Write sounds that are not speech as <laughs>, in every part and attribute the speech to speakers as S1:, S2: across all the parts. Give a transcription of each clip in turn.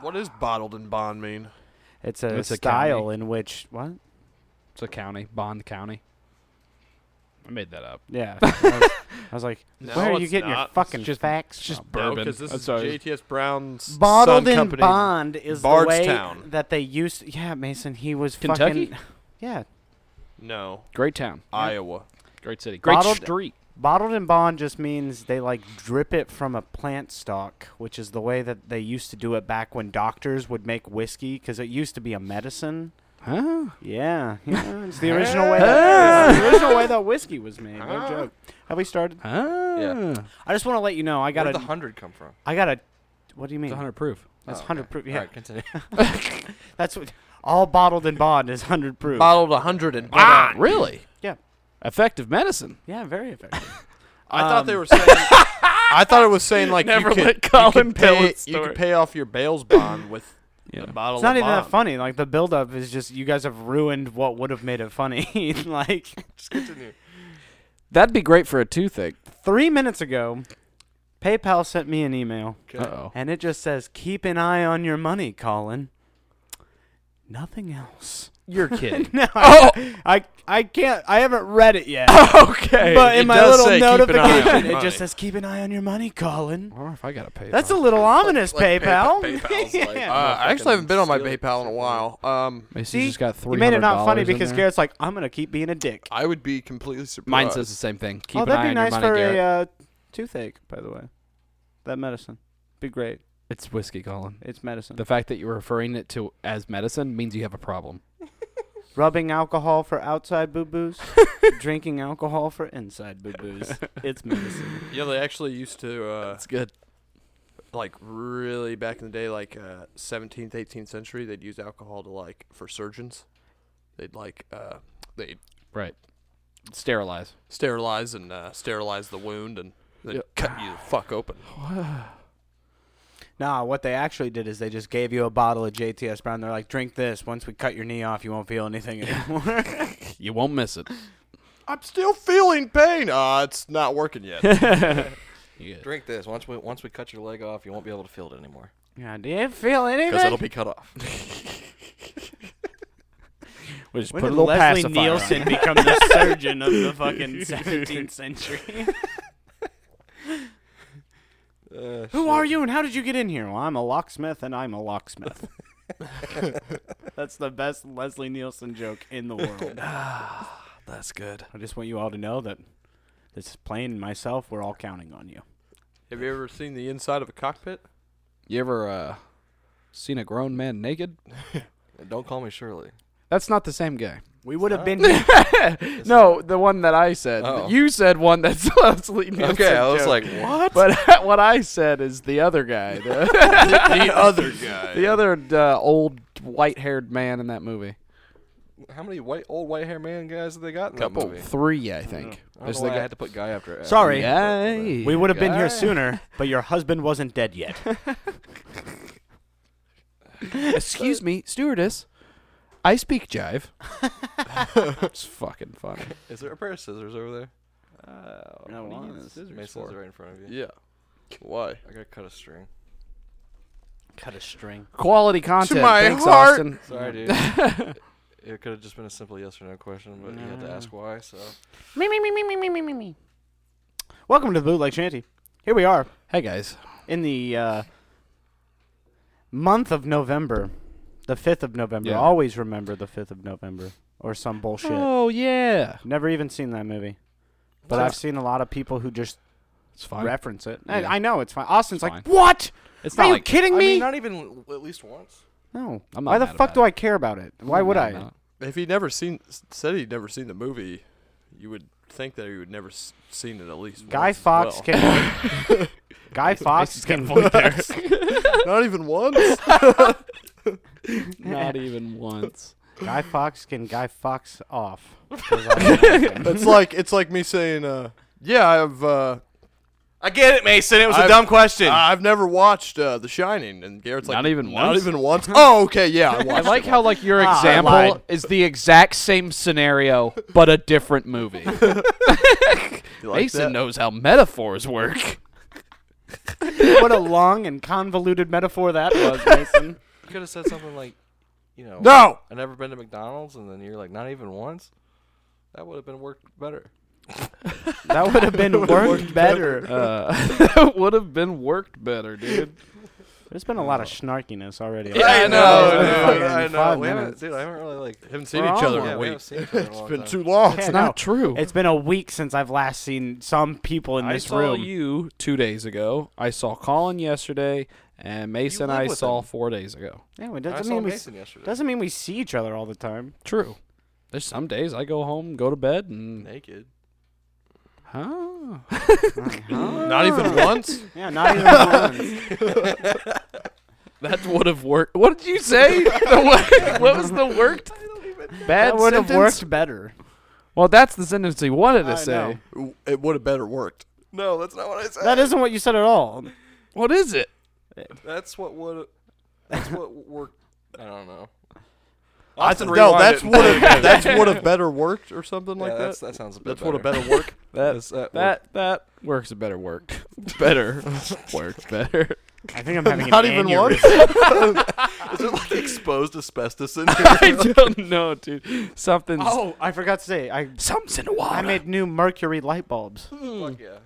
S1: What does bottled and bond mean?
S2: It's a
S3: It's a
S2: style
S3: county.
S2: in which what?
S3: It's a county, Bond County. I made that up. <laughs>
S2: Yeah. I was, I was like,
S1: No,
S2: where are you
S1: it's
S2: getting your
S1: not. It's
S2: fucking
S3: just-
S2: facts?
S3: It's just
S2: from?
S1: No,
S3: bourbon.
S1: because this
S3: That's
S1: is
S3: ours.
S1: JTS Brown's
S2: bottled
S1: son
S2: in
S1: company.
S2: bond is the way
S1: Bardstown.
S2: that they used. Yeah, Mason. He was
S3: Kentucky?
S2: fucking. Yeah,
S1: No,
S3: Great town,
S1: Iowa.
S3: great city, great
S2: Bottled-
S3: street.
S2: Bottled and bond just means they like drip it from a plant stalk, which is the way that they used to do it back when doctors would make whiskey because it used to be a medicine.
S3: Huh?
S2: Yeah, yeah, it's the original way. That,
S3: <laughs>
S2: it's the original way that whiskey was made. No
S1: Huh?
S2: joke. Have we started?
S3: Ah.
S1: Yeah.
S2: I just want to let you know I got
S1: Where'd the
S2: a.
S1: hundred come from?
S2: I got a. What do you mean?
S3: It's 100 proof.
S2: That's
S1: Oh, okay.
S2: hundred proof. Yeah,
S1: All right, continue.
S2: <laughs> that's what. All bottled and bond is hundred proof.
S1: bottled hundred and
S3: Ah,
S1: bond.
S3: really?
S2: Yeah.
S3: Effective medicine.
S2: yeah, very effective.
S1: I thought
S2: Um,
S1: they were <laughs> saying. I thought it was saying like
S3: Never
S1: you could,
S3: let
S1: you could
S3: Colin tell
S1: pay,
S3: his
S1: You
S3: story.
S1: could pay off your bail's bond with
S3: Yeah.
S1: a bottle.
S2: It's not
S1: of
S2: even
S1: bond.
S2: that funny. Like the buildup is just you guys have ruined what would have made it funny. <laughs> like
S3: That'd be great for a toothache.
S2: three minutes ago, PayPal sent me an email <laughs>
S3: Uh-oh.
S2: and it just says, "Keep an eye on your money, Colin." Nothing else. <laughs>
S3: You're kidding.
S2: No,
S1: Oh!
S2: I, I I can't. I haven't read it yet.
S3: <laughs> okay.
S2: but
S1: it
S2: in my
S1: does
S2: little
S1: say keep an eye on your
S2: notification, it
S1: money.
S2: just says, "Keep an eye on your money, Colin."
S3: I wonder if I got to pay.
S2: That's a
S3: for it.
S2: little ominous, PayPal. <laughs>
S4: PayPal's like,
S2: Yeah.
S1: Uh, I actually haven't been on my
S4: Steal it.
S1: PayPal in a while. Um,
S3: Mason
S2: See,
S3: just got three.
S2: you made it not funny because Garrett's like, "I'm gonna keep being a dick."
S1: I would be completely surprised.
S3: Mine says the same thing. Keep
S2: oh,
S3: an
S2: that'd
S3: eye
S2: be
S3: on
S2: nice
S3: your money,
S2: for
S3: Garrett.
S2: a uh, toothache, by the way. That medicine, be great.
S3: It's whiskey, Colin.
S2: It's medicine.
S3: The fact that you're referring it to as medicine means you have a problem.
S2: Rubbing alcohol for outside boo boos, <laughs> drinking alcohol for inside boo <laughs> boos. It's medicine.
S1: Yeah, they actually used to uh,
S3: That's good.
S1: like really back in the day, like uh, 17th, 18th century. They'd use alcohol to like for surgeons. They'd like uh, they'd
S3: Right.
S2: <sighs>
S3: Sterilize.
S1: sterilize and uh, sterilize the wound and then
S3: Yep.
S1: cut you the fuck open.
S2: Nah, what they actually did is they just gave you a bottle of JTS Brown. They're like, drink this. Once we cut your knee off, you won't feel anything <laughs> anymore.
S3: You won't miss it.
S1: I'm still feeling pain. Uh, it's not working
S3: <laughs>
S1: yet.
S2: <laughs>
S4: Drink this. Once we once we cut your leg off, you won't be able to feel it anymore
S2: yeah, do you feel
S4: because
S2: anything?
S4: it'll be cut off.
S1: <laughs>
S3: We just
S2: When
S3: put
S2: did
S3: a little
S2: Leslie
S3: pacifier on
S2: Nielsen <laughs>
S3: it.
S2: become the surgeon of the fucking <laughs> 17th century?
S1: Uh,
S2: Who are you and how did you get in here? Well, I'm a locksmith and I'm a <laughs> locksmith. That's the best Leslie Nielsen joke in the world. <laughs>
S4: That's good.
S2: I just want you all to know that this plane and myself, we're all counting on you.
S1: Have you ever seen the inside of a cockpit?
S3: You ever uh, seen a grown man naked?
S4: Don't call
S1: <laughs>
S4: me Shirley.
S3: That's not the same guy.
S2: We would have been
S3: No, the one that I said.
S4: Oh.
S3: You said one that's <laughs> Leslie Nielsen.
S4: Okay, I was
S3: joke.
S4: like,
S3: <laughs>
S4: what?
S3: But what I said is the other guy, the,
S1: the other guy.
S3: the other uh, old white-haired man in that movie.
S4: How many white old white hair man guys have they got in
S1: Couple.
S4: that movie?
S3: Three, I think.
S4: Oh, I don't
S3: There's
S4: know why
S3: the
S4: I
S3: guy-
S4: had to put guy after.
S2: Sorry.
S3: Guy.
S2: we would have been
S3: Guy.
S2: here <laughs> sooner, but your husband wasn't dead yet.
S3: <laughs>
S2: <laughs>
S3: Excuse me, stewardess. I speak jive. it's fucking funny.
S4: Is there a pair of scissors over there?
S2: No,
S3: what do you
S2: why
S3: use
S2: Oh, is-
S3: scissors
S4: My scissors
S3: for?
S4: are right in front of you.
S1: Yeah. Why?
S4: I gotta cut a string.
S2: Cut a string.
S3: Quality content.
S1: my
S3: Thanks,
S1: heart.
S3: Austin.
S4: Sorry, dude. it could have just been a simple yes or no question, but you had to ask why. So
S2: Welcome to the Bootleg Shanty. Here we are
S3: Hey guys.
S2: in the uh, month of November, the 5th of November.
S3: Yeah.
S2: Always remember the 5th of November or some bullshit.
S3: Oh yeah.
S2: Never even seen that movie. But
S3: Yeah.
S2: I've seen a lot of people who just
S3: It's fine.
S2: reference it. I-
S3: Yeah.
S2: I, know it's fine. Austin's
S3: It's
S2: like,
S3: fine.
S2: "What?
S3: it's
S2: Are
S3: not
S2: you
S3: like
S2: kidding
S4: I
S2: me?"
S4: mean, not even at least once.
S2: no.
S3: I'm not
S2: Why the
S3: mad
S2: fuck
S3: about
S2: do
S3: it.
S2: I care about it? Why would I?
S1: If he'd never seen, s- said he'd never seen the movie, you would think that he would never s- seen it at least.
S2: Guy
S1: once as
S2: Fox
S1: well.
S2: can.
S3: <laughs>
S2: Guy Fox can.
S1: <laughs> Not even once.
S3: <laughs> Not even once.
S2: <laughs> Guy Fox can. Guy Fox
S3: <laughs>
S2: off. 'Cause I-
S1: it's like it's like me saying, uh, "Yeah, I've uh,
S4: I get it, Mason. It was
S1: I've-
S4: a dumb question.
S1: I've never watched uh, The Shining," and Garrett's like,
S3: Not even
S1: not
S3: once?
S1: even
S3: <laughs>
S1: once." Oh, okay, yeah, I
S3: I
S1: watched.
S3: like how like your
S2: Ah, I lied.
S3: example is the exact same scenario but
S2: <laughs>
S3: a different movie.
S1: it. You like
S3: Mason
S1: that?
S3: knows how metaphors work.
S2: what a long and convoluted metaphor that was, Mason.
S4: You could have said something like, you know,
S1: No!
S4: I've never been to McDonald's, and then you're like, not even once. That would have been worked better.
S2: That would have been worked better.
S3: <laughs> <laughs> Uh, would have been worked better, dude.
S2: There's been a lot of snarkiness already.
S3: Yeah, I know,
S2: It's been
S3: dude.
S2: fucking
S4: I know.
S2: five
S4: We haven't,
S2: minutes.
S4: dude, I haven't really like.
S1: Haven't seen
S3: We're
S1: each other
S3: on
S1: in
S4: Yeah,
S1: a
S4: we haven't
S1: week.
S4: seen each other in a
S1: <laughs> It's
S4: long
S1: been
S4: time.
S1: too long.
S2: Yeah,
S3: It's
S2: no.
S3: not true.
S2: It's been a week since I've last seen some people in
S3: I
S2: this
S3: saw
S2: room.
S3: you two days ago. I saw Colin yesterday, and Mason
S4: live
S3: I
S4: with
S3: saw
S4: him.
S3: four days ago.
S2: Yeah, it
S4: I
S2: doesn't
S4: saw
S2: mean we
S4: Mason yesterday.
S2: doesn't mean we see each other all the time.
S3: True. There's some days I go home, go to bed, and
S4: naked.
S3: huh?
S1: Not <laughs> even once.
S2: Yeah, not even once.
S3: <laughs> That would have worked. What did you <laughs> say? The what, what was the worked? Bad
S2: That would have
S3: sentence?
S2: worked better.
S3: Well, that's the sentence he wanted to
S2: I
S3: say.
S2: know.
S1: It would have better worked.
S4: No, that's not what I said.
S2: That isn't what you said at all.
S3: What is it?
S4: That's what would. That's what worked. I don't know.
S1: I
S4: have to
S1: no,
S4: rewind
S1: that's
S4: it.
S1: would
S3: <laughs>
S1: have that's would have better worked or something
S4: Yeah,
S1: like
S4: that's,
S1: that.
S4: that sounds a bit
S1: That's
S4: better.
S1: would have better
S3: <laughs>
S1: worked.
S3: That
S4: That's- that
S3: that that works better. Work <laughs> better. worked better.
S1: <laughs>
S2: I think I'm having
S1: Not
S2: an
S1: even
S2: aneurysm.
S1: once. <laughs>
S4: Is it like exposed asbestos in
S3: <laughs>
S4: here?
S3: <laughs> I don't know, dude. Something's
S2: Oh, I forgot to say I
S3: something's in the water.
S2: I made new mercury light bulbs.
S1: mm.
S4: Fuck yeah.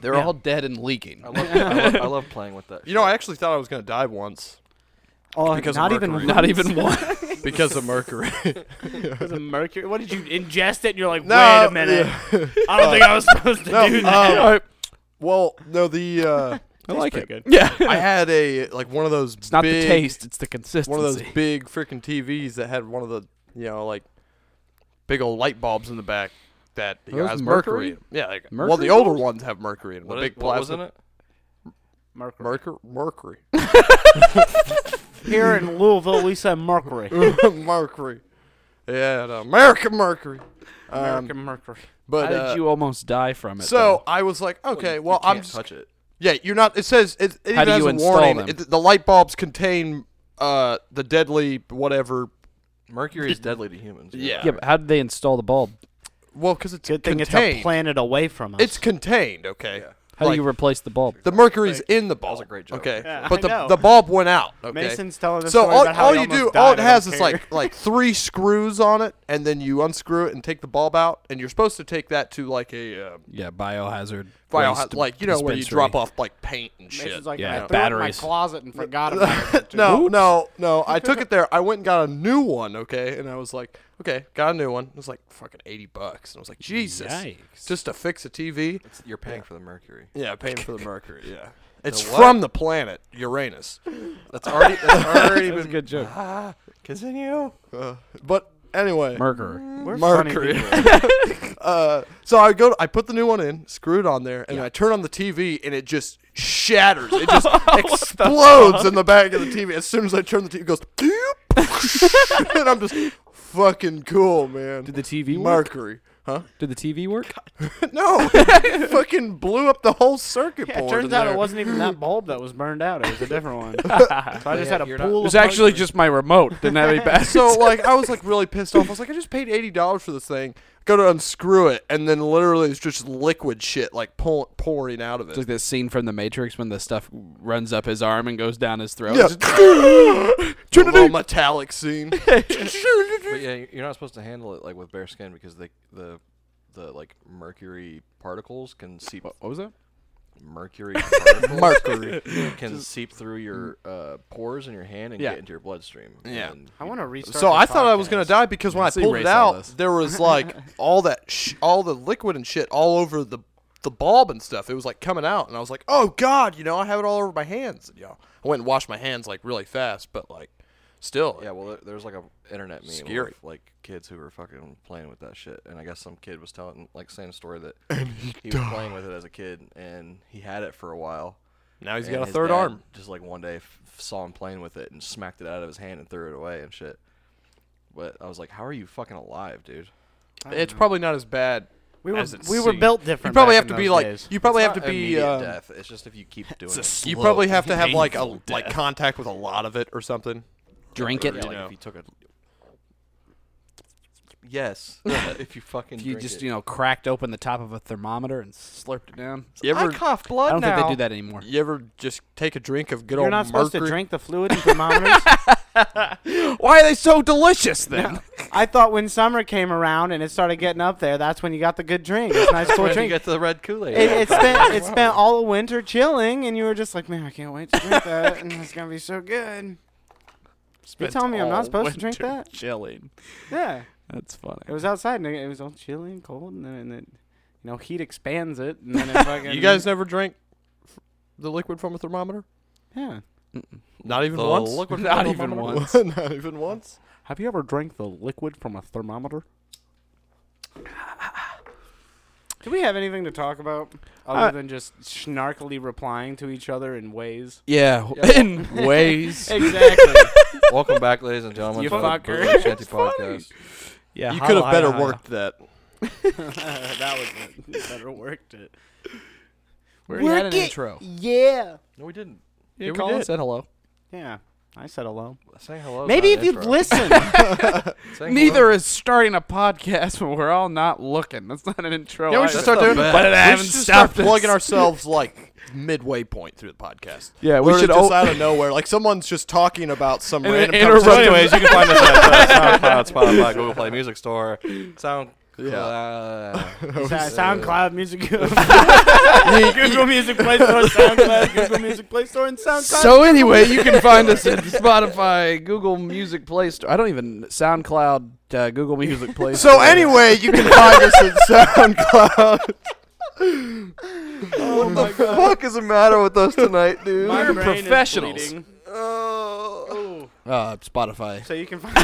S3: They're
S2: Yeah.
S3: all dead and leaking.
S4: I
S2: Oh,
S4: love, I, love, I love playing with that.
S1: You know, I
S4: shit.
S1: actually thought I was gonna die
S2: <laughs>
S1: once
S2: Oh,
S1: Because of
S2: not even
S1: mercury.
S2: <laughs>
S3: Not even one.
S1: because of mercury.
S2: because of mercury. What
S3: <laughs>
S2: did you ingest it? And you're like,
S1: No,
S2: wait a minute.
S1: yeah.
S2: I don't think I was supposed to
S1: No,
S2: do that.
S3: <laughs>
S1: um, well, no, the uh, I like it.
S2: pretty
S3: Yeah. <laughs>
S1: I had a like one of those.
S3: It's not
S1: big,
S3: the taste, it's the consistency.
S1: One of those big freaking TVs that had one of the you know like big old light bulbs in the back that you know,
S3: Those
S1: has mercury. in 'em. Yeah, like, well,
S3: Mercury
S1: the older
S3: bulbs?
S1: ones have mercury in 'em,
S4: What,
S1: the
S4: is,
S1: big
S4: what was
S1: plastic.
S4: in it?
S2: Mercury.
S1: Mercury, mercury, <laughs>
S2: Here in Louisville, we say mercury.
S1: mercury. Yeah, no, American mercury. Um,
S2: American mercury.
S1: But
S3: How
S1: uh,
S3: did you almost die from it?
S1: so I was like, okay,
S4: you
S1: well, I'm
S4: can't
S1: just
S4: touch it.
S1: Yeah, you're not. It says it, it
S3: How
S1: even
S3: do
S1: has
S3: you
S1: a
S3: install
S1: warning.
S3: them?
S1: It- the light bulbs contain uh, the deadly whatever.
S4: <laughs> Mercury is deadly to humans.
S1: Yeah.
S3: though? yeah, but how did they install the bulb?
S1: Well, because it's
S2: Good thing
S1: contained.
S2: it's a planet away from us.
S1: It's contained. Okay.
S4: Yeah.
S3: How
S1: Like,
S3: do you replace the bulb?
S1: the mercury's in the bulb.
S4: was a great joke.
S1: Okay,
S2: Yeah,
S1: but
S2: I
S1: the
S2: know.
S1: the bulb went out. Okay.
S2: Mason's telling us
S1: so all,
S2: about how
S1: all
S2: he
S1: you
S2: almost
S1: do,
S2: died.
S1: all
S2: I
S1: it
S2: don't
S1: has is
S2: care.
S1: like like three screws on it, and then you unscrew it and take the bulb out, and you're supposed to take that to like a uh,
S3: Yeah, biohazard.
S1: bio,
S3: waste
S1: like you know where you
S3: dispensary.
S1: drop off like paint and shit.
S2: Mason's like, I
S3: Yeah,
S2: threw it in my
S3: batteries.
S2: closet
S1: <laughs>
S2: and forgot about it.
S1: No, no, no. I took it there. I went and got a new one, okay? And I was like, okay, got a new one. It was like fucking 80 bucks. And I was like, Jesus.
S3: Yikes.
S1: Just to fix a TV?
S4: It's, you're paying for the mercury.
S1: Yeah, paying for the mercury, yeah. <laughs> It's
S4: what?
S1: from the planet Uranus.
S4: That's already
S1: <laughs>
S4: that's already
S3: That's a
S4: been
S3: good joke.
S4: continue.
S1: Uh, but anyway,
S3: Mercury.
S2: We're funny
S1: mercury.
S2: people.
S1: <laughs> uh, so I go, I put the new one in, screw it on there, and I turn on the TV, and it just shatters. It
S2: <laughs>
S1: just explodes in the back of the TV. As soon as I turn the TV, it goes, <laughs> "Doop." and I'm just fucking cool, man.
S3: Did the TV work?
S1: Mercury. Huh? <laughs>
S3: Did the TV work?
S1: No.
S2: <laughs>
S1: it fucking blew up the whole circuit
S2: <laughs> Yeah,
S1: board.
S2: it turns
S1: in
S2: out
S1: there.
S2: it wasn't
S1: <laughs>
S2: even that bulb that was burned out. It was a different one. so I just had a
S4: you're
S2: pool
S4: not-
S2: of
S3: It was actually
S2: mercury.
S3: just my remote. Didn't have any batteries. <laughs>
S1: So like I was like really pissed off. I was like, I just paid eighty dollars for this thing. Go to unscrew it, and then literally it's just liquid shit like pour- pouring out of
S3: It's
S1: it.
S3: like that scene from The Matrix when the stuff runs up his arm and goes down his throat.
S1: Yeah.
S3: It's
S1: <laughs>
S3: just-
S1: The little metallic scene.
S4: But yeah, you're not supposed to handle it like with bare skin because the the the like mercury particles can seep
S3: What, what was that?
S4: mercury <laughs> particles
S1: Mercury.
S4: can seep through your uh, pores in your hand and
S3: Yeah.
S4: get into your bloodstream.
S1: Yeah.
S4: And
S2: I want to restart.
S1: So
S2: the
S1: I thought I was gonna
S2: podcast.
S1: die because when I
S3: See
S1: pulled
S3: Ray
S1: it
S3: saw
S1: out,
S3: this.
S1: there was like all that, sh- all the liquid and shit all over the the bulb and stuff. It was like coming out, and I was like, "Oh God!" You know, I have it all over my hands. And, you know, I went and washed my hands like really fast, but like, still,
S4: Yeah, well, there- there's like a internet meme
S1: Scary.
S4: of like kids who were fucking playing with that shit, and I guess some kid was telling like same story
S1: <laughs>
S4: that he, was playing with it as a kid, and he had it for a while.
S1: Now he's
S4: and
S1: got a
S4: his
S1: third
S4: dad
S1: arm.
S4: Just like one day, f- saw him playing with it and smacked it out of his hand and threw it away and shit. But I was like, how are you fucking alive, dude?
S1: It's probably not as bad.
S2: We were
S1: as it
S2: we were
S1: seemed.
S2: built different.
S1: You probably
S2: back
S1: have
S2: in
S1: to be
S2: those
S1: like.
S2: days.
S1: You probably have
S4: It's
S1: to
S4: not
S1: be.
S4: immediate
S1: Uh,
S4: death. It's just if
S1: <laughs>
S4: you keep doing it.
S1: you probably have to have like a like contact with a lot of it or something.
S3: Drink
S4: Or,
S3: it.
S4: yeah, like
S1: know.
S4: if you took a Yes, if you fucking
S3: If you
S4: drink
S3: just
S4: it.
S3: you know cracked open the top of a thermometer and slurped it down.
S1: You ever,
S4: I cough blood
S3: I don't
S4: now.
S3: think they do
S1: <gasps>
S3: that anymore.
S1: you ever just take a drink of good
S2: You're
S1: old
S2: not supposed to
S1: mercury?
S2: drink
S1: <laughs>
S2: the fluid in thermometers.
S3: Why are they so delicious then?
S2: I thought when summer came around and it started getting up there, that's when you got the good drink. It's
S1: <laughs>
S2: a nice cool
S4: When you
S2: drink.
S4: get to the red Kool Aid.
S2: It, it <laughs> spent it spent all winter chilling, and you were just like, man, I can't wait to <laughs> drink that, and it's gonna be so good. You
S3: Spent
S2: telling me I'm not
S3: all
S2: supposed to drink
S3: winter
S2: that?
S3: <laughs> Chilling.
S2: Yeah,
S3: That's funny.
S2: it was outside, and it it was all chilly and cold, and then and it, you know, heat expands it, and <laughs> then it fucking.
S1: You guys never drank f- the liquid from a thermometer?
S2: yeah.
S1: Not even
S4: The
S1: once.
S4: liquid from
S3: Not
S4: the
S3: even
S4: thermometer?
S1: <laughs>
S3: once.
S4: <laughs>
S1: Not even once.
S2: Have you ever drank the liquid from a thermometer? <sighs> Do we have anything to talk about other
S3: Uh,
S2: than just snarkily replying to each other in ways?
S3: Yeah, <laughs> in
S2: <laughs>
S3: ways.
S2: Exactly.
S4: <laughs> Welcome back, ladies and gentlemen.
S2: You
S4: to the
S2: fucker.
S4: Bootleg Shanty podcast.
S3: Yeah,
S1: you could have
S3: holla,
S1: better
S3: holla.
S1: worked that.
S2: <laughs> that was it. You better worked it.
S3: We already had an intro.
S2: Yeah.
S4: No, we didn't.
S3: Yeah,
S1: we
S3: Colin
S1: did.
S3: said hello.
S2: Yeah. I said hello.
S4: Saying hello. is
S2: Maybe if
S4: not an
S2: you'd
S4: intro.
S2: listen.
S4: Saying hello-
S3: Neither is starting a podcast when we're all not looking. That's not an intro.
S1: Yeah, we
S3: either.
S1: should start
S4: the
S1: doing
S4: best.
S3: But it
S1: We
S3: haven't
S1: should just start
S3: stopped us.
S1: plugging
S3: <laughs>
S1: ourselves like midway point through the podcast.
S3: Yeah, we
S1: Literally
S3: should
S1: just
S3: o-
S1: out of nowhere. Like someone's just talking about some
S3: And
S1: random
S3: then
S1: conversation.
S3: interrupt
S1: Anyway,
S4: Anyways, you can find us at uh, SoundCloud, Spotify, Google Play Music Store, SoundCloud.
S2: SoundCloud
S3: <laughs>
S2: Music Google Music Play Store, SoundCloud, Google Music Play Store, and SoundCloud.
S3: <laughs> So anyway, you can find us at Spotify, Google Music Play Store. I don't even SoundCloud, uh, Google Music Play.
S1: So
S3: Store.
S1: anyway, you can find us
S3: <laughs>
S1: at SoundCloud.
S3: Oh
S4: What the fuck is the matter with us tonight, dude?
S2: My
S3: We're
S2: brain is
S3: professionals.
S2: bleeding.
S3: uh, Spotify.
S2: So you can find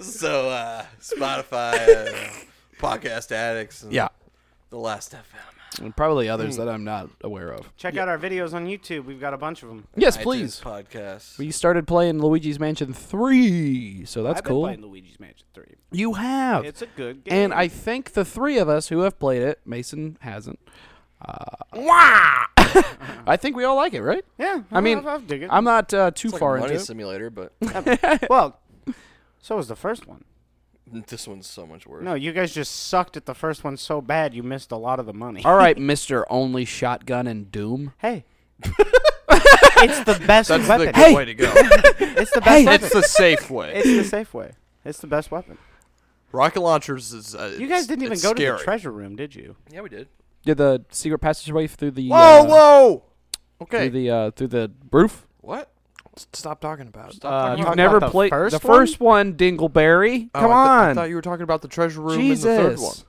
S4: So, uh, Spotify, uh, Podcast Addicts, and
S3: Yeah,
S4: The Last FM.
S3: and probably others that I'm not aware of.
S2: check out our videos on YouTube. We've got a bunch of them.
S3: Yes,
S4: iTunes
S3: please.
S4: Podcast.
S3: We started playing Luigi's Mansion 3, so that's
S2: I've
S3: cool.
S2: been playing Luigi's Mansion 3.
S3: You have.
S2: It's a good game.
S3: and I think the three of us who have played it, Mason hasn't. Uh, <laughs> I think we all like it, right?
S2: yeah,
S3: I mean,
S2: I'll, I'll dig it.
S3: I'm not uh, too
S4: It's like
S3: far
S4: Money
S3: into it.
S4: Simulator, but
S2: <laughs> well, so was the first one.
S4: this one's so much worse.
S2: No, you guys just sucked at the first one so bad you missed a lot of the money.
S3: All right, <laughs> Mister Only Shotgun and Doom.
S2: Hey. it's the best
S1: That's the
S2: weapon.
S1: good
S3: Hey.
S1: way to go.
S2: It's the best
S3: Hey.
S2: weapon.
S1: That's the safe way.
S2: It's the safe way. It's the best weapon.
S1: Rocket launchers is. Uh,
S2: You guys
S1: it's-
S2: didn't even
S1: it's
S2: go to
S1: scary.
S2: the treasure room, did you?
S4: Yeah, we did.
S3: Did the secret passageway through the
S1: Whoa,
S3: uh,
S1: whoa!
S3: through
S1: Okay,
S3: the uh, through the roof?
S4: What?
S1: S- stop talking about it.
S4: Stop
S2: Uh,
S4: talking
S2: you
S3: You've
S4: about
S2: talking
S3: never
S2: about the
S3: played
S2: first
S3: the first one, Dingleberry.
S1: Oh,
S3: Come
S1: I, th- I
S3: on,
S1: thought you were talking about the treasure room
S3: Jesus.
S1: in the third one. Oh,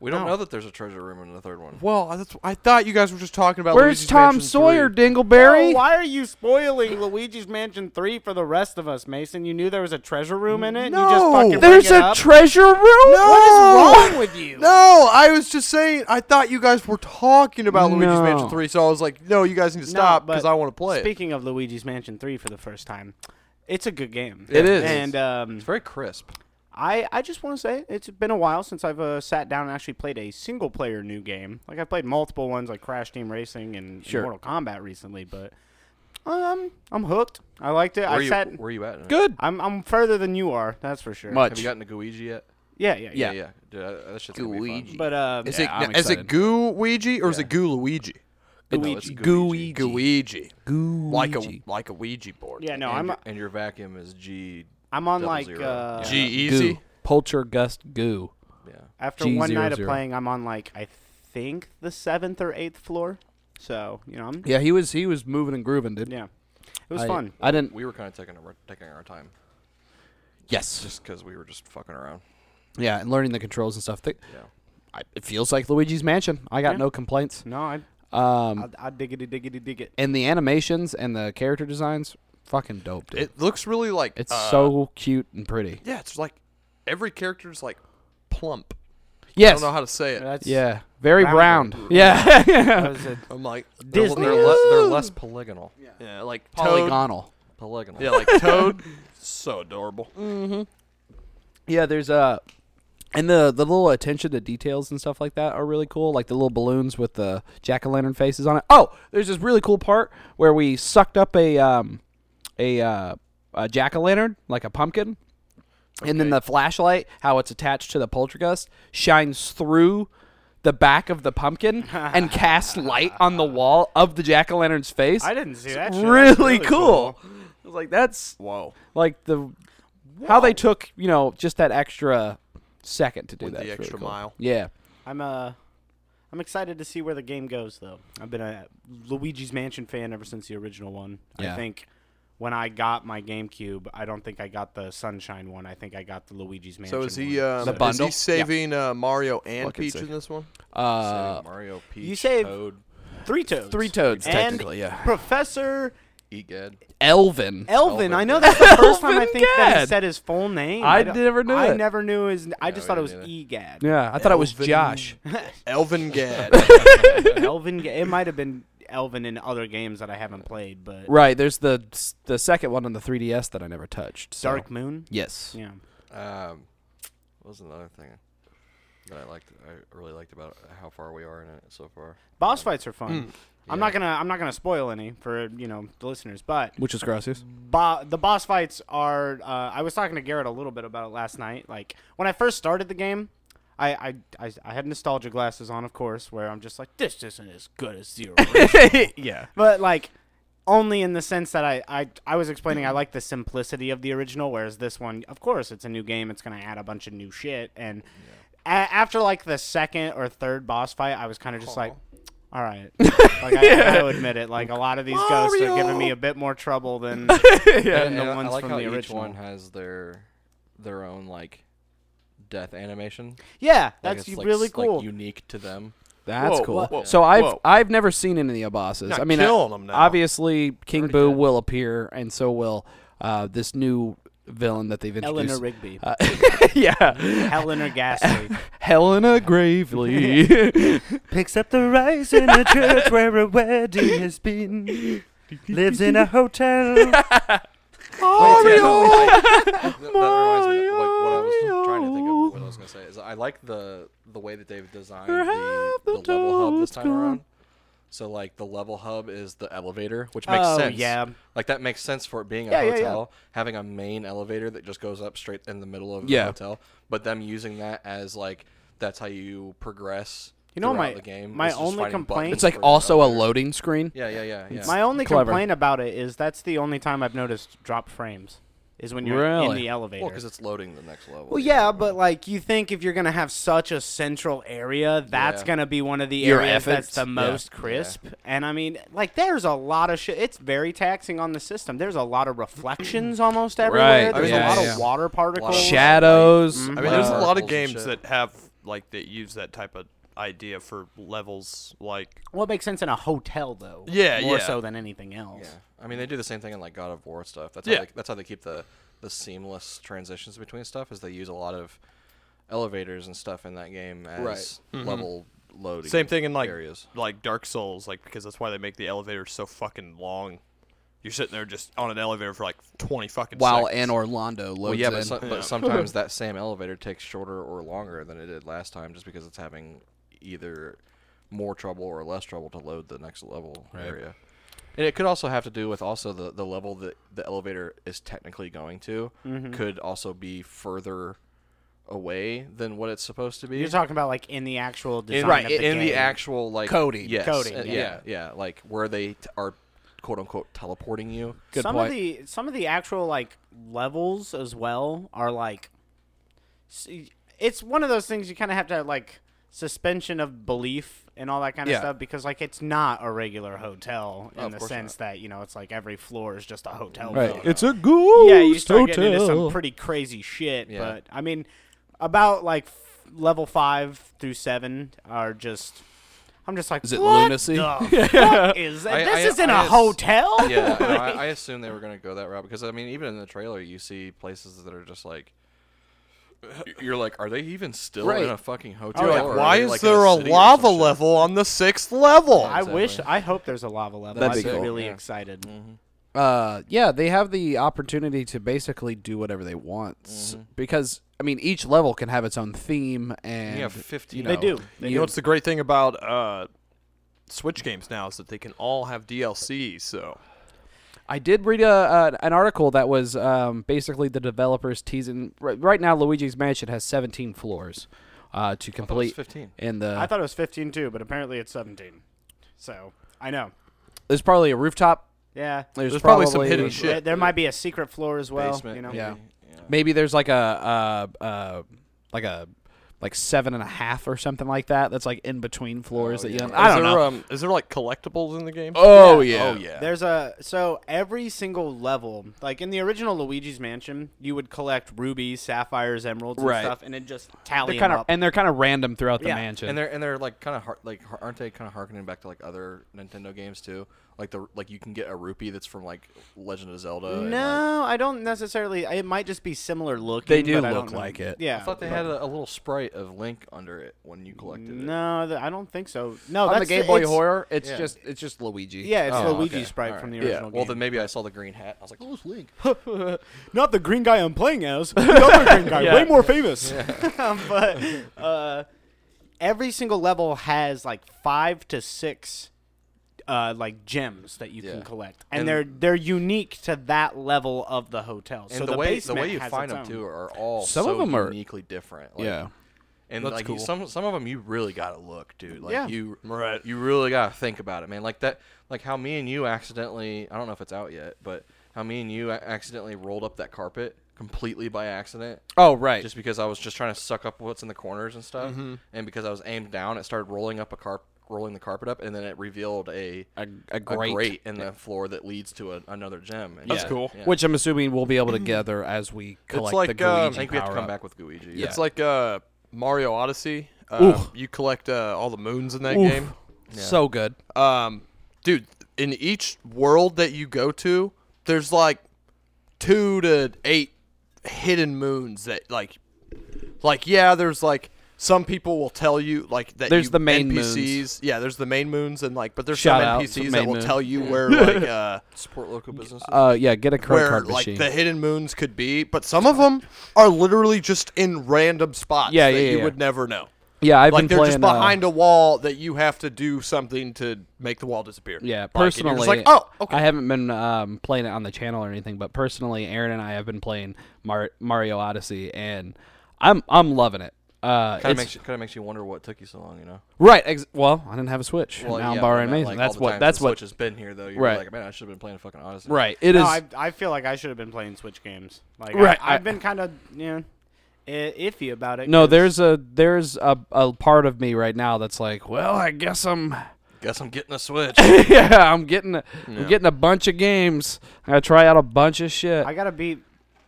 S4: We don't
S2: No.
S4: know that there's a treasure room in the third one.
S1: Well, I- that's, I thought you guys were just talking about.
S3: Where's
S1: Luigi's
S3: Tom
S1: Mansion
S3: Sawyer,
S1: 3.
S3: Dingleberry?
S2: Oh, why are you spoiling Luigi's Mansion 3 for the rest of us, Mason? You knew there was a treasure room in it? You just
S1: No.
S2: fucking
S3: There's
S2: bring it
S3: a
S2: up?
S3: treasure room.
S1: No!
S2: What is wrong with you?
S1: No, I was just saying. I thought you guys were talking about Luigi's
S3: No.
S1: Mansion Three, so I was like, "No, you guys need to
S2: No,
S1: stop because
S2: but
S1: I want to play it."
S2: Speaking of Luigi's Mansion 3 for the first time, it's a good game.
S3: It is.
S2: And um,
S4: It's very crisp.
S2: I, I just want to say it's been a while since I've uh, sat down and actually played a single player new game. Like I've played multiple ones like Crash Team Racing and
S3: Sure.
S2: Mortal Kombat recently, but um, I'm hooked. I liked it.
S4: Where
S2: I
S4: you,
S2: sat.
S4: where you at? in it?
S3: Good.
S2: I'm I'm further than you are. That's for sure.
S3: Much.
S4: Have you gotten to Guiji yet?
S2: Yeah, yeah, yeah.
S4: Yeah, yeah. Dude, I- that shit's gonna be fun.
S2: But uh,
S1: Is
S3: Yeah,
S1: it
S3: I'm
S1: now, is it
S3: excited.
S1: Goo Ouija or is it
S4: Yeah.
S1: Goo Luigi?
S4: No, it's
S3: Gooey.
S1: Goo Ouija.
S3: Gooey.
S1: Like a like a Ouija board.
S2: yeah, no,
S4: And,
S2: I'm
S4: your, and your vacuum is G.
S2: I'm on
S4: double
S2: like
S4: zero.
S2: uh,
S1: G E
S3: Goo.
S1: easy.
S3: Poltergust goo.
S4: Yeah.
S2: after
S3: G
S2: one
S3: zero
S2: night of
S3: zero.
S2: playing, I'm on like I think the seventh or eighth floor. So you know, I'm
S3: Yeah, he was he was moving and grooving, dude.
S2: yeah. It was
S3: I-
S2: fun.
S3: I didn't.
S4: We were kind of taking our, taking our time
S3: Yes.
S4: just because we were just fucking around.
S3: Yeah, and learning the controls and stuff. Th-
S4: Yeah.
S3: I, it feels like Luigi's Mansion. I got
S2: Yeah.
S3: no complaints.
S2: No, I I,
S3: Um,
S2: I diggity diggity dig
S3: <laughs>
S2: it.
S3: and the animations and the character designs, fucking dope, dude.
S1: It looks really like
S3: it's
S1: uh,
S3: so cute and pretty.
S1: Yeah, it's like every character's like plump. I
S3: Yes.
S1: don't know how to say it.
S2: That's,
S3: Yeah. Very round.
S2: round.
S3: Yeah.
S2: That was a-
S1: I'm like they're-
S4: They're,
S2: Disney.
S4: they're, le- they're less polygonal.
S1: Yeah, like Toad.
S3: Polygonal.
S4: Polygonal.
S1: Yeah, <laughs> like Toad. so adorable.
S3: Yeah, there's uh and the the little attention to details and stuff like that are really cool. Like the little balloons with the jack o' lantern faces on it. Oh, there's this really cool part where we sucked up a um a uh, a jack o' lantern like a pumpkin, And then the flashlight, how it's attached to the poltergust, shines through the back of the pumpkin <laughs> and casts light on the wall of the jack o' lantern's face.
S2: I didn't see that.
S3: It's
S2: shit.
S3: Really,
S2: That's
S3: cool. I was like, that's
S4: Whoa.
S3: like the how they took you know just that extra second to do
S1: Went
S3: that.
S1: the
S3: It's really
S1: extra
S3: cool.
S1: mile.
S3: Yeah.
S2: I'm uh, I'm excited to see where the game goes, though. I've been a Luigi's Mansion fan ever since the original one.
S3: Yeah.
S2: I think when I got my GameCube, I don't think I got the Sunshine one. I think I got the Luigi's Mansion.
S1: So is he
S2: one.
S1: um,
S3: The
S1: is
S3: bundle?
S1: he
S3: Yeah.
S1: saving uh, Mario and
S3: Fucking
S1: Peach
S3: sick.
S1: in this one?
S3: Uh,
S4: Saving Mario, Peach,
S2: you saved-
S4: Toad,
S2: three toads?
S3: three toads,
S2: And
S3: technically, yeah.
S2: Professor
S4: Egad.
S3: Elvin.
S2: Elvin.
S4: Elvin.
S2: I know that's the first time I
S3: Elvin
S2: think that he
S3: Gadd.
S2: said his full name.
S3: I
S2: don't-
S3: never knew
S2: I
S3: it.
S2: never knew his. I just
S4: we
S2: thought it was E
S4: didn't
S2: Egad.
S3: yeah, I thought it was
S1: Elvin.
S3: Josh.
S1: <laughs> Elvin Gad.
S2: Elvin. Ga- It might have been Elvin in other games that I haven't played, but
S3: <laughs> Right. There's the the second one on the 3DS that I never touched. so-
S2: Dark Moon.
S3: Yes.
S2: Yeah.
S4: Um, what was another thing that I liked? I really liked about how far we are in it so far.
S2: Boss fights are fun. I'm
S4: Yeah.
S2: not gonna I'm not gonna spoil any for you know the listeners, but
S3: Which is gracious.
S2: bo- the boss fights are. Uh, I was talking to Garrett a little bit about it last night. Like when I first started the game, I I, I, I had nostalgia glasses on, of course, where I'm just like this isn't as good as zero,
S3: yeah.
S2: but like only in the sense that I, I I was explaining I like the simplicity of the original, whereas this one, of course, it's a new game, it's gonna add a bunch of new shit, and a- after like the second or third boss fight, I was kind of just like. All right, like I, I'll admit it. Like a lot of these ghosts are giving me a bit more trouble than
S4: Yeah,
S2: than the
S4: I
S2: ones
S4: like
S2: from
S4: how
S2: the
S4: each
S2: original.
S4: one has their their own like death animation.
S2: yeah,
S4: Like,
S2: that's
S4: it's, like,
S2: really
S4: s- like,
S2: cool.
S4: unique to them.
S3: That's
S1: Whoa,
S3: cool.
S1: whoa, whoa,
S3: so I've
S1: whoa.
S3: I've never seen any of the bosses.
S1: Not
S3: I mean, I-
S1: killing 'em now.
S3: obviously King Boo will appear, and so will uh, this new villain that they've introduced.
S2: Eleanor
S4: <laughs>
S2: Rigby, <laughs>
S3: <laughs> yeah,
S2: Eleanor Ghastly.
S3: Helena <laughs> Gravely.
S5: Picks up the rice in a church where a wedding has been. Lives in a hotel.
S4: Mario. that that reminds me. That, like, what I was trying to think of what I was gonna say is I like the the way that they've designed the, the level hub this time around. So like the level hub is the elevator, which makes
S2: Oh,
S4: sense.
S2: yeah.
S4: Like that makes sense for it being a
S2: Yeah, yeah, yeah.
S4: hotel, having a main elevator that just goes up straight in the middle of
S3: Yeah.
S4: the hotel. But them using that as like that's how you progress.
S2: You know,
S4: throughout
S2: my-
S4: the game.
S2: my
S4: is just
S2: only
S4: finding
S2: complaint-
S4: buttons
S3: it's like
S4: for it.
S3: also a loading screen.
S4: Yeah, yeah, yeah, yeah.
S2: My only
S3: Clever.
S2: complaint about it is that's the only time I've noticed drop frames is when you're in
S3: Really?
S2: the elevator.
S4: well, because it's loading the next level.
S2: Well, yeah, but like you think if you're gonna have such a central area, that's
S4: Yeah.
S2: gonna be one of the
S3: Your
S2: areas
S3: efforts,
S2: that's the
S3: yeah.
S2: most crisp. And I mean, like, there's a lot of shit. It's very taxing on the system. There's a lot of reflections almost everywhere.
S3: Right,
S2: There's
S1: yeah,
S2: a lot
S3: yeah.
S2: of water particles.
S3: Shadows.
S1: I mean, there's a
S4: Wow.
S1: lot of
S4: Marbles and
S1: games
S4: shit.
S1: that have like that use that type of idea for levels. Like
S2: What makes sense in a hotel though?
S1: Yeah,
S2: more
S1: yeah.
S2: so than anything else.
S4: Yeah, I mean they do the same thing in like God of War stuff. That's
S1: Yeah.
S4: how they, that's how they keep the the seamless transitions between stuff is they use a lot of elevators and stuff in that game as
S3: Right.
S4: level loading.
S1: Mm-hmm. same thing in like
S4: areas.
S1: like Dark Souls, like because that's why they make the elevators so fucking long. You're sitting there just on an elevator for like 20 fucking
S3: While
S1: seconds.
S3: and Orlando loads
S4: Well, Oh, yeah,
S3: in.
S4: but, so, but
S2: <laughs>
S4: sometimes that same elevator takes shorter or longer than it did last time, just because it's having either more trouble or less trouble to load the next level area. And it could also have to do with also the, the level that the elevator is technically going to could also be further away than what it's supposed to be.
S2: You're talking about like in the actual design
S4: in,
S2: of
S4: right
S2: the
S4: in
S2: game.
S4: the actual like
S3: Coding.
S4: yes,
S2: Coding,
S4: uh,
S2: yeah.
S4: yeah. yeah, like where they t- are quote unquote teleporting you.
S3: Good
S2: some
S3: point.
S2: of the some of the actual like levels as well are like s- it's one of those things you kind of have to like suspension of belief and all that kind of
S3: Yeah.
S2: stuff because like it's not a regular hotel in
S4: of
S2: the
S4: course
S2: sense that you know it's like every floor is just a hotel
S3: right.
S4: Oh,
S2: room.
S3: It's a ghost
S2: yeah you start
S3: hotel.
S2: getting into some pretty crazy shit
S4: Yeah.
S2: but i mean about like f- level 5 through 7 are just i'm just like
S3: Is it
S2: what
S3: lunacy?
S2: the fuck is that?
S4: I-
S2: this
S4: I-
S2: is in a
S4: I ass-
S2: hotel
S4: yeah, no, I, I assume they were going to go that route because I mean, even in the trailer, you see places that are just like. You're like, are they even still
S3: Right.
S4: in a fucking hotel?
S1: Like,
S4: or are
S1: why
S4: they,
S1: is
S4: like, in
S1: there a
S4: city or
S1: lava
S4: some shit?
S1: level on the sixth level?
S2: <laughs> I
S4: Exactly.
S2: wish. I hope there's a lava level.
S3: That'd
S2: I'd
S3: be
S2: be
S3: cool.
S2: really
S4: Yeah.
S2: excited.
S3: uh, yeah, they have the opportunity to basically do whatever they want s-
S4: Mm-hmm.
S3: because I mean each level can have its own theme and
S4: You have 15.
S2: They
S3: Oh.
S2: do. They
S1: you know what's the great thing about uh, Switch games now is that they can all have DLC. So
S3: I did read a, uh, an article that was um, basically the developers teasing. Right, right now, Luigi's Mansion has 17 floors uh, to
S4: I thought it was
S3: complete.
S4: 15.
S3: And the
S2: I thought it was 15 too, but apparently it's 17. So I know.
S3: there's probably a rooftop.
S2: Yeah.
S3: There's,
S1: There's
S3: probably,
S1: probably some hidden shit.
S2: There, there might be a secret floor as well.
S4: Basement.
S2: you know.
S3: Yeah.
S4: maybe. Yeah.
S3: Maybe there's like a uh, uh, like a like seven and a half or something like that. That's like in between floors
S4: Oh,
S3: that
S4: yeah.
S3: you. I
S1: is
S3: don't
S1: there,
S3: know.
S1: Um, is there like collectibles in the game?
S3: oh
S2: Yeah.
S3: yeah.
S4: Oh yeah.
S2: There's a so every single level, like in the original Luigi's Mansion, you would collect rubies, sapphires, emeralds, and
S3: Right.
S2: stuff, and it just tally
S3: They're
S2: 'em
S3: kind of
S2: up.
S3: and they're kind of random throughout the
S2: Yeah.
S3: mansion.
S4: And they're and they're like kind of har- like har- aren't they kind of harkening back to like other Nintendo games too? Like the like you can get a rupee that's from like Legend of Zelda. and, like-
S2: no, I don't necessarily. It might just be similar looking.
S3: They do
S2: but I
S3: look
S2: don't know.
S3: like it.
S2: Yeah.
S4: I thought they had a, a little sprite of Link under it when you collected it.
S2: No, th- I don't think so. No,
S3: on
S2: that's
S3: the Game Boy
S2: it's-
S3: Horror, it's
S4: yeah.
S3: just it's just Luigi.
S2: Yeah, it's
S4: Oh,
S2: Luigi
S4: okay.
S2: sprite
S4: All
S2: from the
S4: right.
S2: original game.
S4: Well, then maybe I saw the green hat. I was like, oh, it's Link.
S2: not the green guy I'm playing as, the other green
S4: <laughs>
S2: guy,
S3: Yeah.
S2: way more famous. <laughs> but uh, every single level has like five to six uh, like gems that you can
S4: Yeah.
S2: collect, and,
S4: And-
S2: they're they're unique to that level of the hotel.
S4: And
S2: so
S4: the,
S2: the,
S4: way the
S2: basement
S4: way you
S2: has
S4: find
S2: its
S4: them
S2: own.
S4: too are all
S3: Some of
S4: so
S3: 'em are-
S4: uniquely different. Like,
S3: yeah.
S4: and
S1: That's
S4: like
S1: cool.
S4: you, some some of them you really gotta look, dude. Like
S2: Yeah.
S4: you
S1: Right.
S4: you really gotta think about it, man. Like that, like how me and you accidentally I don't know if it's out yet, but how me and you a- accidentally rolled up that carpet completely by accident,
S3: Oh right.
S4: just because I was just trying to suck up what's in the corners and stuff,
S2: Mm-hmm.
S4: and because I was aimed down, it started rolling up a carp rolling the carpet up, and then it revealed a
S3: a, a
S4: a
S3: great,
S4: grate, in the floor that leads to a, another gem. And
S1: That's
S4: yeah,
S1: cool.
S4: yeah.
S3: which I'm assuming we'll be able to gather as we collect
S1: like,
S3: the
S4: I
S1: um,
S3: Luigi
S4: think we have to
S3: power
S4: come
S3: up.
S4: back with Guiji.
S3: Yeah.
S1: It's like uh, Mario Odyssey. Um, you collect uh, all the moons in that
S3: Oof.
S1: game.
S3: So good.
S1: Um, dude, in each world that you go to, there's like two to eight hidden moons that like, like yeah, there's like some people will tell you like that.
S3: There's
S1: you-
S3: the main
S1: NPCs.
S3: moons.
S1: Yeah, there's the main moons and like, but there's
S3: Shout
S1: some
S3: out to
S1: NPCs
S3: main
S1: that will
S3: moon.
S1: tell you where like
S3: <laughs>
S1: uh,
S4: support local businesses.
S3: Uh, yeah, get a credit
S1: where
S3: card
S1: like
S3: machine.
S1: the hidden moons could be. But some of them are literally just in random spots
S3: Yeah,
S1: that
S3: yeah,
S1: you
S3: yeah.
S1: would never know.
S3: yeah, I've
S1: like
S3: been
S1: they're
S3: playing. uh,
S1: just behind a wall that you have to do something to make the wall disappear.
S3: yeah,
S1: Like, and
S3: personally,
S1: you're just like oh, okay.
S3: I haven't been um, playing it on the channel or anything, but personally, Aaron and I have been playing Mar- Mario Odyssey, and I'm I'm loving it. Uh,
S4: Kind of
S3: it's-
S4: makes you, kind of makes you wonder what took you so long, you know.
S3: right. Ex- well, I didn't have a Switch. and now I'm borrowing Mason. that's what. That's
S4: Which
S3: what.
S4: has been here though. You're
S3: Right.
S4: like, man, I should have been playing fucking Odyssey.
S3: Right. It is.
S2: no, I, I feel like I should have been playing Switch games. Like,
S3: Right,
S2: I,
S3: I-
S2: have been kind of you know, i- iffy about it.
S3: no,
S2: 'cause-
S3: there's a there's a, a part of me right now that's like, well, I guess I'm <laughs>
S4: Guess I'm getting a Switch.
S3: yeah, I'm getting a, I'm getting a bunch of games. I gotta try out a bunch of shit.
S2: I
S3: I,
S2: gotta beat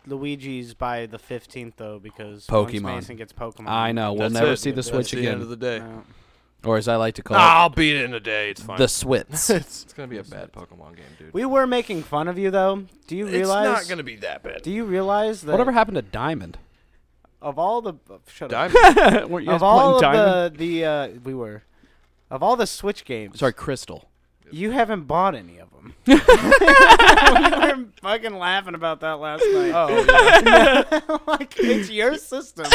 S2: Luigi's by the 15th though because once
S3: Pokemon.
S2: Mason gets Pokemon.
S3: know we'll
S1: That's
S3: never
S1: it.
S3: see the
S1: That's
S3: Switch
S1: the End
S3: again,
S1: of the day,
S2: No.
S3: or as I like to call
S2: Ah,
S1: Nah, I'll beat it in a day. It's
S3: it,
S1: fine.
S2: <laughs>
S3: the Swits.
S4: it's gonna be a bad Pokemon game, dude.
S2: We were making fun of you though. Do you
S1: it's
S2: realize?
S1: not gonna be that bad. <laughs>
S2: do you realize that
S3: Whatever happened to Diamond?
S2: of all the oh, shut up.
S1: Diamond.
S3: <laughs> Weren't you guys
S2: of all
S3: playing
S2: of
S3: Diamond?
S2: the the uh, we were of all the Switch games.
S3: <laughs> Sorry, <laughs> Crystal.
S2: you haven't bought any of
S3: <laughs>
S2: them. <laughs> we were fucking laughing about that last night. <laughs>
S1: oh, yeah.
S2: like it's
S3: <laughs>
S2: your system.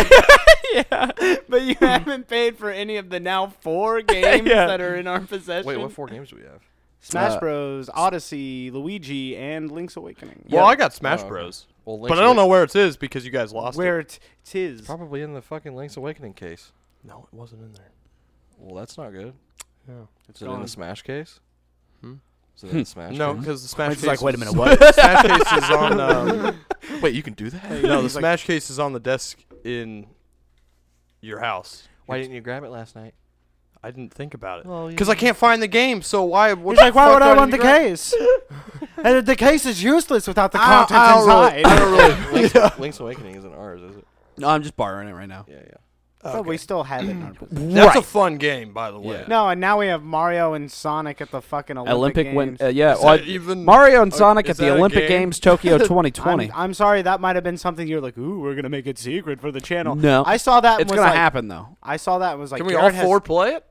S2: yeah, but you haven't paid for any of the now four games
S3: <laughs> Yeah.
S2: that are in our possession.
S4: Wait, what four games do we have?
S2: Smash
S3: Uh,
S2: Bros, Odyssey, Luigi, and Link's Awakening.
S1: Well, I got Smash
S4: Oh, okay.
S1: Bros,
S4: Well, Link's
S1: but I don't know
S4: Awakening-
S1: where it is because you guys lost
S2: Where
S1: it.
S2: it tis.
S4: Probably in the fucking Link's Awakening case.
S1: No, it wasn't in there.
S4: Well, that's not good. Is it in
S2: gone.
S4: the Smash case?
S1: Hmm?
S4: Is it in the Smash?
S1: No,
S4: case?
S1: because the Smash
S2: It's
S1: case.
S2: like, wait a minute,
S1: is- <laughs>
S2: what?
S1: Smash case is on. Um,
S4: Wait, you can do that?
S1: no, the
S2: He's like-
S1: Smash case is on the desk in your house.
S4: <laughs> Why didn't you grab it last night?
S1: I didn't think about it
S4: Well,
S1: because I can't find the game. So why? what
S2: He's
S1: the
S2: like, why
S1: fuck
S2: would I
S1: did
S2: want the
S1: grab-
S2: case? <laughs> and the case is useless without the
S1: I
S2: contents
S1: don't- I don't
S2: inside.
S1: really- <laughs> I don't really.
S4: Link's, Link's Awakening isn't ours, is it?
S3: No, I'm just borrowing it right now.
S4: Yeah, yeah.
S2: But we still have it in
S1: <clears throat>
S2: our possession.
S1: That's a fun game, by the way.
S4: Yeah.
S2: No, and now we have Mario and Sonic at the fucking Olympic
S3: Olympic
S2: Games.
S3: win. Uh, yeah,
S1: Is
S3: well,
S1: that even-
S3: Mario and
S1: uh,
S3: Sonic
S1: is
S3: at the
S1: that a
S3: Olympic
S1: game?
S3: Games <laughs> Tokyo
S2: I'm,
S3: 2020.
S2: I'm sorry, that might have been something you're like, ooh, we're gonna make it secret for the channel.
S3: No.
S2: I saw that. and
S3: it's
S2: was
S3: gonna
S2: like-
S3: happen though.
S2: I saw that. and Was like,
S1: Can we all
S2: Garrett has-
S1: four play it?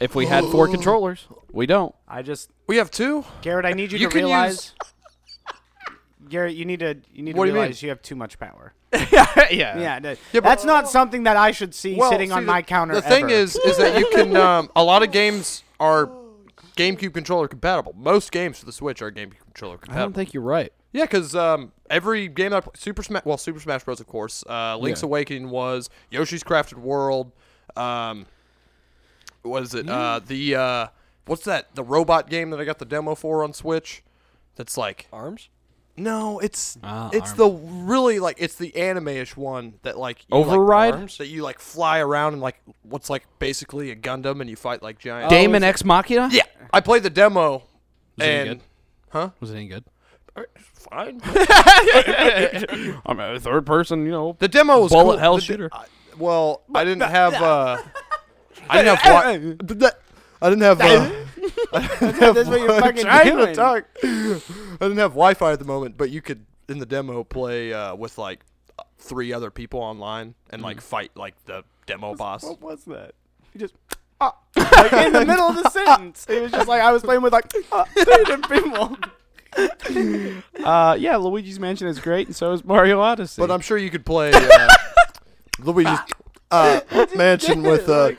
S3: If we had <gasps> four controllers, we don't.
S2: I just,
S1: We have
S3: <laughs>
S1: two.
S2: Garrett, I need you,
S1: You
S2: to
S1: can
S2: realize. <laughs> Garrett, you need to you need
S1: What do you
S2: to
S1: mean?
S2: realize you have too much power.
S3: yeah,
S2: Yeah, th-
S1: Yeah, but-
S2: that's not something that I should see
S1: Well,
S2: sitting
S1: see,
S2: on
S1: the-
S2: my counter.
S1: The thing
S2: ever.
S1: is, is that you can. Um, a lot of games are GameCube controller compatible. Most games for the Switch are GameCube controller
S3: I
S1: compatible.
S3: don't think you're right.
S1: Yeah, because um, every game that I play, Super Smash, well, Super Smash Bros. of course, uh, Link's
S3: Yeah.
S1: Awakening was Yoshi's Crafted World. Um, what is it? Uh, the uh, what's that? The robot game that I got the demo for on Switch. That's like
S4: Arms?
S1: no, it's
S3: Ah,
S1: it's
S3: Arms.
S1: the really like it's the anime-ish one that like you, like,
S3: Override?
S1: arms, that you like fly around and like what's like basically a Gundam and you fight like giant.
S3: Damon Ex Machina.
S1: yeah, I played the demo.
S3: Was Oh, it any
S1: and
S3: good? Was it any good?
S1: fine. <laughs>
S3: I'm a third person. You know.
S1: The demo was
S3: Bullet
S1: cool.
S3: hell
S1: The de-
S3: shooter.
S1: I- well, I didn't have. Uh,
S3: <laughs>
S1: I didn't have. Wi- I didn't have. Uh,
S2: <laughs>
S1: <laughs>
S2: That's what you're fucking doing.
S1: talk. I didn't have Wi-Fi at the moment, but you could in the demo play uh, with like three other people online and like
S3: Hmm.
S1: fight like the demo boss.
S2: What was that? You just ah, like in <laughs> the middle of the sentence. It was just like I was playing with like ah, three different people. <laughs> Uh, yeah, Luigi's Mansion is <laughs> great, and so is Mario Odyssey.
S1: But I'm sure you could play uh, Luigi's uh, <laughs> Mansion with uh,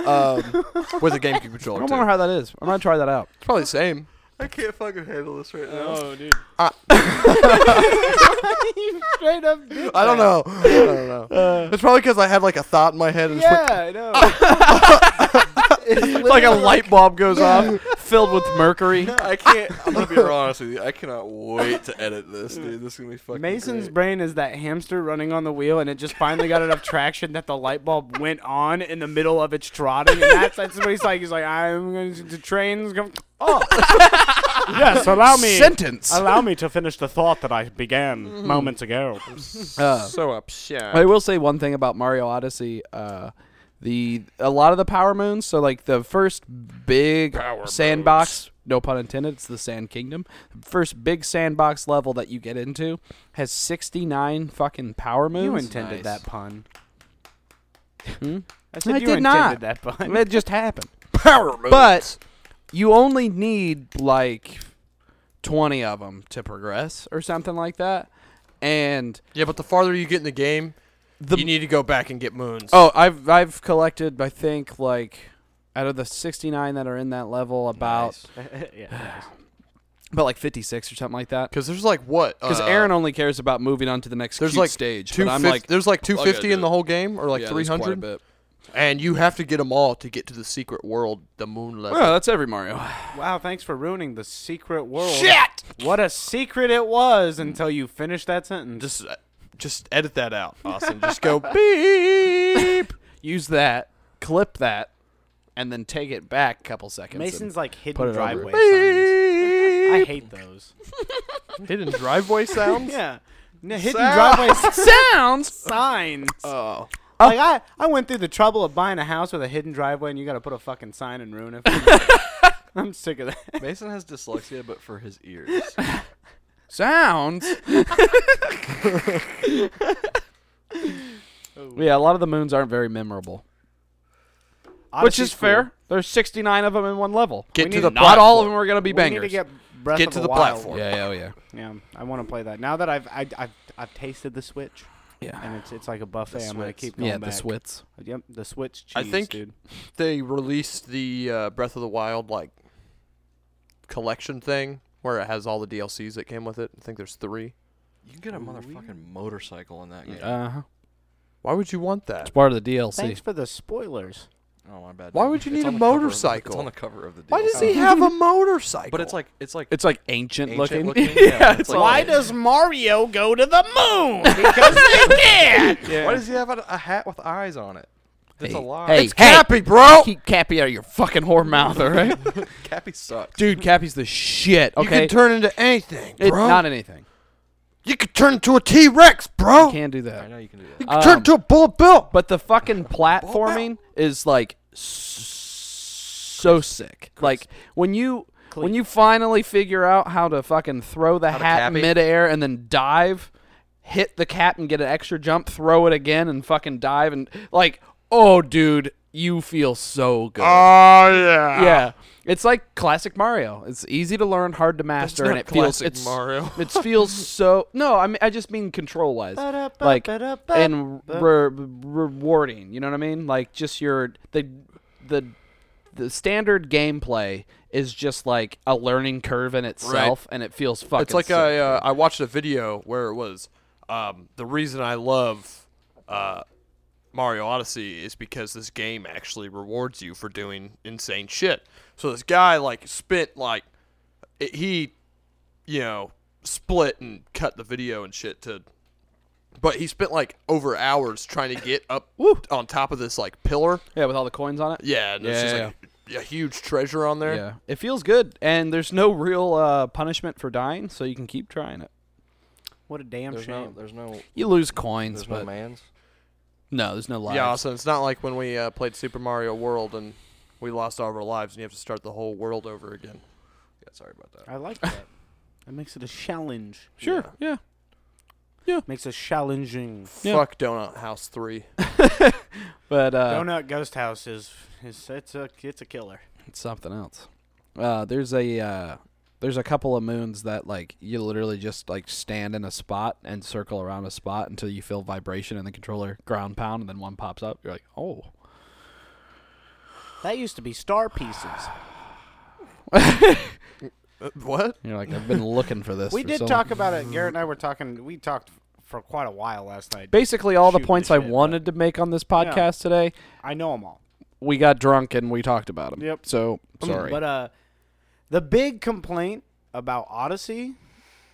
S1: um, with a GameCube
S3: I
S1: controller.
S3: don't know
S1: Too.
S3: how that is. I'm gonna try that out.
S1: It's probably the same.
S4: I can't fucking handle this right now.
S2: dude. straight up. Did
S1: I don't
S2: that.
S1: know. I don't know. it's probably because I had like a thought in my head and just went,
S2: Yeah, I know.
S1: It's like a light
S3: <laughs>
S1: bulb goes off.
S3: Filled with <laughs> mercury.
S4: I can't.
S1: <laughs>
S4: I'm gonna be real honest with you. I cannot wait to edit this, dude. This is gonna be fucking.
S2: Mason's
S4: great.
S2: brain is that hamster running on the wheel, and it just finally got enough traction that the light bulb went on in the middle of its trotting. And that's, that's what he's like. He's like, I'm going to, the train's going. Oh. <laughs> yes, allow me.
S3: Sentence.
S2: Allow me to finish the thought that I began moments ago.
S3: Uh,
S1: So upset.
S3: I will say one thing about Mario Odyssey. Uh, the a lot of the power moons. So like the first big sandbox. No pun intended. It's the Sand Kingdom. First big sandbox level that you get into has 69 fucking power moons.
S2: You intended that pun. I said
S3: I
S2: you
S3: did
S2: intended
S3: not.
S2: that pun. <laughs>
S3: <laughs> It just happened.
S1: Power move.
S3: But you only need like 20 of them to progress or something like that. And
S1: yeah, but the farther you get in the game,
S3: the
S1: you need to go back and get moons.
S3: Oh, I've I've collected I think like out of the 69 that are in that level about
S2: yeah,
S3: about like 56 or something like that.
S1: because there's like what?
S3: Cuz
S1: uh,
S3: Aaron only cares about moving on to the next
S1: there's
S3: cute
S1: like
S3: stage.
S1: Two
S3: but I'm
S1: fif-
S3: like
S1: there's like
S4: gotta
S1: 250 in
S4: do
S1: the
S4: it.
S1: whole game, or like
S4: Yeah, there's quite a
S1: 300,
S4: bit.
S1: and you have to get them all to get to the secret world, the moon level.
S3: well, that's
S1: <laughs>
S3: every Mario.
S2: Wow, thanks for ruining the secret world.
S1: Shit!
S2: What a secret it was until you finished that sentence.
S1: Just, uh, just edit that out, Austin. just go beep.
S3: Use that, clip that, and then take it back a couple seconds. and- <laughs>
S2: Mason's like
S3: put
S2: hidden
S3: it over
S2: driveway signs. I hate those.
S1: Hidden driveway sounds.
S2: yeah. No, hidden driveway
S3: <laughs> sounds.
S2: signs.
S1: Oh,
S2: like I, I went through the trouble of buying a house with a hidden driveway and you got to put a fucking sign and ruin it. for me. I'm sick of that.
S4: Mason has dyslexia, but for his ears.
S2: <laughs>
S3: Sounds. <laughs> yeah, a lot of the moons aren't very memorable, which
S2: Odyssey's
S3: is fair. There's 69 of them in one level.
S1: Get
S3: We
S1: to
S3: need-
S1: the
S3: not all of them are going to be
S2: cool. We
S3: bangers.
S2: need to get Breath
S1: Get
S2: of
S1: to
S2: the,
S1: the
S2: Wild.
S1: platform.
S3: yeah, yeah, oh, yeah.
S2: Yeah, I want to play that. Now that I've I, I've I've tasted the Switch
S3: Yeah.
S2: and it's it's like a buffet.
S4: The
S2: I'm gonna
S4: Switch.
S2: keep going
S3: Yeah,
S2: back.
S3: the Swits.
S2: Yep, the Switch cheese,
S1: I think-
S2: dude.
S1: they released the uh, Breath of the Wild like collection thing where it has all the DLCs that came with it. I think there's three.
S4: You can get a motherfucking motorcycle in that game.
S3: Uh-huh.
S1: Why would you want that?
S3: It's part of the DLC.
S2: Thanks for the spoilers.
S4: oh my bad.
S1: Why would you need a
S4: on the cover of the-
S1: motorcycle?
S4: it's on the cover of the.
S1: Why
S4: DLC.
S1: does he have a motorcycle?
S4: But it's like it's like
S3: It's like ancient, looking.
S4: ancient looking.
S3: <laughs> yeah, it's
S4: like,
S2: Why does Mario go to the
S3: <laughs>
S2: moon? Because they can.
S4: Why does he have a, a hat with eyes on it? That's a lie.
S3: Hey,
S1: It's Cappy, bro.
S3: keep Cappy out of your fucking whore mouth, all right?
S4: <laughs> Cappy
S3: <laughs>
S4: sucks.
S3: Dude, Cappy's the shit,
S1: You
S3: okay?
S1: can turn into anything,
S3: It-
S1: bro.
S3: not anything.
S1: you can turn into a T Rex, bro. You,
S3: Can't do
S4: I
S3: that.
S4: know you can do that.
S1: can turn
S3: Um,
S1: into a bull bill.
S3: But the fucking platforming is like s- so sick. Like when you when you finally figure out how to fucking throw the
S4: to
S3: hat
S4: Cappy?
S3: midair and then dive, hit the cap and get an extra jump, throw it again and fucking dive and like, oh dude, you feel so good.
S1: Oh yeah.
S3: yeah. It's like classic Mario. It's easy to learn, hard to master, and it feels it's
S1: Mario.
S3: it feels so no i mean i just mean control wise like and re- rewarding you know what i mean like just your the the the standard gameplay is just like a learning curve in itself, and it feels fucking.
S1: It's like
S3: sick.
S1: I uh, I watched a video where it was um, the reason I love uh, Mario Odyssey is because this game actually rewards you for doing insane shit. So this guy like spent like it, he you know split and cut the video and shit to but he spent like over hours trying to get up on top of this like pillar.
S3: yeah, with all the coins on it.
S1: Yeah, and there's just like a huge treasure on there.
S3: Yeah, it feels good, and there's no real uh, punishment for dying, so you can keep trying it.
S2: What a damn
S4: There's no,
S2: shame.
S4: there's no,
S3: You lose coins,
S4: there's
S3: but
S4: no man's.
S3: no, there's no lives.
S1: Yeah, so it's not like when we uh, played Super Mario World and we lost all of our lives and you have to start the whole world over again.
S4: Yeah, sorry about that.
S2: I like that. that makes it a challenge.
S3: sure, yeah.
S2: Makes it challenging.
S3: Yeah.
S1: Fuck Donut House 3.
S3: But uh,
S2: Donut Ghost House is, is it's a it's a killer.
S3: It's something else. Uh, there's a uh, there's a couple of moons that like you literally just like stand in a spot and circle around a spot until you feel vibration in the controller ground pound and then one pops up. You're like, oh,
S2: That used to be star pieces.
S1: Uh, what?
S3: you're like I've been looking for this.
S2: we
S3: for
S2: did
S3: so long."
S2: talk about it. Garrett and I were talking. We talked for quite a while last night.
S3: Basically, all the
S2: Shoot
S3: points
S2: the
S3: I
S2: shit,
S3: wanted to make on this podcast today,
S2: I know them all.
S3: we got drunk and we talked about them.
S2: Yep.
S3: So sorry.
S2: But uh, the big complaint about Odyssey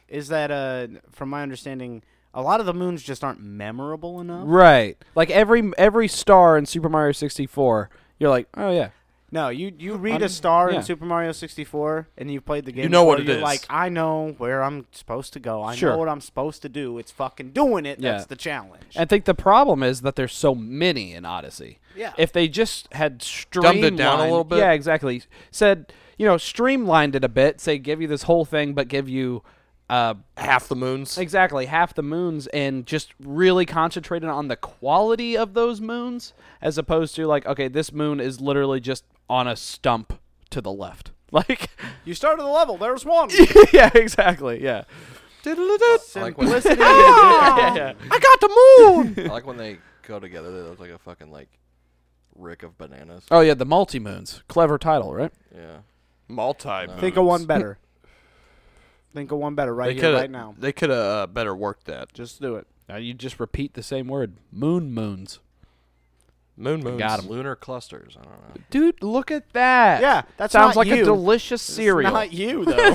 S2: is that, uh, from my understanding, a lot of the moons just aren't memorable enough.
S3: right. Like every every star in Super Mario 64, you're like, oh yeah,
S2: No, you you read
S3: I'm-
S2: a star
S3: yeah.
S2: in Super Mario 64 and you've played the game.
S1: know what
S2: before,
S1: it
S2: you're
S1: is.
S2: Like I know where I'm supposed to go. I
S3: Sure.
S2: know what I'm supposed to do. It's fucking doing it.
S3: Yeah.
S2: That's the challenge.
S3: I think the problem is that there's so many in Odyssey.
S2: Yeah.
S3: If they just had streamlined
S1: Dumbed it down a little bit?
S3: Yeah, exactly. Said you know streamlined it a bit. Say give you this whole thing, but give you uh
S1: Half the moons.
S3: exactly half the moons and just really concentrated on the quality of those moons as opposed to like okay this moon is literally just on a stump to the left. <laughs> Like
S2: you started the level. There's
S3: <laughs>
S2: one.
S3: yeah, exactly. Yeah.
S4: I like when,
S2: Simplicity. <laughs>
S3: Yeah, <laughs> yeah.
S1: I got the moon!
S4: I like when they go together. They look like a fucking like rick of bananas.
S3: <laughs> Oh yeah, the multi moons. Clever title, right?
S4: Yeah.
S1: Multi.
S2: Think of one better. Think of one better right
S1: They
S2: here,
S1: could
S2: right now.
S1: They could have uh, better worked that.
S2: Just do it.
S3: Now you just repeat the same word. Moon moons.
S1: Moon moons. <laughs>
S3: Got 'em.
S4: Lunar clusters. I don't know.
S3: Dude, look at that.
S2: Yeah, that's
S3: sounds
S2: not
S3: like
S2: you.
S3: a delicious
S2: It's
S3: cereal.
S2: not you though.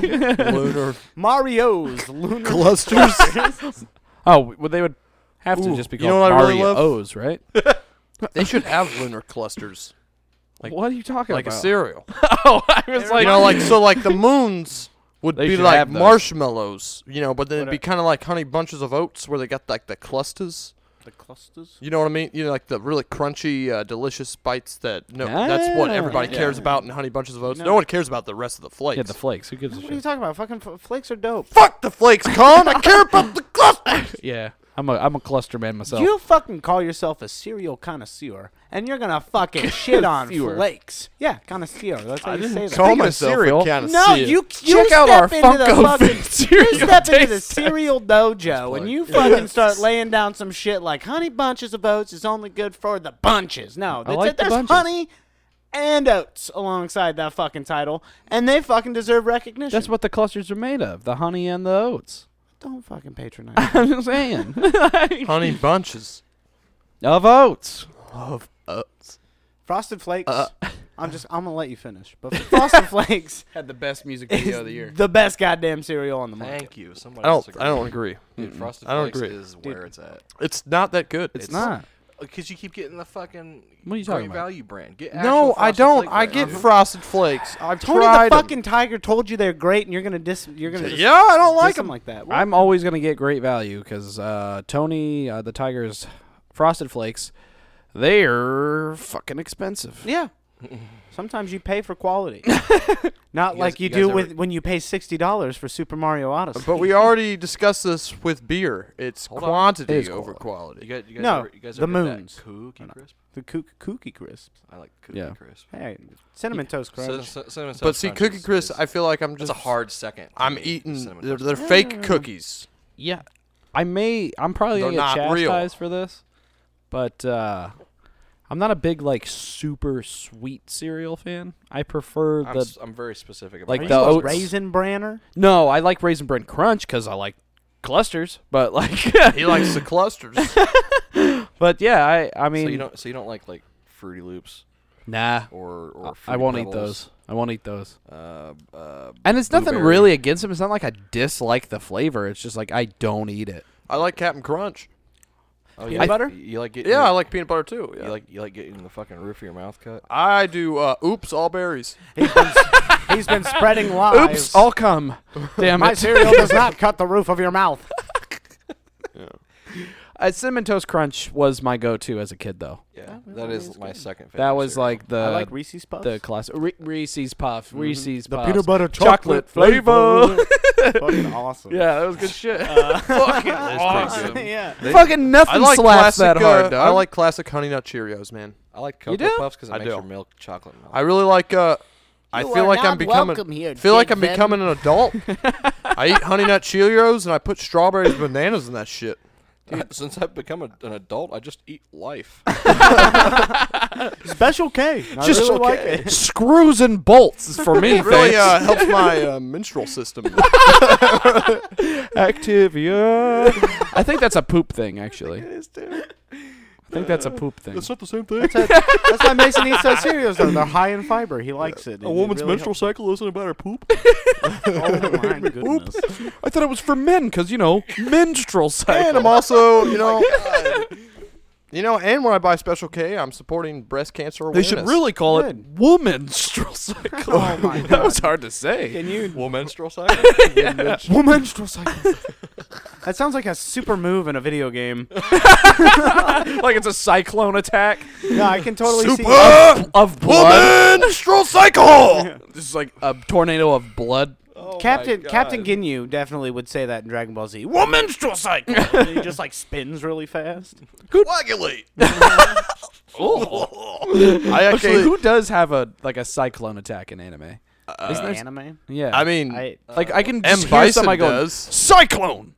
S1: Lunar
S2: Mario's lunar.
S3: <laughs>
S1: clusters.
S3: oh, well, they would have to
S1: Ooh,
S3: just be
S1: you
S3: called
S1: know what I really
S3: Mario
S1: love?
S3: O's, right?
S1: they should have lunar
S3: <laughs>
S1: clusters. Like-
S3: what are you talking
S1: Like a
S3: about? <laughs>
S1: cereal.
S3: oh, I was
S1: you
S3: like,
S1: know, like, so like the moons would
S3: They
S1: be
S3: should
S1: like
S3: have those.
S1: marshmallows, you know, but then it'd be kind of like honey bunches of oats where they got like the clusters.
S2: The clusters.
S1: You know what I mean? You know, like the really crunchy, uh, delicious bites that no, that's what
S3: Ah,
S1: everybody
S3: yeah.
S1: cares about in Honey Bunches of Oats. No.
S2: No.
S1: one cares about the rest of the flakes.
S3: yeah, the flakes. Who gives a
S2: What are you
S3: shit?
S2: talking about? Fucking f- flakes are dope.
S1: Fuck the flakes, Con. I care about the clusters.
S3: <laughs> Yeah, I'm a I'm a cluster man myself.
S2: You fucking call yourself a cereal connoisseur, and you're gonna fucking shit on
S3: Connoisseur.
S2: flakes. Yeah, connoisseur. That's how you say that.
S1: Call
S3: Speaking of
S1: myself
S3: cereal,
S1: a can <laughs>
S2: no, you, you
S3: Check out
S2: step
S3: our
S2: into the
S3: Funko
S2: fucking,
S3: Fit cereal
S2: You step into the
S3: taste
S2: cereal dojo and you fucking start laying down some shit like honey bunches of oats is only good for the bunches. No, that's
S3: like
S2: it.
S3: the
S2: There's
S3: bunches.
S2: honey and oats alongside that fucking title, and they fucking deserve recognition.
S3: That's what the clusters are made of: the honey and the oats. <laughs>
S2: don't fucking patronize.
S3: I'm just saying,
S1: Honey Bunches
S3: of oats.
S1: of Oats.
S2: Frosted Flakes.
S3: Uh.
S2: I'm just I'm gonna let you finish, but <laughs> Frosted
S3: <laughs>
S2: Flakes
S3: Had the best music
S2: is the best goddamn cereal on the market.
S4: Thank you.
S1: <laughs>
S4: Somebody
S1: I don't.
S4: else agreed.
S1: I don't agree.
S4: Dude, Frosted
S1: I don't
S4: Flakes
S1: agree.
S4: is where it's at.
S1: It's not that good.
S3: It's not.
S4: Because you keep getting the fucking
S3: What are you
S4: Great
S3: talking about?
S4: value brand. Get
S1: No,
S4: actual
S1: I
S4: Frosted
S1: don't.
S4: Flake
S1: I
S4: brand,
S1: get
S4: dude.
S1: frosted flakes. I've
S2: Tony
S1: tried
S2: the
S1: 'em.
S2: fucking Tiger told you they're great, and you're gonna dis. You're gonna
S1: <laughs>
S2: just
S1: Yeah, I don't
S2: diss
S1: like
S2: them
S1: them.
S2: like that.
S3: I'm always gonna get great value because uh, Tony uh, the Tiger's Frosted Flakes, they're fucking expensive.
S2: Yeah. Sometimes you pay for quality. Not
S4: You
S2: like
S4: guys-
S2: you,
S4: you guys
S2: do
S4: ever-
S2: with when you pay sixty dollars for Super Mario Odyssey.
S1: But
S2: <laughs>
S1: we already discussed this with beer. It's
S4: Hold on.
S1: quantity
S3: It is
S1: over
S4: You
S1: quality.
S4: guys, you guys
S2: No,
S4: ever, you guys
S2: the
S4: ever had
S2: moons.
S4: That cookie crisp.
S2: the kook- kooky crisp.
S4: I like cookie
S3: Yeah.
S4: crisp.
S2: Hey, cinnamon toast crisp.
S4: Cin- cin- cinnamon
S1: But
S4: Toast
S1: see,
S4: Crunch
S1: Cookie
S4: is-
S1: Crisp,
S4: is-
S1: I feel like I'm
S4: that's
S1: just
S4: a hard second. to
S1: I'm
S4: me,
S1: eating.
S4: cinnamon
S1: They're,
S4: Toast
S1: they're
S3: Mm.
S1: fake cookies.
S3: Yeah, I may. I'm probably
S1: They're
S3: gonna get
S1: not real.
S3: chastised for this, but uh, I'm not a big like super sweet cereal fan. I prefer
S4: I'm,
S3: the
S4: s- I'm very specific about
S3: like
S4: my
S3: the
S4: choices.
S3: oats.
S2: Raisin Branner.
S3: no. I like raisin bran crunch because I like clusters. But <laughs> like,
S1: He likes the clusters.
S3: but yeah, I I mean,
S4: so you don't so you don't like like Fruity Loops
S3: nah,
S4: or or
S3: I- I
S4: Fruity
S3: won't eat
S4: Pebbles,
S3: those. I won't eat those.
S4: Uh, uh,
S3: And it's nothing
S4: Blueberry.
S3: really against them. It's not like I dislike the flavor. It's just like I don't eat it.
S1: <laughs> I like Captain Crunch.
S4: oh,
S3: Peanut
S4: you,
S3: butter?
S4: You like getting
S1: Yeah, I
S4: your-
S1: like peanut butter too.
S4: you like you like getting the fucking roof of your mouth cut.
S1: I do. Uh, oops, all <laughs> berries.
S2: He's been, he's been spreading lies.
S3: Oops, I'll come. <laughs> Damn
S2: My
S3: it.
S2: cereal does not cut the roof of your
S3: <laughs>
S2: mouth.
S3: Uh, Cinnamon Toast Crunch was my go-to as a kid, though.
S4: Yeah, that is my second favorite.
S3: That was
S4: cereal.
S3: like the
S2: I like Reese's Puffs.
S3: Uh, the classic Re- Reese's Puff, Reese's
S2: The
S3: Puffs.
S2: peanut butter
S3: chocolate
S2: chocolate,
S3: flavor.
S2: <laughs> Fucking awesome.
S3: yeah, that was good shit. <laughs>
S1: <laughs> Fucking
S4: awesome.
S2: yeah.
S3: Fucking
S1: I
S3: nothing
S1: like
S3: slaps
S1: classic.
S3: that hard,
S1: uh,
S3: dog.
S1: I like classic Honey Nut Cheerios, man.
S4: I like
S3: You
S4: cocoa
S3: do?
S4: puffs because it
S1: I
S4: makes your
S1: do.
S4: milk chocolate milk.
S1: I really like. Uh, I feel like I'm becoming.
S2: Here,
S1: Feel like I'm becoming an
S3: <laughs>
S1: adult. I eat Honey Nut Cheerios and I put strawberries, bananas in that shit.
S4: Dude, <laughs> since I've become a, an adult, I just eat
S3: <laughs>
S4: life.
S2: Special K. I
S3: Just
S2: really like
S4: okay.
S3: <laughs>
S2: it.
S3: screws and bolts <laughs> is for me.
S1: It really
S3: thanks.
S1: uh, helps my uh, menstrual <laughs> system.
S3: <laughs> Activia. I think that's a poop thing, actually. I
S4: is too.
S3: think Uh, that's a poop thing.
S1: not the same thing.
S2: That's why Mason eats those cereals, though. They're high in fiber. He likes it. and it really
S1: cycle isn't about her
S4: <laughs>
S1: poop. <laughs>
S2: helps. Oh, my goodness.
S3: I thought it was for men because you know menstrual cycle.
S1: And I'm also, you <laughs> know, you know, and when I buy Special K, I'm supporting breast cancer
S3: They
S1: awareness. <laughs>
S3: should really call it
S2: Good.
S3: womenstrual cycle.
S2: Oh
S3: <laughs>
S2: my
S3: that
S2: God.
S3: was hard to say.
S2: Can you?
S4: Well,
S3: <laughs>
S4: menstrual cycle.
S3: Womenstrual cycle.
S2: That sounds like a super move in a video game.
S3: like it's a cyclone attack
S2: No, I can totally see.
S1: Super
S3: of blood.
S1: womenstrual cycle.
S3: This is like a tornado of blood.
S4: Oh my
S2: Captain
S4: God.
S2: Captain Ginyu definitely would say that in Dragon Ball Z. Womenstrual
S4: <laughs>
S2: cycle. And he just like spins really fast.
S3: <laughs>
S1: Coagulate. Oh. I
S3: Actually,
S1: actually,
S3: who does have a like a cyclone attack in anime?
S1: Uh,
S3: Isn't there-
S1: Mm.
S2: Anime.
S3: Yeah,
S1: I mean,
S2: I.
S3: like I can
S1: M
S3: just hear
S1: Bison
S3: somebody going,
S1: does.
S3: cyclone.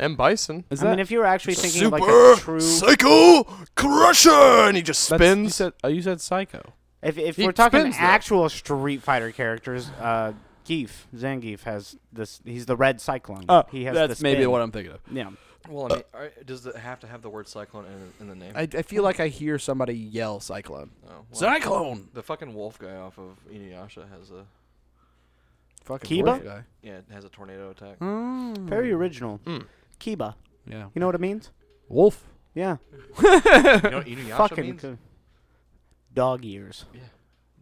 S1: M Bison.
S3: Is
S2: I
S3: that
S2: mean, if you were actually thinking of
S1: Super
S2: like a true,
S1: Psycho Crusher, and he just
S3: that's- You
S1: spins.
S3: said, oh, you said psycho.
S2: if, if
S1: He
S2: we're talking
S1: spins, though.
S2: actual Street Fighter characters, uh, Geef Zangief has this. He's the Red Cyclone.
S1: Oh,
S2: he has
S3: Oh, that's
S2: the
S3: maybe
S2: spin.
S3: what I'm thinking of.
S2: Yeah.
S4: <laughs> Well, I mean, are, does it have to have the word cyclone in, in the name?
S3: I, I feel like I hear somebody yell cyclone.
S4: oh, well,
S3: Cyclone.
S4: the fucking wolf guy off of Inuyasha has a
S3: Fucking
S2: Kiba?
S3: wolf guy.
S4: yeah it has a tornado attack.
S3: Hmm.
S2: Very original. Kiba.
S3: Yeah.
S2: You know what it means?
S3: Wolf.
S2: Yeah.
S4: You know what Inuyasha
S2: Fucking
S4: means?
S2: co- dog ears.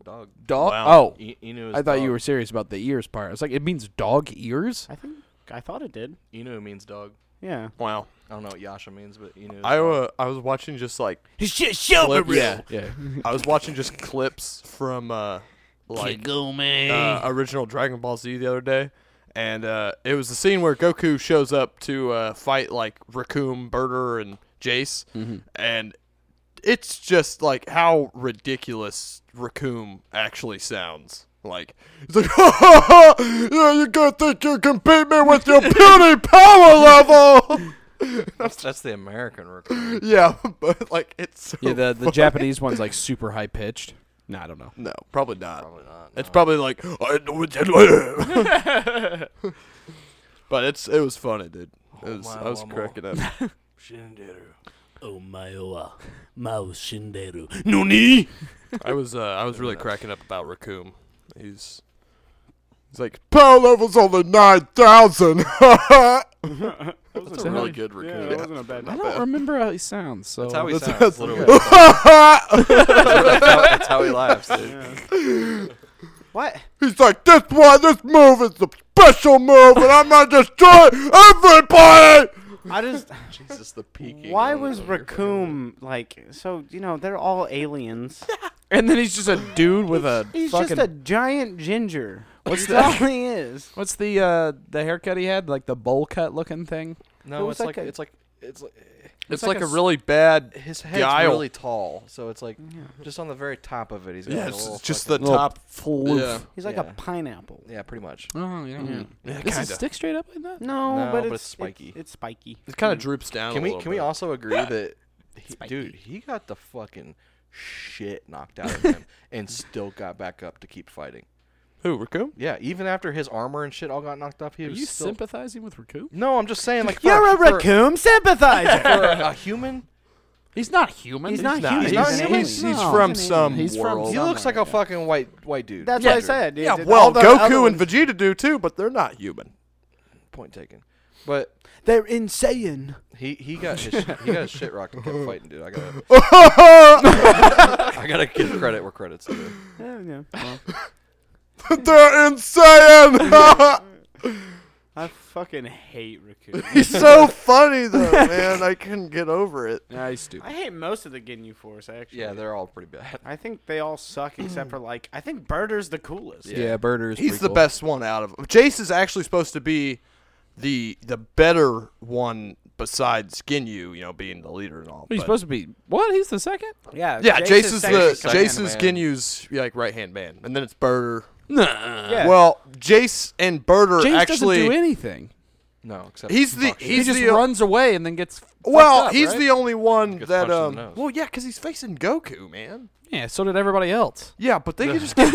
S4: Dog.
S3: Dog. Oh,
S4: I, Inu is
S3: I thought
S4: dog.
S3: you were serious about the ears part. I was like, it means dog ears.
S2: I think I thought it did.
S4: Inu means dog.
S2: Yeah.
S1: Wow.
S4: I don't know what Yasha means, but Inu. Is
S1: I
S4: dog.
S1: uh, I was watching just like
S3: Yeah,
S1: clips.
S3: yeah.
S1: I was watching just clips from uh like uh, original Dragon Ball Z the other day, and uh, it was the scene where Goku shows up to uh, fight like Raccoon, Birder, and Jace, and it's just like how ridiculous Raccoon actually sounds. Like he's like, <laughs> ha ha ha! Yeah, you gonna think you can beat me with your beauty power level? <laughs>
S4: That's, that's the American
S3: <laughs>
S4: recruit.
S1: yeah, <laughs> but like it's so
S3: Yeah, <laughs> the the Japanese one's like super high pitched. No, I don't know.
S1: no, probably not.
S4: Probably not.
S1: It's
S4: no.
S1: probably like I know what
S4: <laughs>
S1: that was." But it's it was funny, dude. It was, I was cracking up. <laughs> I was uh, I was really cracking up about Raccoon. He's he's like power levels only nine thousand. <laughs> that was a really good Raccoon.
S2: wasn't a bad
S3: I don't remember how he sounds. So
S4: That's how he
S1: That's- that's-
S4: sounds. literally. that's, how, that's how he laughs. Dude.
S2: What?
S1: He's like this why this move is a special move, and I'm gonna destroy everybody.
S2: I just.
S4: <laughs> Jesus, the peaking.
S2: Why
S4: of-
S2: was
S4: of your fucking-
S2: Raccoon like so? You know they're all aliens.
S3: <laughs> and then he's just a dude with a
S2: <laughs> He's
S3: fucking.
S2: just a giant ginger. <laughs>
S3: what's
S2: That's all
S3: that?
S2: he is.
S3: What's the uh the haircut he had? Like the bowl cut looking thing.
S2: It
S4: No,
S2: was
S4: it's like,
S2: like a-
S4: it's like it's like
S1: It's,
S3: like
S1: like,
S3: a
S1: a,
S3: s-
S1: really bad.
S4: his head's
S1: Guile.
S4: really tall, so it's like just on the very top of it. He's got
S1: Yeah,
S4: a
S1: it's
S4: little
S1: just
S4: fucking-
S1: the top.
S3: floof.
S1: yeah. Mm.
S2: He's like
S4: Yeah.
S2: a pineapple.
S4: yeah, pretty much.
S3: Oh yeah. yeah.
S1: Yeah,
S3: Does it
S1: kinda.
S3: stick straight up like that?
S2: No,
S4: No,
S2: but,
S4: but
S2: it's,
S4: it's spiky.
S2: It's, it's spiky.
S1: It kind of droops down. a
S4: Can we
S1: little
S4: can we
S1: bit.
S4: also agree that he,
S2: Spiky.
S4: dude he got the fucking shit knocked out
S2: <laughs>
S4: of him and still got back up to keep fighting.
S1: Who, Raccoon?
S4: Yeah, even after his armor and shit all got knocked off, he
S3: Are
S4: was
S3: you
S4: still.
S3: sympathizing with Raccoon?
S4: no, I'm just saying, like for-
S2: You're a
S4: for-
S2: raccoon sympathizer.
S4: for a human.
S3: He's not
S2: <laughs>
S3: human.
S2: He's not human.
S4: He's not
S2: an
S4: human.
S2: alien.
S1: He's, he's
S3: No.
S1: from
S2: He's an
S1: some
S3: He's from
S1: world.
S4: He looks like a fucking white white dude.
S2: That's what I said. dude.
S1: yeah,
S2: All
S4: Oh,
S1: well,
S2: the other
S1: Goku and
S2: ones-
S1: Vegeta do too, but they're not <laughs>
S4: <laughs>
S1: human.
S4: point taken. But
S2: They're insane.
S4: he he got <laughs> his he got his shit rocked and kept fighting, dude. I gotta
S1: they're
S4: I gotta give credit where credits due.
S2: <laughs> Yeah, yeah.
S1: <laughs> insane.
S2: I fucking hate
S1: <laughs>
S2: Raccoon.
S1: he's so funny though, man. I couldn't get over it.
S3: Nah, he's stupid.
S2: I hate most of the Ginyu Force actually.
S4: Yeah, they're all pretty bad.
S2: I think they all suck except for like I think Birder's the coolest.
S3: Yeah, Birder's
S1: He's the best one out of them. Jace is actually supposed to be the the better one besides Ginyu, you know, being the leader and all.
S3: He's
S1: but-
S3: supposed to be what? He's the second?
S2: Yeah,
S1: yeah, Jace, is the
S4: second
S1: Jace is
S4: man.
S1: Ginyu's like right hand man, and then it's Birder.
S3: Nah.
S2: Yeah.
S1: Well, Jace and Birder
S3: James
S1: actually
S3: doesn't do anything.
S4: No, except
S1: He's
S4: for
S1: the
S4: Fox.
S1: he's
S3: he just
S1: the
S3: runs away and then gets fucked
S1: well,
S3: up,
S1: he's
S3: right?
S1: the only one
S4: Gets
S1: that
S4: punched in
S1: um.
S4: the nose.
S1: Well, yeah, because he's facing Goku, man.
S3: yeah. So did everybody else.
S1: Yeah, but they could just.
S4: So <laughs>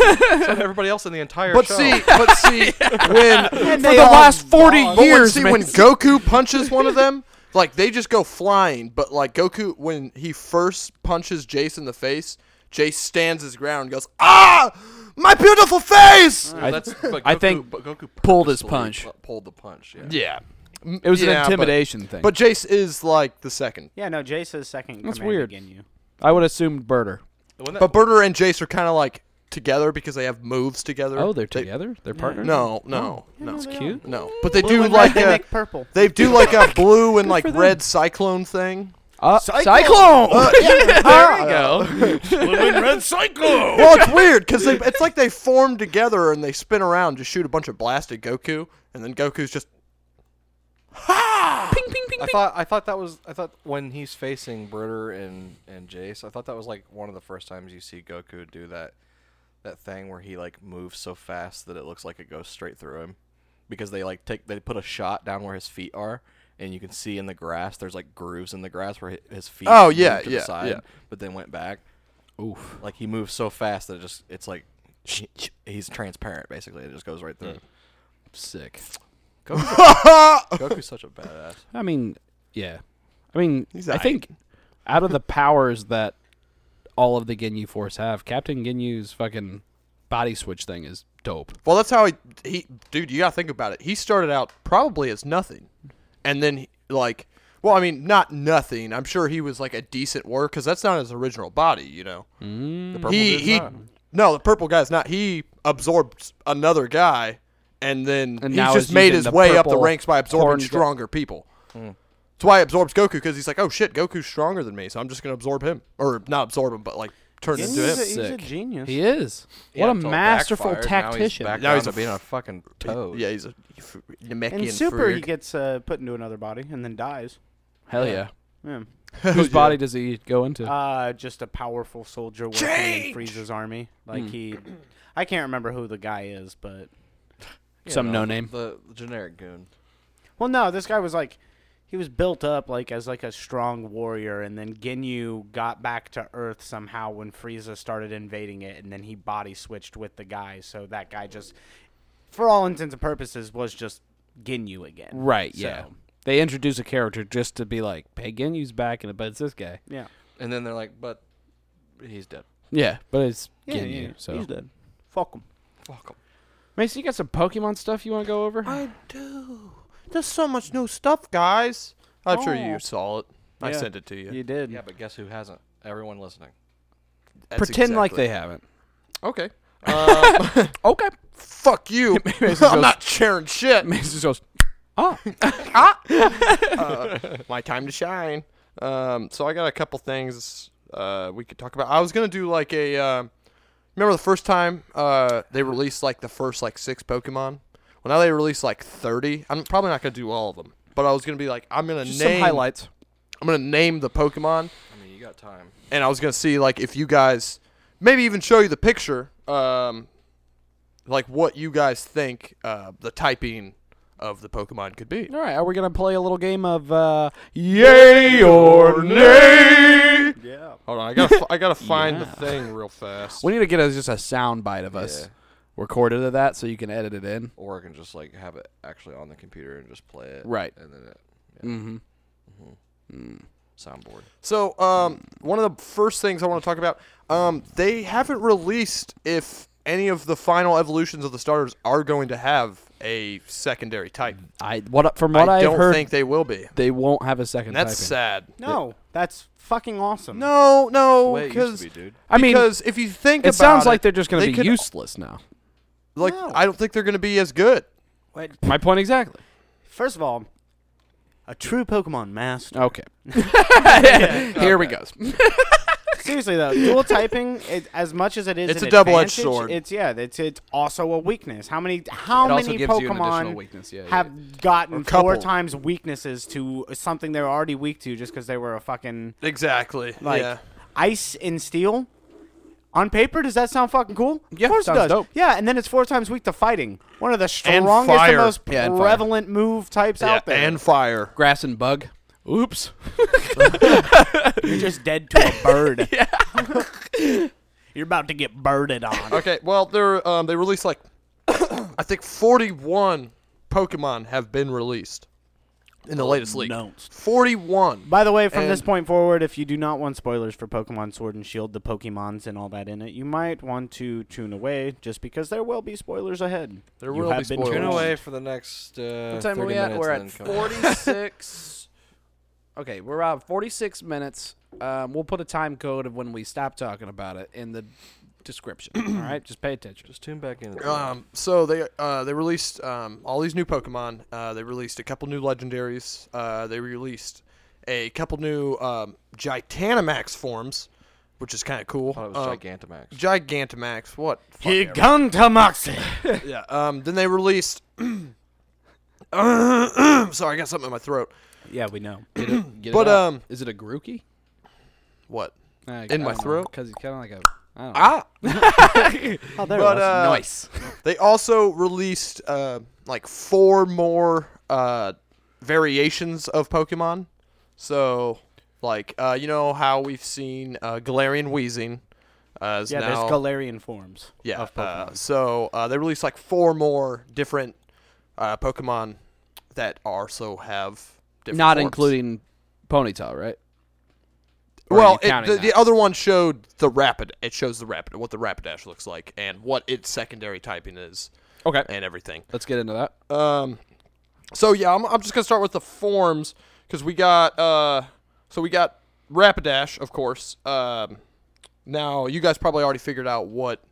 S4: everybody else in the entire
S1: But
S4: show.
S1: see, but see, when
S3: For the last forty
S1: but when,
S3: years,
S1: see,
S3: man.
S1: when Goku punches one of them, <laughs> like they just go flying. But like Goku, when he first punches Jace in the face, Jace stands his ground and goes, "Ah, my beautiful face!"
S4: Well, that's, but Goku,
S3: I think
S4: but Goku
S3: pulled his
S4: purposefully
S3: punch.
S4: pu- Pulled the punch. Yeah.
S1: Yeah,
S3: It was
S1: Yeah,
S3: an
S1: but-
S3: intimidation thing.
S1: but Jace is like the second.
S2: Yeah, no, Jace is second.
S3: That's
S2: commander
S3: weird.
S2: Ginyu.
S3: I would assume Birder.
S4: Wasn't that-
S1: But Birder and Jace are kind of like together because they have moves together.
S3: Oh, they're
S1: They-
S3: together. They're partners.
S1: No, no, no.
S3: it's cute.
S1: No, but they
S2: Blue
S1: do
S2: and
S1: like uh,
S2: red, they
S1: a,
S2: make purple.
S1: They do like
S2: <laughs>
S1: a blue and like red cyclone thing.
S3: Uh,
S2: Cyclone!
S3: <laughs>
S1: there
S3: go.
S5: Red Cyclone.
S1: Well, it's weird because it's like they form together and they spin around, just shoot a bunch of blast at Goku, and then Goku's just
S3: ping, ping, ping,
S4: I thought I thought that was I thought when he's facing Britter and and Jace, I thought that was like one of the first times you see Goku do that that thing where he like moves so fast that it looks like it goes straight through him because they like take they put a shot down where his feet are and you can see in the grass there's like grooves in the grass where hi- his feet
S1: Oh,
S4: moved
S1: yeah,
S4: to
S1: yeah,
S4: the side
S1: yeah.
S4: but then went back
S3: Oof.
S4: like he moves so fast that it just it's like he- he's transparent basically it just goes right through
S1: Mm.
S3: Sick.
S4: Goku's such a badass
S3: I mean, yeah. I mean,
S1: He's
S3: I
S1: aight.
S3: think out of the powers that all of the Ginyu Force have, Captain Ginyu's fucking body switch thing is dope.
S1: well, that's how he, he dude. You gotta think about it. He started out probably as nothing, and then he, like, well, I mean, not nothing. I'm sure he was like a decent worker because that's not his original body, you know.
S3: Mm.
S4: the purple
S1: he
S4: dude's
S1: he
S4: not.
S1: no the purple guy's not he absorbed another guy and then
S3: And
S1: he's
S3: now
S1: just
S3: he's
S1: made
S3: using
S1: his
S3: the
S1: way up the
S3: purple
S1: ranks by absorbing
S3: horned gu-
S1: stronger people
S4: Mm.
S1: that's why he absorbs goku because he's like oh shit goku's stronger than me so i'm just gonna absorb him or not absorb him but like turn into
S2: Ginyu's a,
S1: him
S2: he's a
S3: Sick.
S2: genius.
S3: He is.
S4: Yeah,
S3: what a
S4: until it
S3: masterful
S4: backfired.
S3: tactician.
S4: Now he's, back
S1: Now
S4: down
S1: he's
S4: to
S1: a
S4: being a
S1: f-
S4: <laughs> fucking toad.
S1: yeah he's a Namekian
S2: In Super, he
S1: freak.
S2: gets uh, put into another body and then dies.
S3: Hell yeah.
S2: Yeah.
S3: Whose body does he go into?
S2: Uh, just a powerful soldier working in Frieza's army. Like
S1: Mm.
S2: he, I can't remember who the guy is, but
S4: You
S3: Some
S4: know,
S3: no-name.
S4: The, the generic goon.
S2: well, no, this guy was like, he was built up like as like a strong warrior, and then Ginyu got back to Earth somehow when Frieza started invading it, and then he body switched with the guy, so that guy just, for all intents and purposes, was just Ginyu again.
S3: right,
S2: So,
S3: yeah. They introduce a character just to be like, hey, Ginyu's back, and but it's this guy.
S2: Yeah.
S4: And then they're like, but he's dead.
S3: Yeah, but it's
S2: Yeah,
S3: Ginyu.
S2: yeah,
S3: So.
S2: he's dead. Fuck him.
S4: Fuck him.
S3: Mason, you got some Pokemon stuff you want to go over?
S1: i do there's so much new stuff guys i'm sure
S2: Oh.
S1: you saw it i
S2: Yeah.
S1: sent it to you
S2: You did.
S4: Yeah, but guess who hasn't? Everyone listening.
S1: That's
S3: Pretend like
S1: exactly-
S3: they haven't. <laughs>
S1: okay um,
S3: Okay.
S1: fuck you i'm not sharing shit
S3: <laughs> Mason just goes, oh.
S1: Uh, my time to shine. Um, so I got a couple things uh, we could talk about. I was gonna do like a. um remember the first time uh, they released like the first like six Pokemon. Well, now they released like thirty. I'm probably not gonna do all of them, but I was gonna be like, I'm gonna
S3: Just
S1: name.
S3: some highlights.
S1: I'm gonna name the Pokemon,
S4: I mean, you got time.
S1: and I was gonna see like if you guys maybe even show you the picture, um, like what you guys think uh, the typing of the Pokemon could be.
S3: All right, are we gonna play a little game of uh, yay or nay?
S2: Yeah.
S6: Hold on, I gotta, f- I
S3: <laughs>
S6: gotta find the thing real fast.
S3: We need to get a, just a sound bite of us
S4: Yeah.
S3: recorded of that so you can edit it in.
S4: Or I can just like have it actually on the computer and just play it.
S3: Right.
S4: And then it
S3: Mm-hmm.
S4: soundboard.
S1: So, um, one of the first things I want to talk about, um, they haven't released if any of the final evolutions of the starters are going to have a secondary type.
S3: I what from what
S1: I
S3: I have
S1: don't
S3: heard,
S1: think they will be.
S3: they won't have a second.
S1: And that's
S3: typing.
S1: sad.
S2: No, that's fucking awesome.
S1: No,
S4: The
S1: no,
S4: way it used
S1: because
S4: to be, dude.
S3: I mean,
S1: because if you think
S3: it
S1: about
S3: sounds like they're just going
S1: they
S3: to be
S1: could-
S3: useless now.
S1: like
S2: No.
S1: I don't think they're going to be as good.
S2: Wait,
S3: My point exactly.
S2: first of all, a true Pokemon master.
S1: <laughs>
S3: Okay. <laughs> Here we go.
S2: Seriously though, dual typing, it, as much as it is,
S1: It's
S2: an
S1: a double-edged
S2: advantage,
S1: sword.
S2: It's yeah, it's it's also a weakness. How many how
S3: It also
S2: many
S3: gives you an additional
S2: Pokemon
S3: weakness, yeah, yeah,
S2: have gotten
S1: couple.
S2: four times weaknesses to something they were already weak to just because they were a fucking
S1: <laughs> Exactly.
S2: like ice and steel? On paper, does that sound fucking cool?
S3: Yeah,
S2: of course it
S3: sounds
S2: does.
S3: dope.
S2: Yeah, and then it's four times weak to fighting. One of the strongest
S1: fire.
S2: and most
S3: Yeah, and fire.
S2: prevalent move types out there.
S1: and fire.
S3: Grass and bug. Oops.
S2: <laughs> You're just dead to a <laughs> bird. You're about to get birded on.
S1: Okay, well, they're um, they released like <coughs> I think 41 Pokemon have been released in the latest leak.
S2: Announced.
S1: 41.
S2: By the way, from this
S1: And-
S2: point forward, if you do not want spoilers for Pokemon Sword and Shield, the Pokemons and all that in it, you might want to tune away just because there will be spoilers ahead.
S1: There
S2: You
S1: will
S2: have
S1: be
S2: been
S1: spoilers.
S4: Turn
S2: Well,
S4: away for the next. Uh,
S3: What time are
S4: 30
S3: we at?
S4: minutes
S3: We're
S4: and
S3: at
S4: then come back.
S3: 46. okay, we're at 46 minutes. Um, we'll put a time code of when we stop talking about it in the description. all right, just pay attention.
S4: Just tune back in. at the end.
S1: Um, so they uh, they released um, all these new Pokemon. Uh, they released a couple new legendaries. Uh, they released a couple new um, Gitanimax forms, which is kind of cool.
S4: thought it was
S1: Um,
S4: Gigantamax.
S1: Gigantamax. What? Fuck, yeah,
S2: Gigantamaxi.
S1: <laughs> yeah. Um, then they released. <coughs> sorry, I got something in my throat.
S2: yeah, we know.
S3: Get it, get
S1: But,
S3: it out.
S1: um,
S3: is it a Grookey?
S1: What?
S3: I-
S1: In my
S3: I don't know,
S1: throat?
S3: 'cause he's kind of like a. I don't know.
S1: Ah,
S2: Oh, there
S1: but
S2: it was.
S1: uh,
S3: nice.
S1: <laughs> They also released uh, like four more uh, variations of Pokemon. So, like, uh, you know how we've seen uh, Galarian Weezing. Uh, is
S2: yeah,
S1: now,
S2: there's Galarian forms
S1: yeah,
S2: of
S1: uh,
S2: Pokemon.
S1: so uh, they released like four more different uh, Pokemon that also have different
S3: Not
S1: forms.
S3: including Ponytail, right? Or are
S1: Well,
S3: you
S1: it,
S3: counting
S1: the,
S3: that?
S1: the other one showed the rapid. It shows the rapid, what the Rapidash looks like, and what its secondary typing is,
S3: Okay.
S1: and everything.
S3: Let's get into that.
S1: Um, so yeah, I'm, I'm just gonna start with the forms because we got uh, so we got Rapidash, of course. Um, now you guys probably already figured out what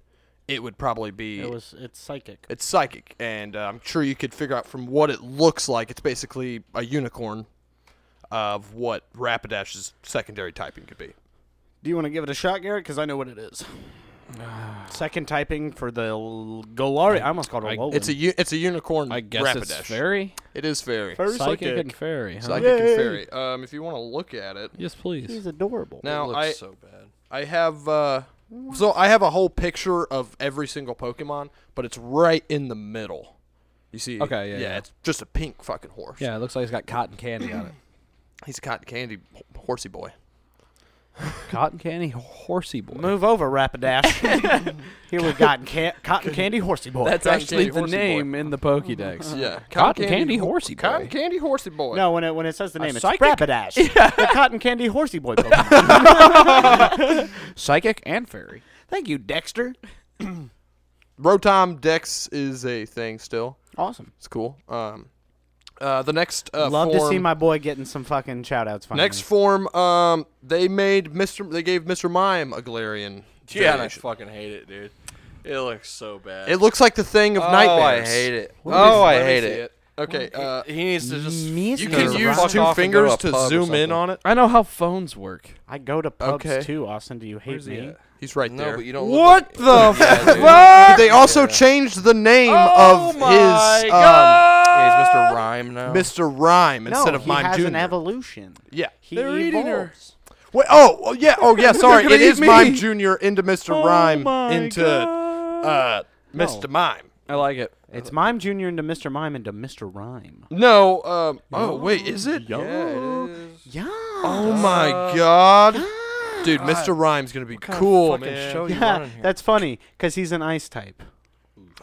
S1: it would probably be.
S2: it was it's psychic.
S1: it's psychic, and uh, I'm sure you could figure out from what it looks like. It's basically a unicorn of what Rapidash's secondary typing could be.
S2: Do you want to give it a shot, Garrett? Because I know what it is. <sighs> Second typing for the L- Galarian. I almost called it
S3: I-
S2: a Lolan.
S1: It's a u- it's a unicorn.
S3: I guess
S1: Rapidash.
S3: it's fairy.
S1: It is fairy.
S2: Fairy
S3: Psychic,
S2: psychic.
S3: and fairy. Huh?
S1: Psychic and fairy. Um, if you want to look at it
S3: Yes, please.
S2: He's adorable.
S1: now,
S4: it looks
S1: I
S4: so bad.
S1: I have uh so I have a whole picture of every single Pokemon, but it's right in the middle. You see?
S3: Okay, yeah, yeah.
S1: it's just a pink fucking horse.
S3: Yeah, it looks like it's got cotton candy on it.
S1: he's a cotton candy h- horsey boy.
S3: Cotton candy, horsey boy.
S2: Move over, Rapidash. Here we've got ca- Cotton Candy Horsey Boy.
S3: That's
S1: Cotton
S3: actually
S1: candy
S3: the
S1: horsey boy.
S3: name in the Pokédex.
S1: Yeah,
S3: Cotton candy
S1: ho-
S3: horsey boy.
S1: Cotton candy horsey boy.
S2: no, when it when it says the name, it's
S3: psychic?
S2: Rapidash. The Cotton Candy Horsey Boy Pokemon.
S3: Psychic and fairy.
S2: Thank you, Dexter.
S1: Rotom Dex is a thing still.
S2: Awesome.
S1: It's cool. Um, uh, the next uh,
S2: Love to see
S1: form-
S2: my boy getting some fucking shout outs finally.
S1: next form. Um, they made Mr. They gave Mr. Mime a Galarian.
S4: Yeah, and I
S1: variation.
S4: fucking hate it, dude. It looks so bad.
S1: it looks like the thing of
S4: oh,
S1: nightmares.
S4: I hate it.
S1: is-
S4: oh, I
S1: let me
S4: hate
S1: see
S4: it.
S1: Okay, uh,
S4: He needs to just.
S2: Mr.
S1: You can
S4: Fuck
S1: use
S4: off and
S1: two
S4: go
S1: fingers
S4: a
S1: to
S4: pub or
S1: zoom in
S4: something.
S1: on it.
S3: I know how phones work.
S2: I go to pubs
S1: Okay.
S2: too, Austin. Do you hate
S4: Where's he
S2: me?
S4: at?
S1: He's right
S4: No,
S1: there.
S4: but you don't.
S3: What
S4: <laughs> look like
S3: the
S4: it.
S1: But
S4: <laughs> Yeah, dude.
S1: they also
S4: Yeah.
S1: changed the name
S3: Oh
S1: of
S3: my
S1: his um,
S3: God!
S4: Yeah, he's Mr. Rhyme now.
S1: Mr. Rhyme
S2: No,
S1: instead of
S2: he
S1: Mime
S2: has
S1: Jr.
S2: an evolution.
S1: yeah.
S2: He
S3: They're eating her.
S2: evolves.
S1: Wait, oh, oh, yeah. Oh, yeah. Sorry.
S3: gonna
S1: It
S3: eat
S1: is
S3: me.
S1: Mime Jr. into Mr. Rhyme
S3: my
S1: into uh, Mr. Mime.
S3: I like it.
S2: It's Mime Jr. into Mr. Mime into Mr. Rhyme.
S1: No. Um, oh, wait. Is it? Yeah.
S4: Yeah, it is.
S2: Yeah.
S1: Oh my God. Dude, Mr. Rhyme's gonna be cool,
S4: fucking
S1: man.
S4: show you
S2: Yeah,
S4: running here?
S2: <laughs> that's funny because he's an ice type.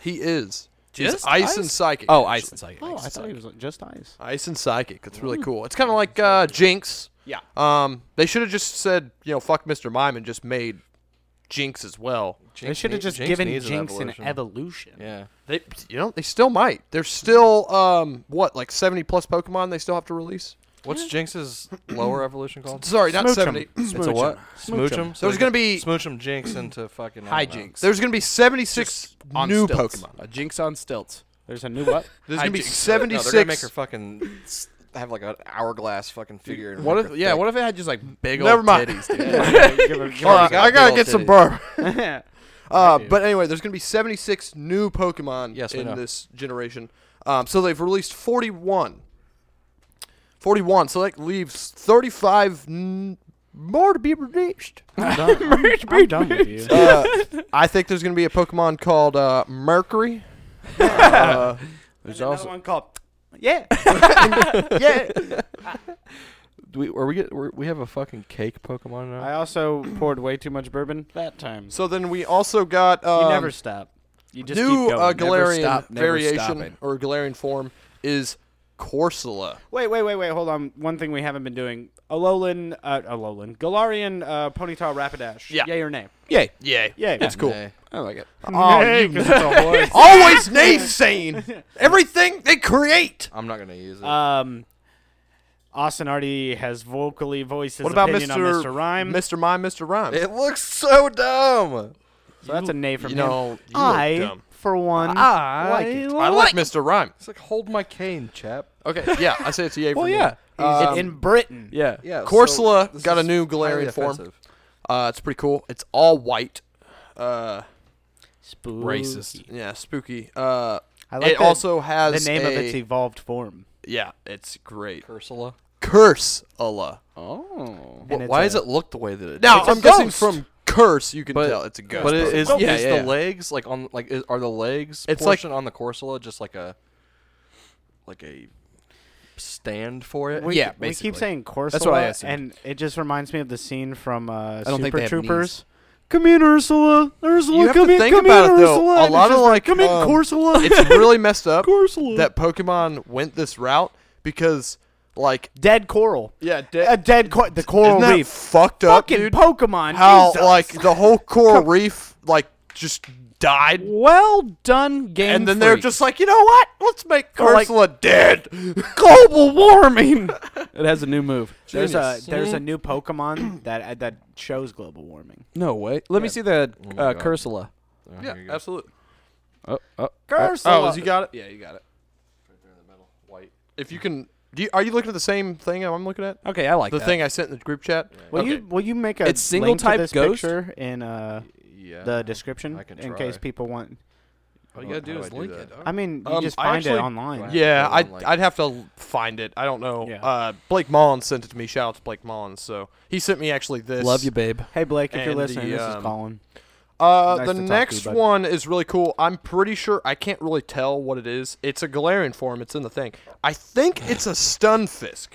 S1: He is. He's
S4: Just
S1: ice,
S4: ice?
S1: and psychic.
S3: Oh,
S1: actually.
S3: ice and psychic.
S2: Oh, I thought he was just ice.
S1: Ice and psychic. That's
S3: Mm.
S1: really cool. It's kind of like uh, Jinx.
S3: Yeah.
S1: Um, they should have just said, you know, fuck Mr. Mime and just made Jinx as well.
S2: they
S4: Jinx
S2: should have
S4: need-
S2: just
S4: Jinx
S2: given
S4: needs an
S2: Jinx an
S4: evolution.
S2: evolution.
S4: Yeah.
S1: They, you know, they still might. There's still um, what, like 70 plus Pokemon they still have to release.
S4: What's Jinx's lower evolution called?
S1: Sorry, not
S2: Smoochum.
S1: 70.
S4: It's a what? Smoochum.
S1: There's gonna be-
S4: Smoochum Jinx into fucking I
S3: Hi,
S4: don't know.
S3: Jinx.
S1: There's gonna be 76
S3: On
S1: new
S3: stilts.
S1: Pokemon.
S3: A jinx on stilts.
S2: There's a new what?
S1: There's gonna be
S4: No,
S1: 76.
S4: they're gonna make her fucking s- have like an hourglass fucking figure. and
S3: What
S4: make
S3: if?
S4: her
S3: Yeah.
S4: <laughs> thick.
S3: What if it had just like big
S1: Never
S3: old
S1: mind.
S3: titties, dude?
S2: Give her- give
S1: All
S2: her-
S1: right,
S4: got
S1: I gotta
S4: big
S1: get some
S4: old titties.
S1: burp. Uh, but anyway, there's going to be 76 new Pokemon
S4: Yes, we
S1: in
S4: know.
S1: this generation. Um, so they've released 41. 41. So that leaves 35 n- more to be released.
S2: I'm done, I'm- I'm done with you.
S1: <laughs> Uh, I think there's going to be a Pokemon called uh, <laughs> Mercury. Uh,
S3: There's
S2: Another
S3: also.
S2: one called. Yeah.
S1: yeah.
S4: Do we are we get we're, we have a fucking cake Pokemon now?
S2: I also poured way too much bourbon that time.
S1: So then we also got um,
S2: you never stop. You just
S1: new
S2: keep going.
S1: uh,
S3: Never
S1: Galarian
S3: stop, never
S1: variation
S3: stopping.
S1: or Galarian form is Corsola.
S2: Wait, wait, wait, wait. Hold on. One thing we haven't been doing: Alolan, uh, Alolan, Galarian, uh, Ponytail, Rapidash.
S1: Yeah.
S2: Yay or nay?
S3: Yay.
S1: Yeah,
S2: Yay.
S1: It's cool.
S4: Nay.
S3: I like it.
S1: <laughs> Oh,
S2: Nay, 'cause it's <laughs> a horse.
S1: Always <laughs> naysaying. Everything they create.
S4: I'm not gonna use it.
S2: Um, Austin already has vocally voiced his
S1: What about
S2: opinion
S1: Mr.
S2: on Mr. Rhyme.
S1: Mr. Mime, Mr. Rhyme.
S4: it looks so dumb.
S2: so that's a nay from
S1: you
S2: him.
S1: know, you look
S2: I,
S1: dumb. Ah.
S2: for one,
S3: I
S2: like
S3: like
S2: it.
S1: I like Mr. Rhyme.
S4: It's like hold my cane, chap.
S1: Okay, yeah, I say it's a <laughs> yay
S3: Well,
S1: for me.
S3: yeah.
S1: Um,
S2: in Britain.
S3: Yeah.
S4: Yeah.
S1: Corsola
S4: this
S1: got a
S4: is
S1: new
S4: highly
S1: Galarian form.
S4: offensive.
S1: Uh, it's pretty cool. It's all white. Uh,
S2: Spooky.
S3: Racist.
S1: yeah, spooky. Uh,
S2: I like
S1: it
S2: that
S1: also
S2: the
S1: has
S2: name
S1: a,
S2: of its evolved form.
S1: yeah, it's great.
S4: Corsola.
S1: Curse Allah.
S3: Oh.
S2: And
S4: Wh-
S2: it's
S4: why
S2: a-
S4: does it look the way that it?
S1: Now
S4: does?
S1: I'm guessing from curse you can
S4: But-
S1: tell it's a ghost.
S4: But it
S1: Pokemon.
S4: is,
S3: Pokemon. Yeah,
S4: is
S3: yeah, yeah.
S4: the legs like on like is, are the legs
S1: It's like-
S4: portion on the Corsola just like a like a stand for it?
S2: We,
S3: Yeah,
S2: we keep
S3: basically.
S2: saying Corsola,
S3: That's what I assumed.
S2: and it just reminds me of the scene from uh,
S3: I don't think
S2: Super
S3: they have
S2: Troopers. Come in, Ursula. Ursula,
S1: You have
S2: come
S1: to
S2: in.
S1: think
S2: come
S1: about
S2: in,
S1: it, though.
S2: Ursula.
S1: A
S2: And it's
S1: lot
S2: just
S1: of, like,
S2: come in,
S1: um,
S2: Corsola.
S1: it's really messed
S2: <laughs>
S1: up
S2: Corsola.
S1: that Pokemon went this route because like
S2: dead coral.
S1: yeah,
S2: A dead cor- the coral
S1: Isn't that
S2: reef.
S1: fucked up,
S2: Fucking
S1: dude?
S2: Pokemon.
S1: How
S2: Jesus.
S1: like the whole coral reef like just died,
S3: Well done, game.
S1: and then they're
S3: Freak.
S1: just like, you know what? Let's make
S3: Or, like-
S1: Ursula dead.
S3: global warming. it has a new move.
S2: There's a there's a new Pokemon that uh, that shows global warming.
S3: No way. Let me see the
S4: my
S3: uh,
S4: God.
S3: Cursula.
S4: Oh, here you go.
S1: absolutely.
S3: Oh, oh.
S1: Oh, you got it.
S3: Yeah, you got it.
S4: White.
S1: If you can, do you, are you looking at the same thing I'm looking at?
S3: Uh, Okay, I like
S1: the
S3: that.
S1: thing I sent in the group chat.
S2: Will
S1: Okay.
S2: you will you make a
S3: It's single
S2: link to
S3: type
S2: this
S3: ghost?
S2: picture in uh,
S4: Yeah.
S2: the description
S4: I can
S2: in
S4: try.
S2: case people want?
S4: All you gotta do is link it.
S2: I mean, you
S1: Um,
S2: just
S1: I
S2: find
S1: actually-
S2: it online.
S4: Wow.
S1: Yeah,
S4: I
S1: I'd,
S4: wouldn't like
S1: I'd have to l- find it. I don't know.
S2: Yeah.
S1: Uh, Blake Mullins sent it to me. Shout out to Blake Mullins. So he sent me actually this.
S3: Love you, babe.
S2: Hey Blake, if you're
S1: And the,
S2: listening, this is
S1: um,
S2: Colin.
S1: Uh,
S2: Nice
S1: the
S2: to talk to you,
S1: next
S2: bud.
S1: one is really cool. I'm pretty sure I can't really tell what it is. It's a Galarian form. It's in the thing. I think it's a Stunfisk.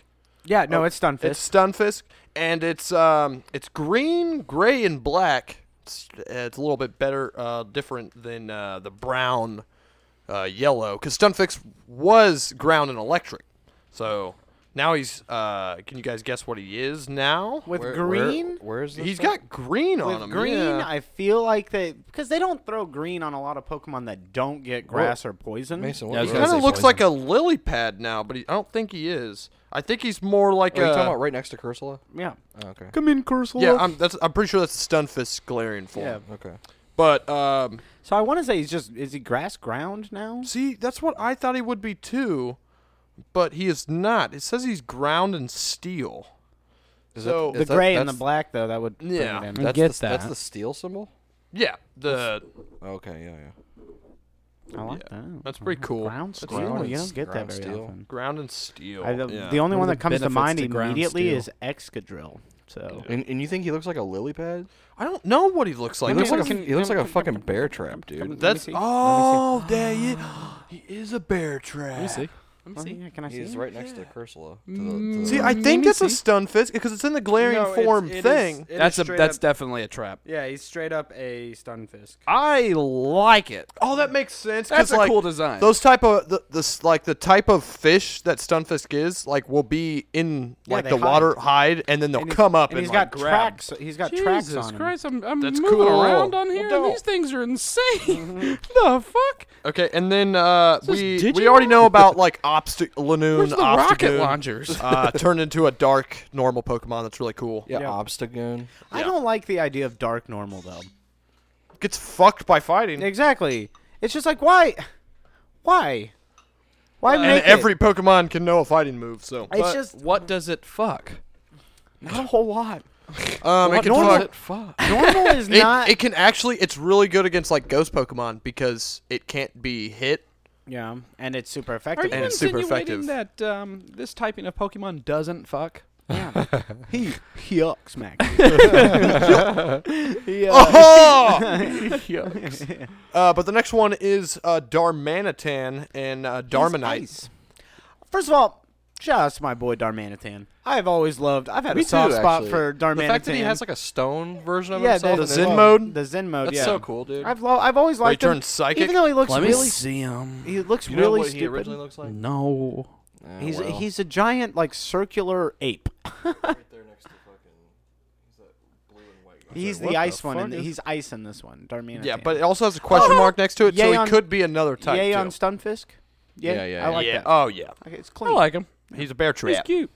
S2: Yeah, no, it's done. Fist.
S1: It's Stunfisk, and it's um, it's green, gray, and black. It's, it's a little bit better, uh, different than uh, the brown, uh, yellow, because Stunfisk was ground and electric. So now he's. Uh, can you guys guess what he is now?
S2: with
S4: Where-
S2: green.
S4: Where, where is this?
S1: He's
S4: thing?
S1: got green on
S2: with
S1: him.
S2: green,
S1: yeah.
S2: I feel like they because they don't throw green on a lot of Pokemon that don't get grass or poison.
S4: Mason.
S3: Yeah, I
S4: What
S3: was
S1: He
S3: gonna
S1: kind of
S3: say
S1: looks like a lily pad now, but he, I don't think he is. I think he's more like
S4: Are you
S1: a.
S4: talking about right next to Corsola?
S2: Yeah,
S4: Oh, okay.
S2: come in, Cursor.
S1: yeah, I'm, that's, I'm pretty sure that's the Stunfisk Galarian form.
S2: Yeah.
S4: Okay.
S1: But um,
S2: So I want to say he's just is he grass ground now?
S1: see, that's what I thought he would be too, but he is not. It says he's ground and steel.
S4: Is
S1: So-
S4: that,
S2: The
S4: is that-
S2: gray and the
S4: that's-
S2: black though that would bring
S1: Yeah.
S2: it in.
S3: That-
S4: That's
S3: Get
S4: the, That's
S3: that.
S4: the steel symbol.
S1: Yeah, the
S4: Oh, Okay. Yeah. Yeah.
S2: I like that.
S1: that's pretty cool.
S2: Ground
S1: That's
S2: steel.
S4: ground
S2: you
S4: and
S2: don't get that
S4: ground
S2: very
S4: steel.
S2: often.
S1: ground and steel.
S2: I, the,
S1: yeah.
S2: the only one
S3: One of
S2: that
S3: the
S2: comes to
S3: benefits
S2: mind
S3: to ground
S2: immediately
S3: steel.
S2: is Excadrill. So
S4: And, and you think he looks like a lily pad?
S1: I don't know what he looks like.
S4: He
S1: He
S4: looks
S1: looks
S4: like a, he looks like a fucking bear trap, dude.
S1: that's oh, there you, <gasps> he is a bear trap.
S3: Let me see. Let me
S2: Oh,
S3: see.
S2: yeah, can I see?
S4: He's
S2: him?
S4: right next to Cursula. To the, to the,
S1: See, I
S3: Mm,
S1: think
S3: let me
S1: it's a
S3: see.
S1: stun fist because it's in the glaring
S2: No, it's-
S1: form
S2: it is-
S1: thing.
S2: it is
S3: That's a
S2: straight
S3: that's
S2: up-
S3: definitely a trap.
S2: yeah, he's straight up a stun fisk.
S3: I like it.
S1: oh, that makes sense. 'cause,
S3: That's a
S1: like,
S3: cool design.
S1: Those type of the, the s- like the type of fish that stunfisk is like will be in
S2: Yeah,
S1: like
S2: they
S1: the
S2: hide.
S1: water hide and then they'll come up
S2: and
S1: and,
S2: he's
S1: like,
S2: got
S1: grab.
S2: tracks. He's got tracks on him.
S3: I'm, I'm
S1: That's moving cool. around on
S3: here.
S1: and
S3: these things are insane. <laughs> the fuck?
S1: Okay, and then uh,
S3: This is
S1: we we
S3: Digimon?
S1: already know <laughs> about like obstac Lanoon Obstagoon,
S3: launchers?
S1: uh, turned into a dark normal Pokemon that's really cool.
S4: yeah,
S2: Yeah.
S4: Obstagoon.
S2: I don't like the idea of dark normal though.
S1: Gets fucked by fighting.
S2: Exactly. It's just like why, why, why
S1: and
S2: make
S1: every
S2: it?
S1: Pokemon can know a fighting move, so
S2: It's just
S3: what does it fuck? Not a whole lot.
S1: um, it
S3: What
S1: can
S3: does
S1: fuck-
S3: it fuck?
S2: normal
S4: <laughs>
S2: is
S1: It,
S2: not.
S1: it can actually. It's really good against like ghost Pokemon because it can't be hit.
S2: yeah, and it's super
S3: Are
S2: effective.
S3: you
S1: And it's super
S3: insinuating
S1: effective.
S3: that um, this typing of Pokemon doesn't fuck?
S4: <laughs>
S2: yeah. he yuck smack. Oh!
S1: <laughs>
S2: <laughs>
S1: uh, but the next one is uh, Darmanitan and uh, Darmanite.
S2: Ice. First of all, shout out to my boy Darmanitan. I've always loved. I've had a soft spot for Darmanitan.
S4: The fact that he has like a stone version of
S2: yeah,
S4: himself.
S2: the
S4: in his-
S1: Zen mode?
S2: The Zen mode.
S4: That's
S2: yeah.
S4: so cool, dude.
S2: I've lo- I've always
S1: Where he
S2: liked him.
S1: turns psychic.
S2: Even though he looks really,
S3: see him.
S2: he looks
S4: you know
S2: really
S4: what
S2: stupid.
S4: he originally looks like?
S1: Oh,
S3: No.
S4: Yeah,
S2: He's
S4: Mm. well.
S2: he's a giant like circular ape.
S4: right there next to fucking. He's that blue and white guy.
S2: He's
S1: what
S2: the
S1: the
S2: ice one, and
S1: fuck is-
S2: he's ice in this one. Darmanitan.
S1: yeah, but it also has a
S2: Oh!
S1: question mark next to it, so
S2: Yay
S1: he
S2: on-
S1: could be another type.
S2: yay
S1: too.
S2: on Stunfisk. Yay?
S4: Yeah, yeah,
S2: I
S4: yeah.
S2: like
S1: yeah.
S2: that.
S1: Oh yeah.
S2: Okay, it's
S3: I
S2: clean.
S3: like him.
S1: He's a bear
S3: He's
S1: trap.
S3: cute.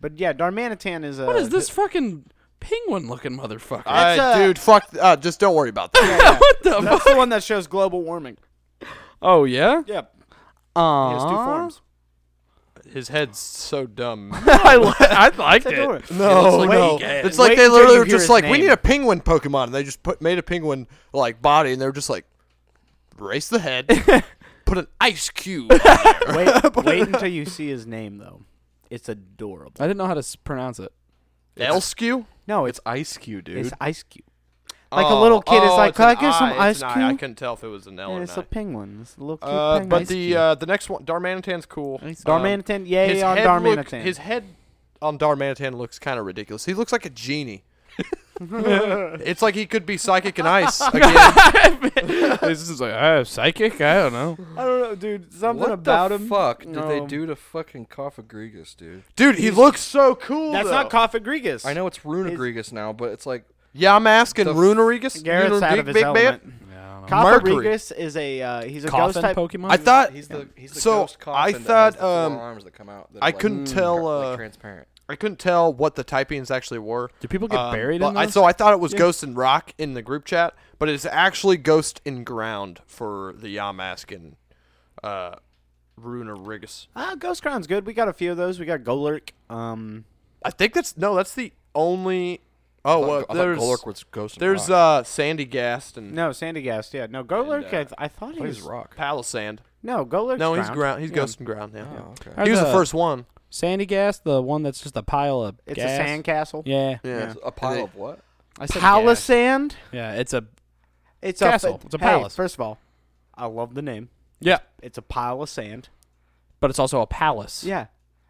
S2: but yeah, Darmanitan is a.
S3: What
S1: <laughs>
S2: <laughs>
S3: is this fucking penguin looking motherfucker?
S2: That's,
S1: Uh,
S2: uh,
S1: dude, fuck. Uh, just don't worry about
S2: <laughs>
S1: that.
S3: what the
S2: That's the one that shows global warming.
S3: Oh yeah.
S2: Yeah,
S3: Uh,
S2: he has two forms.
S1: His head's so
S2: <laughs>
S1: dumb.
S3: I, li- <laughs> I liked
S2: It's
S3: it.
S2: adorable.
S1: No,
S2: Wait,
S1: no.
S2: yeah.
S1: It's like
S2: Wait
S1: they
S2: until
S1: literally
S2: you
S1: were
S2: hear
S1: just
S2: his
S1: like, we
S2: name.
S1: <laughs> need a penguin Pokemon, and they just put made a penguin like body, and they were just like, raise the
S2: <laughs>
S1: head, put an ice cube. on there.
S2: Wait, wait until you see his name though. It's adorable.
S3: I didn't know how to s- pronounce it.
S1: Elskew?
S2: No, it's
S4: It's Ice Cube, dude.
S2: it's ice cube. Like a little kid is
S1: oh,
S2: like,
S1: it's
S2: "Can
S1: an
S2: I get some
S1: eye, it's
S2: ice
S1: an
S2: cube?"
S1: eye. I couldn't tell if it was an L
S2: And
S1: or
S2: it's a
S1: not.
S2: penguin. It's a little cute
S1: Uh,
S2: penguin.
S1: but the uh, the next one, Darmanitan's cool. Um,
S2: Darmanitan, yay
S1: his
S2: on
S1: head look-
S2: Darmanitan.
S1: his head on Darmanitan looks kind of ridiculous. He looks like a
S2: <laughs>
S1: genie. it's like he could be psychic and
S2: <laughs>
S1: ice again.
S3: <laughs> this is like uh, psychic. I don't know.
S2: I don't know, dude. Something
S4: what
S2: about
S4: the
S2: him.
S4: fuck did they
S2: No.
S4: do to fucking Koffagrigus, dude?
S1: Dude, he looks so cool.
S2: That's
S1: though.
S2: not Kofagrigus.
S4: I know it's Runagrigus now, but it's like
S1: Yeah, I'm asking
S4: The f-
S1: Runarigus.
S2: Garrett's out
S1: Runar-
S2: of his
S1: big, big, big-
S2: element.
S3: Yeah,
S2: Kofagrigus is a uh, he's a ghost
S3: Coffin
S2: type.
S3: Pokemon.
S1: I thought
S4: he's the he's the
S1: So,
S4: ghost
S1: I
S4: coffin that has
S1: thought,
S4: the four
S1: um,
S4: arms that come out. That
S1: I
S4: are, like,
S1: couldn't
S4: mm,
S1: tell,
S4: gar- like,
S1: uh,
S4: transparent.
S1: I couldn't tell what the typings actually were.
S3: Do people get
S1: Um,
S3: buried
S1: but
S3: in
S1: I,
S3: those?
S1: so I thought it was Ghost and Rock in the group chat, but it's actually Ghost and Ground for the Yamask and uh, Runarigus.
S2: Ah, Ghost Crown's good. We got a few of those. We got Golurk. Um,
S1: I think that's no, that's the only. Oh, well,
S4: I thought
S1: there's
S4: Golurk was ghost. and
S1: there's
S4: rock.
S1: uh, Sandy Gast and
S2: no, Sandygast. Yeah, no Golurk. I, th- I thought he
S4: What is
S2: was
S4: rock.
S1: Palisand.
S2: no Golurk.
S1: No, he's ground. He's
S2: Yeah.
S1: Ghost and Ground. Yeah,
S4: Oh, okay.
S3: Are
S1: he was the
S3: the-
S1: first one.
S3: Sandy gas, the one that's just a pile of
S2: It's
S3: gas.
S2: a sandcastle.
S3: Yeah,
S1: Yeah,
S4: A pile of what?
S3: I said gas.
S2: Palisand.
S3: Yeah, it's a
S2: It's
S3: Castle.
S2: A,
S3: It's a
S2: hey,
S3: palace.
S2: First of all, I love the name.
S3: yeah,
S2: It's a pile of sand.
S3: but it's also a palace.
S2: Yeah,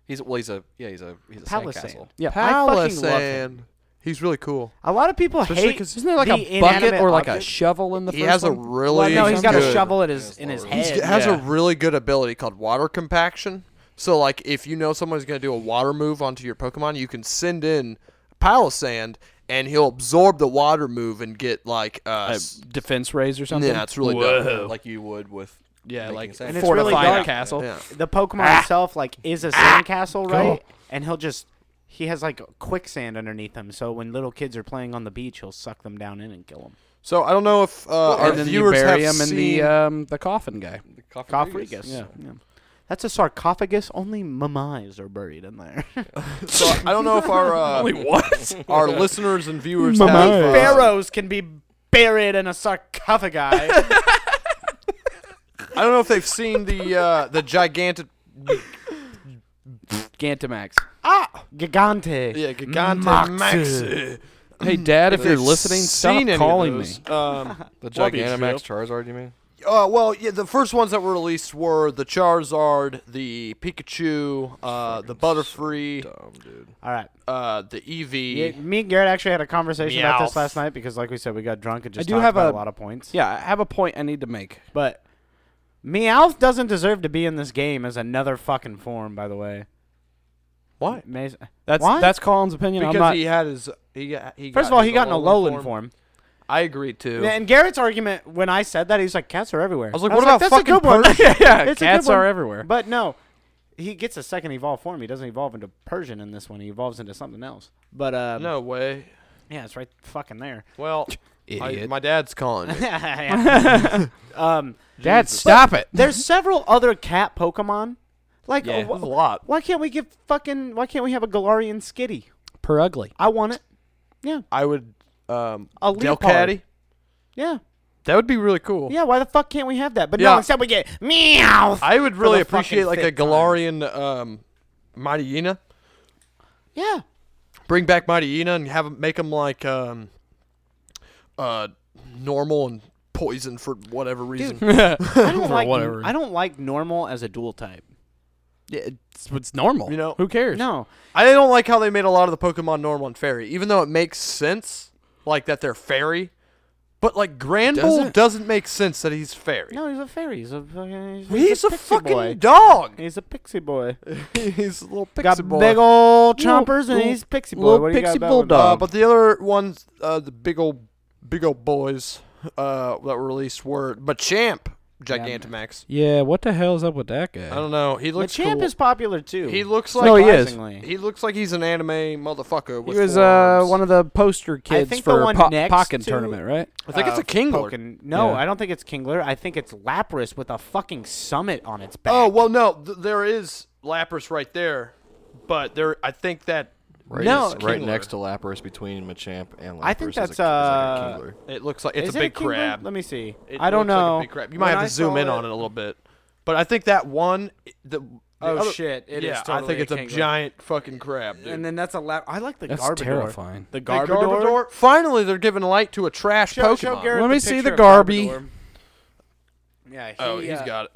S4: He's well, he's a yeah, he's a he's a
S2: Palisand.
S4: sandcastle.
S3: yeah.
S2: I fucking love him.
S1: Palisand. He's really cool.
S2: A lot of people
S1: Especially
S2: hate.
S1: 'cause
S3: Isn't there like
S2: the
S3: a bucket
S2: inanimate
S3: or like a
S2: object.
S3: shovel in the
S1: He
S3: first
S1: has a
S3: one?
S1: really
S2: Well, no, he's got a
S1: good-
S2: shovel in his in his
S4: He's
S1: He's
S2: head.
S1: g- has
S3: yeah.
S1: a really good ability called water compaction. So like if you know someone's gonna do a water move onto your Pokemon, you can send in Palisand and he'll absorb the water move and get like uh
S3: a
S1: s-
S3: defense raise or something.
S1: Yeah, it's really
S4: Yeah,
S1: dope.
S4: Like you would with
S3: yeah,
S4: making
S3: like
S4: sense.
S2: it's really
S3: fortified
S2: dark.
S1: <laughs>
S3: castle.
S1: Yeah.
S2: the Pokemon itself like is a sandcastle, right? And he'll just he has like quicksand underneath him, so when little kids are playing on the beach, he'll suck them down in and kill them.
S1: So I don't know if uh, our
S3: and then you
S1: viewers
S3: bury
S1: have
S3: him in
S1: seen-
S3: the um, the coffin guy.
S4: The Koffagrigus.
S2: Coffregus.
S3: Yeah.
S2: That's a sarcophagus. Only mamais are buried in there.
S1: so I don't know if
S3: <laughs>
S1: our uh,
S3: what?
S1: our listeners and viewers
S3: Mama.
S1: have uh,
S2: Pharaohs can be buried in a sarcophagi.
S1: I don't know if they've seen the uh, the gigantic
S3: Gigantamax.
S2: Ah! Gigante.
S1: yeah gigante Maxi.
S3: <clears throat> Hey, Dad, if you're listening,
S1: seen
S3: stop
S1: any of
S3: calling me.
S1: those. Um,
S4: The
S1: Love you,
S4: Gigantamax Charizard, you mean?
S1: Uh, well, yeah, the first ones that were released were the Charizard, the Pikachu, uh, the Butterfree,
S4: Dumb dude.
S2: All right.
S1: uh, the Eevee.
S2: Yeah, me and Garrett actually had a conversation about this
S1: Meowth.
S2: last night because, like we said, we got drunk and just
S3: do
S2: talked
S3: have
S2: about
S3: a-
S2: a lot of points.
S3: Yeah, I have a point I need to make.
S2: But Meowth doesn't deserve to be in this game as another fucking form, by the way.
S1: What?
S2: Amaz-
S3: That's
S2: What?
S3: that's Colin's opinion.
S1: Because
S3: I'm not.
S1: he had his he got, he got
S2: First of all,
S1: his
S2: he got in a
S1: Alolan
S2: lowland form.
S1: I agree too.
S2: And Garrett's argument when I said that, he's like, cats are everywhere. I
S1: was like, what about
S2: that's a good one. <laughs>
S1: fucking
S3: yeah,
S2: It's a good
S3: cats
S2: one.
S3: are everywhere.
S2: But no, he gets a second evolved form. He doesn't evolve into Persian in this one. He evolves into something else. But um,
S1: <laughs> No way.
S2: yeah, it's right fucking <laughs> there.
S1: Well, I,
S3: Idiot.
S1: my dad's
S2: <laughs>
S1: calling. me.
S2: um,
S3: Dad, stop it.
S2: there's several other cat Pokemon. Like
S3: Yeah.
S2: uh, wh-
S1: That's a lot.
S2: why can't we give fucking why can't we have a Galarian Skitty?
S3: Per <laughs> ugly.
S2: I want it.
S1: I would um
S2: A
S1: Delcatty.
S2: leopard. Yeah,
S1: That would be really cool.
S2: yeah. Why the fuck can't we have that? But
S1: Yeah.
S2: no, instead we get meow.
S1: I would really
S2: the fucking
S1: appreciate like a
S2: fifth time.
S1: Galarian um Mighty Yena.
S2: <laughs>
S1: <laughs>
S2: Yeah,
S1: Bring back Mighty Yena and have 'em- make him like um uh normal and poison for whatever reason.
S2: I don't like
S3: whatever.
S2: I don't like normal as a dual type.
S3: Yeah, it's, it's normal.
S1: You know-
S3: who cares?
S2: No,
S1: I don't like how they made a lot of the Pokemon normal and fairy, even though it makes sense like that they're fairy. But like Granbull
S3: Doesn't-
S1: doesn't, make sense that he's fairy.
S2: no, he's a fairy. He's a fucking- he's,
S1: He's a
S2: pixie
S1: fucking
S2: boy. <laughs>
S1: dog.
S2: He's a pixie boy.
S1: he's a little pixie
S2: got
S1: boy.
S2: big old
S3: Little-
S2: chompers and
S3: little-
S2: he's pixie boy.
S3: little
S2: What do you got
S3: pixie
S2: about him?
S3: bulldog.
S1: Uh, but the other ones, uh, the big old, big old boys uh, that were released were Machamp, Gigantamax.
S3: Yeah, what the hell is up with that guy?
S1: I don't know. He looks
S2: Machamp
S1: cool.
S2: is popular too.
S1: he looks like
S3: No, he is.
S2: surprisingly.
S1: he looks like he's an anime motherfucker.
S3: He
S1: With
S3: was
S1: four
S3: uh,
S1: arms.
S3: one of the poster kids
S2: think the
S3: for
S2: one
S3: po-
S2: next
S3: Pokken
S2: to-
S3: tournament, right?
S1: I think it's
S2: Uh,
S1: a Kinglord.
S2: Pokken- No,
S3: Yeah.
S2: I don't think it's Kingler. I think it's Lapras with a fucking summit on its back.
S1: Oh well, no, th- there is Lapras right there, but there I think that
S4: Right,
S1: No,
S4: next- right
S1: Kingler.
S4: next to Lapras, between Machamp and Lapras.
S2: I think
S4: is
S2: that's,
S4: a,
S2: uh,
S4: is like a Kingler.
S1: it looks like it's
S2: Is
S1: a
S2: it
S1: big
S2: Kingler?
S1: crab.
S2: Let me see.
S1: It
S2: I don't
S1: looks like
S2: know.
S1: a big crab. You might
S2: When
S1: have to
S2: I
S1: zoom
S2: saw
S1: in on it
S2: it-
S1: a little bit, but I think that one. The, the
S2: Oh
S1: other-
S2: shit! It is
S1: yeah, I
S2: totally
S1: think it's a,
S2: Kingler.
S1: giant fucking crab, dude.
S2: And then that's a lap. I like the
S3: That's
S2: Garbodor.
S3: terrifying.
S2: The
S1: The
S2: Garbodor.
S1: Garbodor? Finally, they're giving light to a trash
S2: Show,
S1: Pokemon.
S2: show Garrett
S3: Let
S2: the
S3: me see the
S2: picture of
S3: Garby.
S2: Garbodor. Yeah. He,
S1: oh, he's
S2: uh,
S1: got it.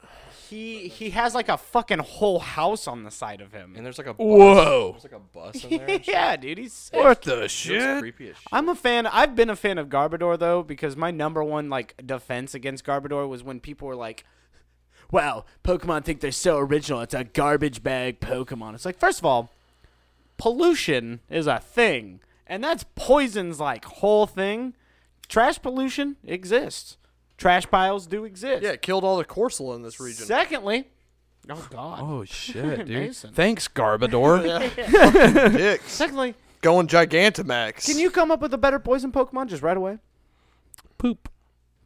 S2: He he has like a fucking whole house on the side of him.
S4: And there's like a bus.
S3: Whoa.
S4: There's like a bus in there. and
S2: <laughs>
S4: shit.
S2: yeah, dude, he's sick.
S1: the
S4: It's creepy as shit.
S2: I'm a fan. I've been a fan of Garbodor though because my number one like defense against Garbodor was when people were like, "Wow, Pokemon think they're so original. It's a garbage bag Pokemon." It's like, first of all, pollution is a thing, and that's poison's like whole thing. Trash pollution exists. Trash piles do exist.
S1: Yeah, it killed all the Corsola in this region.
S2: Secondly, oh god.
S3: Oh <laughs> shit, dude!
S2: Mason.
S3: Thanks, Garbador.
S1: Dicks.
S2: Secondly,
S1: Going Gigantamax.
S2: can you come up with a better poison Pokemon just right away?
S3: Poop.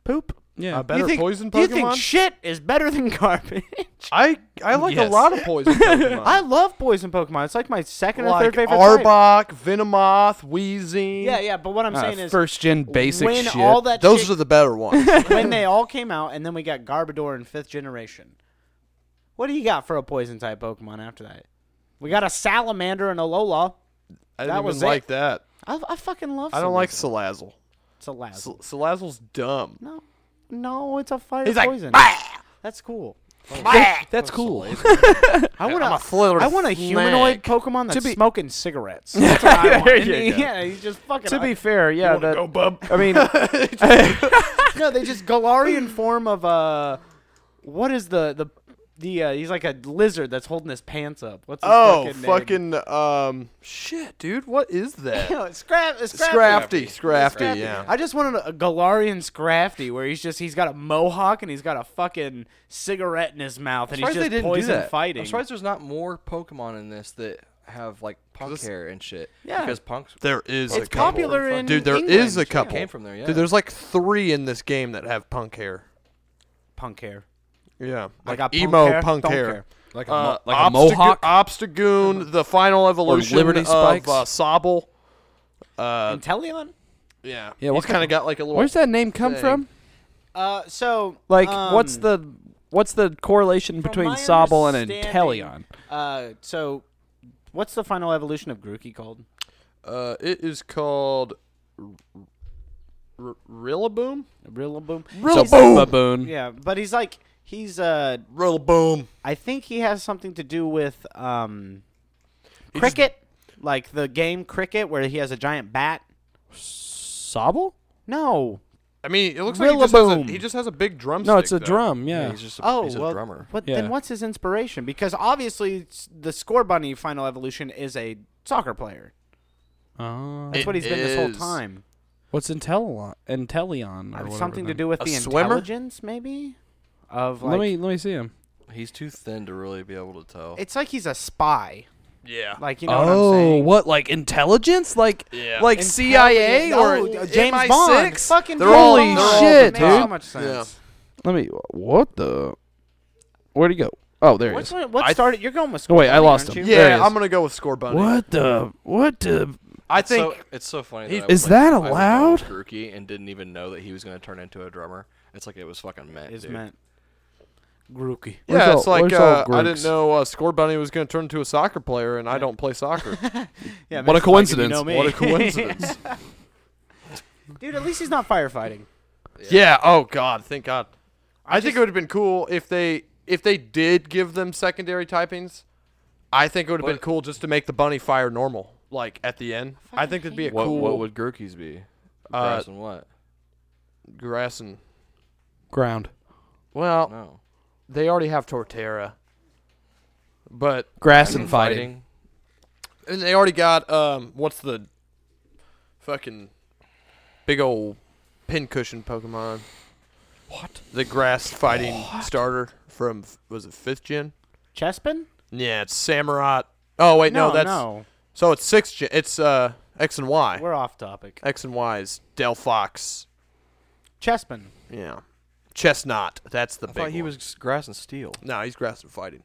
S2: Poop.
S3: Yeah.
S1: a better
S2: you think,
S1: poison
S2: do
S1: Pokemon?
S2: you think shit is better than <laughs> garbage?
S1: I I like
S3: Yes.
S1: a lot of poison
S2: <laughs>
S1: Pokemon.
S2: I love poison Pokemon. It's like my second or
S1: like
S2: third favorite. type.
S1: Arbok, Venomoth, Weezing.
S2: Yeah, yeah. But what I'm saying is,
S3: Uh, first gen basic
S2: when
S3: shit.
S2: all that
S1: Those
S2: shit-
S1: are the better
S2: <laughs>
S1: ones.
S2: when they all came out, and then we got Garbodor in fifth generation. What do you got for a poison type Pokemon after that? We got a Salamander and a Lola.
S1: I
S2: That
S1: didn't
S2: was
S1: even
S2: it.
S1: like that.
S2: I, I fucking love.
S1: I don't like Salazzle.
S2: Salazzle.
S1: Sal- Salazzle's dumb.
S2: no, no, it's a fire
S1: He's like,
S2: poison. That's cool.
S3: That's cool.
S2: I want
S1: I'm a Florida
S2: I want a humanoid Pokemon that's
S3: be-
S1: <laughs>
S2: smoking cigarettes. That's what I want.
S3: you go.
S2: <laughs> yeah, he's just fucking.
S3: to be fair, yeah. That, I mean,
S2: No, they just <laughs> Galarian form of uh, what is the the the uh, he's like a lizard that's holding his pants up. What's his
S1: Oh,
S2: fucking, <laughs>
S1: fucking, um, shit, dude. What is that?
S2: name? Scrap, Scrafty.
S1: Scrafty. Scrafty, yeah.
S2: I just wanted a, a Galarian Scrafty where he's just he's got a mohawk and he's got a fucking cigarette in his mouth and he's just poison fighting.
S4: I'm surprised there's not more Pokemon in this that have like punk hair and shit.
S2: Yeah.
S4: Because punks
S1: There is
S2: It's
S1: a couple.
S2: popular in
S1: Dude, there is
S2: England.
S1: a
S2: Yeah.
S1: couple.
S4: came from there. Yeah.
S1: Dude, there's like three in this game that have punk hair.
S2: punk hair.
S1: Yeah, like
S2: I got punk
S1: emo
S2: hair,
S1: punk
S2: don't
S1: hair.
S2: care.
S4: like a, mo-
S1: Uh,
S3: like a
S1: Obstagoon-
S3: mohawk?
S1: Obstagoon, the final evolution
S3: Liberty
S1: of
S3: Spikes?
S1: uh, Sobble.
S2: and Teleon?
S1: Yeah, He's
S3: Yeah, what
S1: kind of got like a little.
S3: where's that name come
S1: Thing.
S3: from?
S2: Uh, so
S3: Like, what's
S2: um,
S3: the what's the correlation
S2: from
S3: between
S2: my
S3: Sobble and
S2: understanding-
S3: Inteleon?
S2: Uh, so what's the final evolution of Grookey called?
S1: Uh, it is called
S6: R- Rillaboom?
S2: Real boom.
S3: It's a baboon.
S2: Yeah, but he's like he's uh
S1: Riddle boom.
S2: I think he has something to do with um
S1: He just-
S2: cricket, like the game cricket where he has a giant bat.
S3: Sobble?
S2: No.
S6: I mean, it looks like he just, has a,
S2: Rillaboom.
S6: he just has a big drumstick.
S3: No, it's a
S6: though.
S3: drum. Yeah.
S4: he's just a,
S2: Oh,
S4: he's a
S2: well,
S4: drummer.
S2: What,
S3: Yeah.
S2: Then what's his inspiration? Because obviously, s- the Score Bunny Final Evolution is a soccer player.
S3: Oh.
S2: That's
S4: It
S2: what he's been this whole
S4: is.
S2: time.
S3: What's Intellilon? Intellion or
S2: Uh,
S3: whatever
S2: something to
S3: then.
S2: do with
S1: A
S2: the
S1: swimmer?
S2: intelligence, maybe. Of like,
S3: let me let me see him.
S4: He's too thin to really be able to tell.
S2: it's like he's a spy.
S1: Yeah.
S2: Like you know
S3: oh,
S2: what I'm saying?
S3: what like intelligence? Like
S1: Yeah.
S3: like
S2: Intelli-
S3: CIA or
S2: No, uh, James
S3: MI6?
S2: Bond. Fucking
S3: They're
S2: James
S3: all-
S2: Bond.
S3: Holy shit,
S2: Makes so
S3: dude.
S2: much sense.
S3: Let me. What the? Where'd he go? Oh, there he
S2: What's
S3: is.
S2: what, what
S1: I-
S2: started? You're going with
S3: Oh,
S2: Score
S3: wait, I
S2: Bunny,
S3: lost
S2: aren't
S3: him.
S2: you?
S3: There he
S1: Yeah,
S3: is.
S1: I'm gonna go with Score Bunny.
S3: What the? What the?
S1: I
S4: It's so-
S1: think
S4: it's so funny.
S1: he's-
S4: that I
S3: Is
S4: went-
S3: that
S4: I went down
S3: allowed?
S4: with Grookey and didn't even know that he was going to turn into a drummer. It's like it was fucking meant.
S2: Is
S4: dude.
S2: meant. Grookey.
S3: Where's
S1: yeah, it's
S3: all-
S1: like
S3: where's all
S1: uh, I didn't
S3: Grooks?
S1: know uh, Score Bunny was gonna turn into a soccer player, and I don't play
S3: <laughs>
S1: soccer.
S2: Yeah,
S3: What a
S2: makes it like if you
S3: coincidence.
S2: know me.
S1: what a coincidence.
S2: <laughs> Dude, at least he's not firefighting.
S1: yeah. Oh God. Thank God. I, think it would have been cool if they if they did give them secondary typings. I think it would have been
S4: What-
S1: cool just to make the bunny fire normal, like at the end. I, think that'd be a
S4: What,
S1: cool
S4: what would Grookey's be?
S1: Uh,
S4: Grass and what?
S1: grass and.
S3: Ground.
S1: Well,
S4: No.
S1: they already have Torterra, but
S3: Grass and fighting.
S1: and they already got um what's the fucking big old pincushion Pokemon? What the grass fighting starter from f- was it fifth gen?
S2: Chespin?
S1: Yeah, it's Samurott. Oh wait, no,
S2: no,
S1: that's
S2: no.
S1: so it's sixth gen. It's uh X and Y.
S2: We're off topic.
S1: X and Y is Delphox.
S2: Chespin.
S1: Yeah, Chestnut. That's the
S4: I
S1: big.
S4: thought he
S1: one.
S4: was s- grass and steel.
S1: No, he's grass and fighting.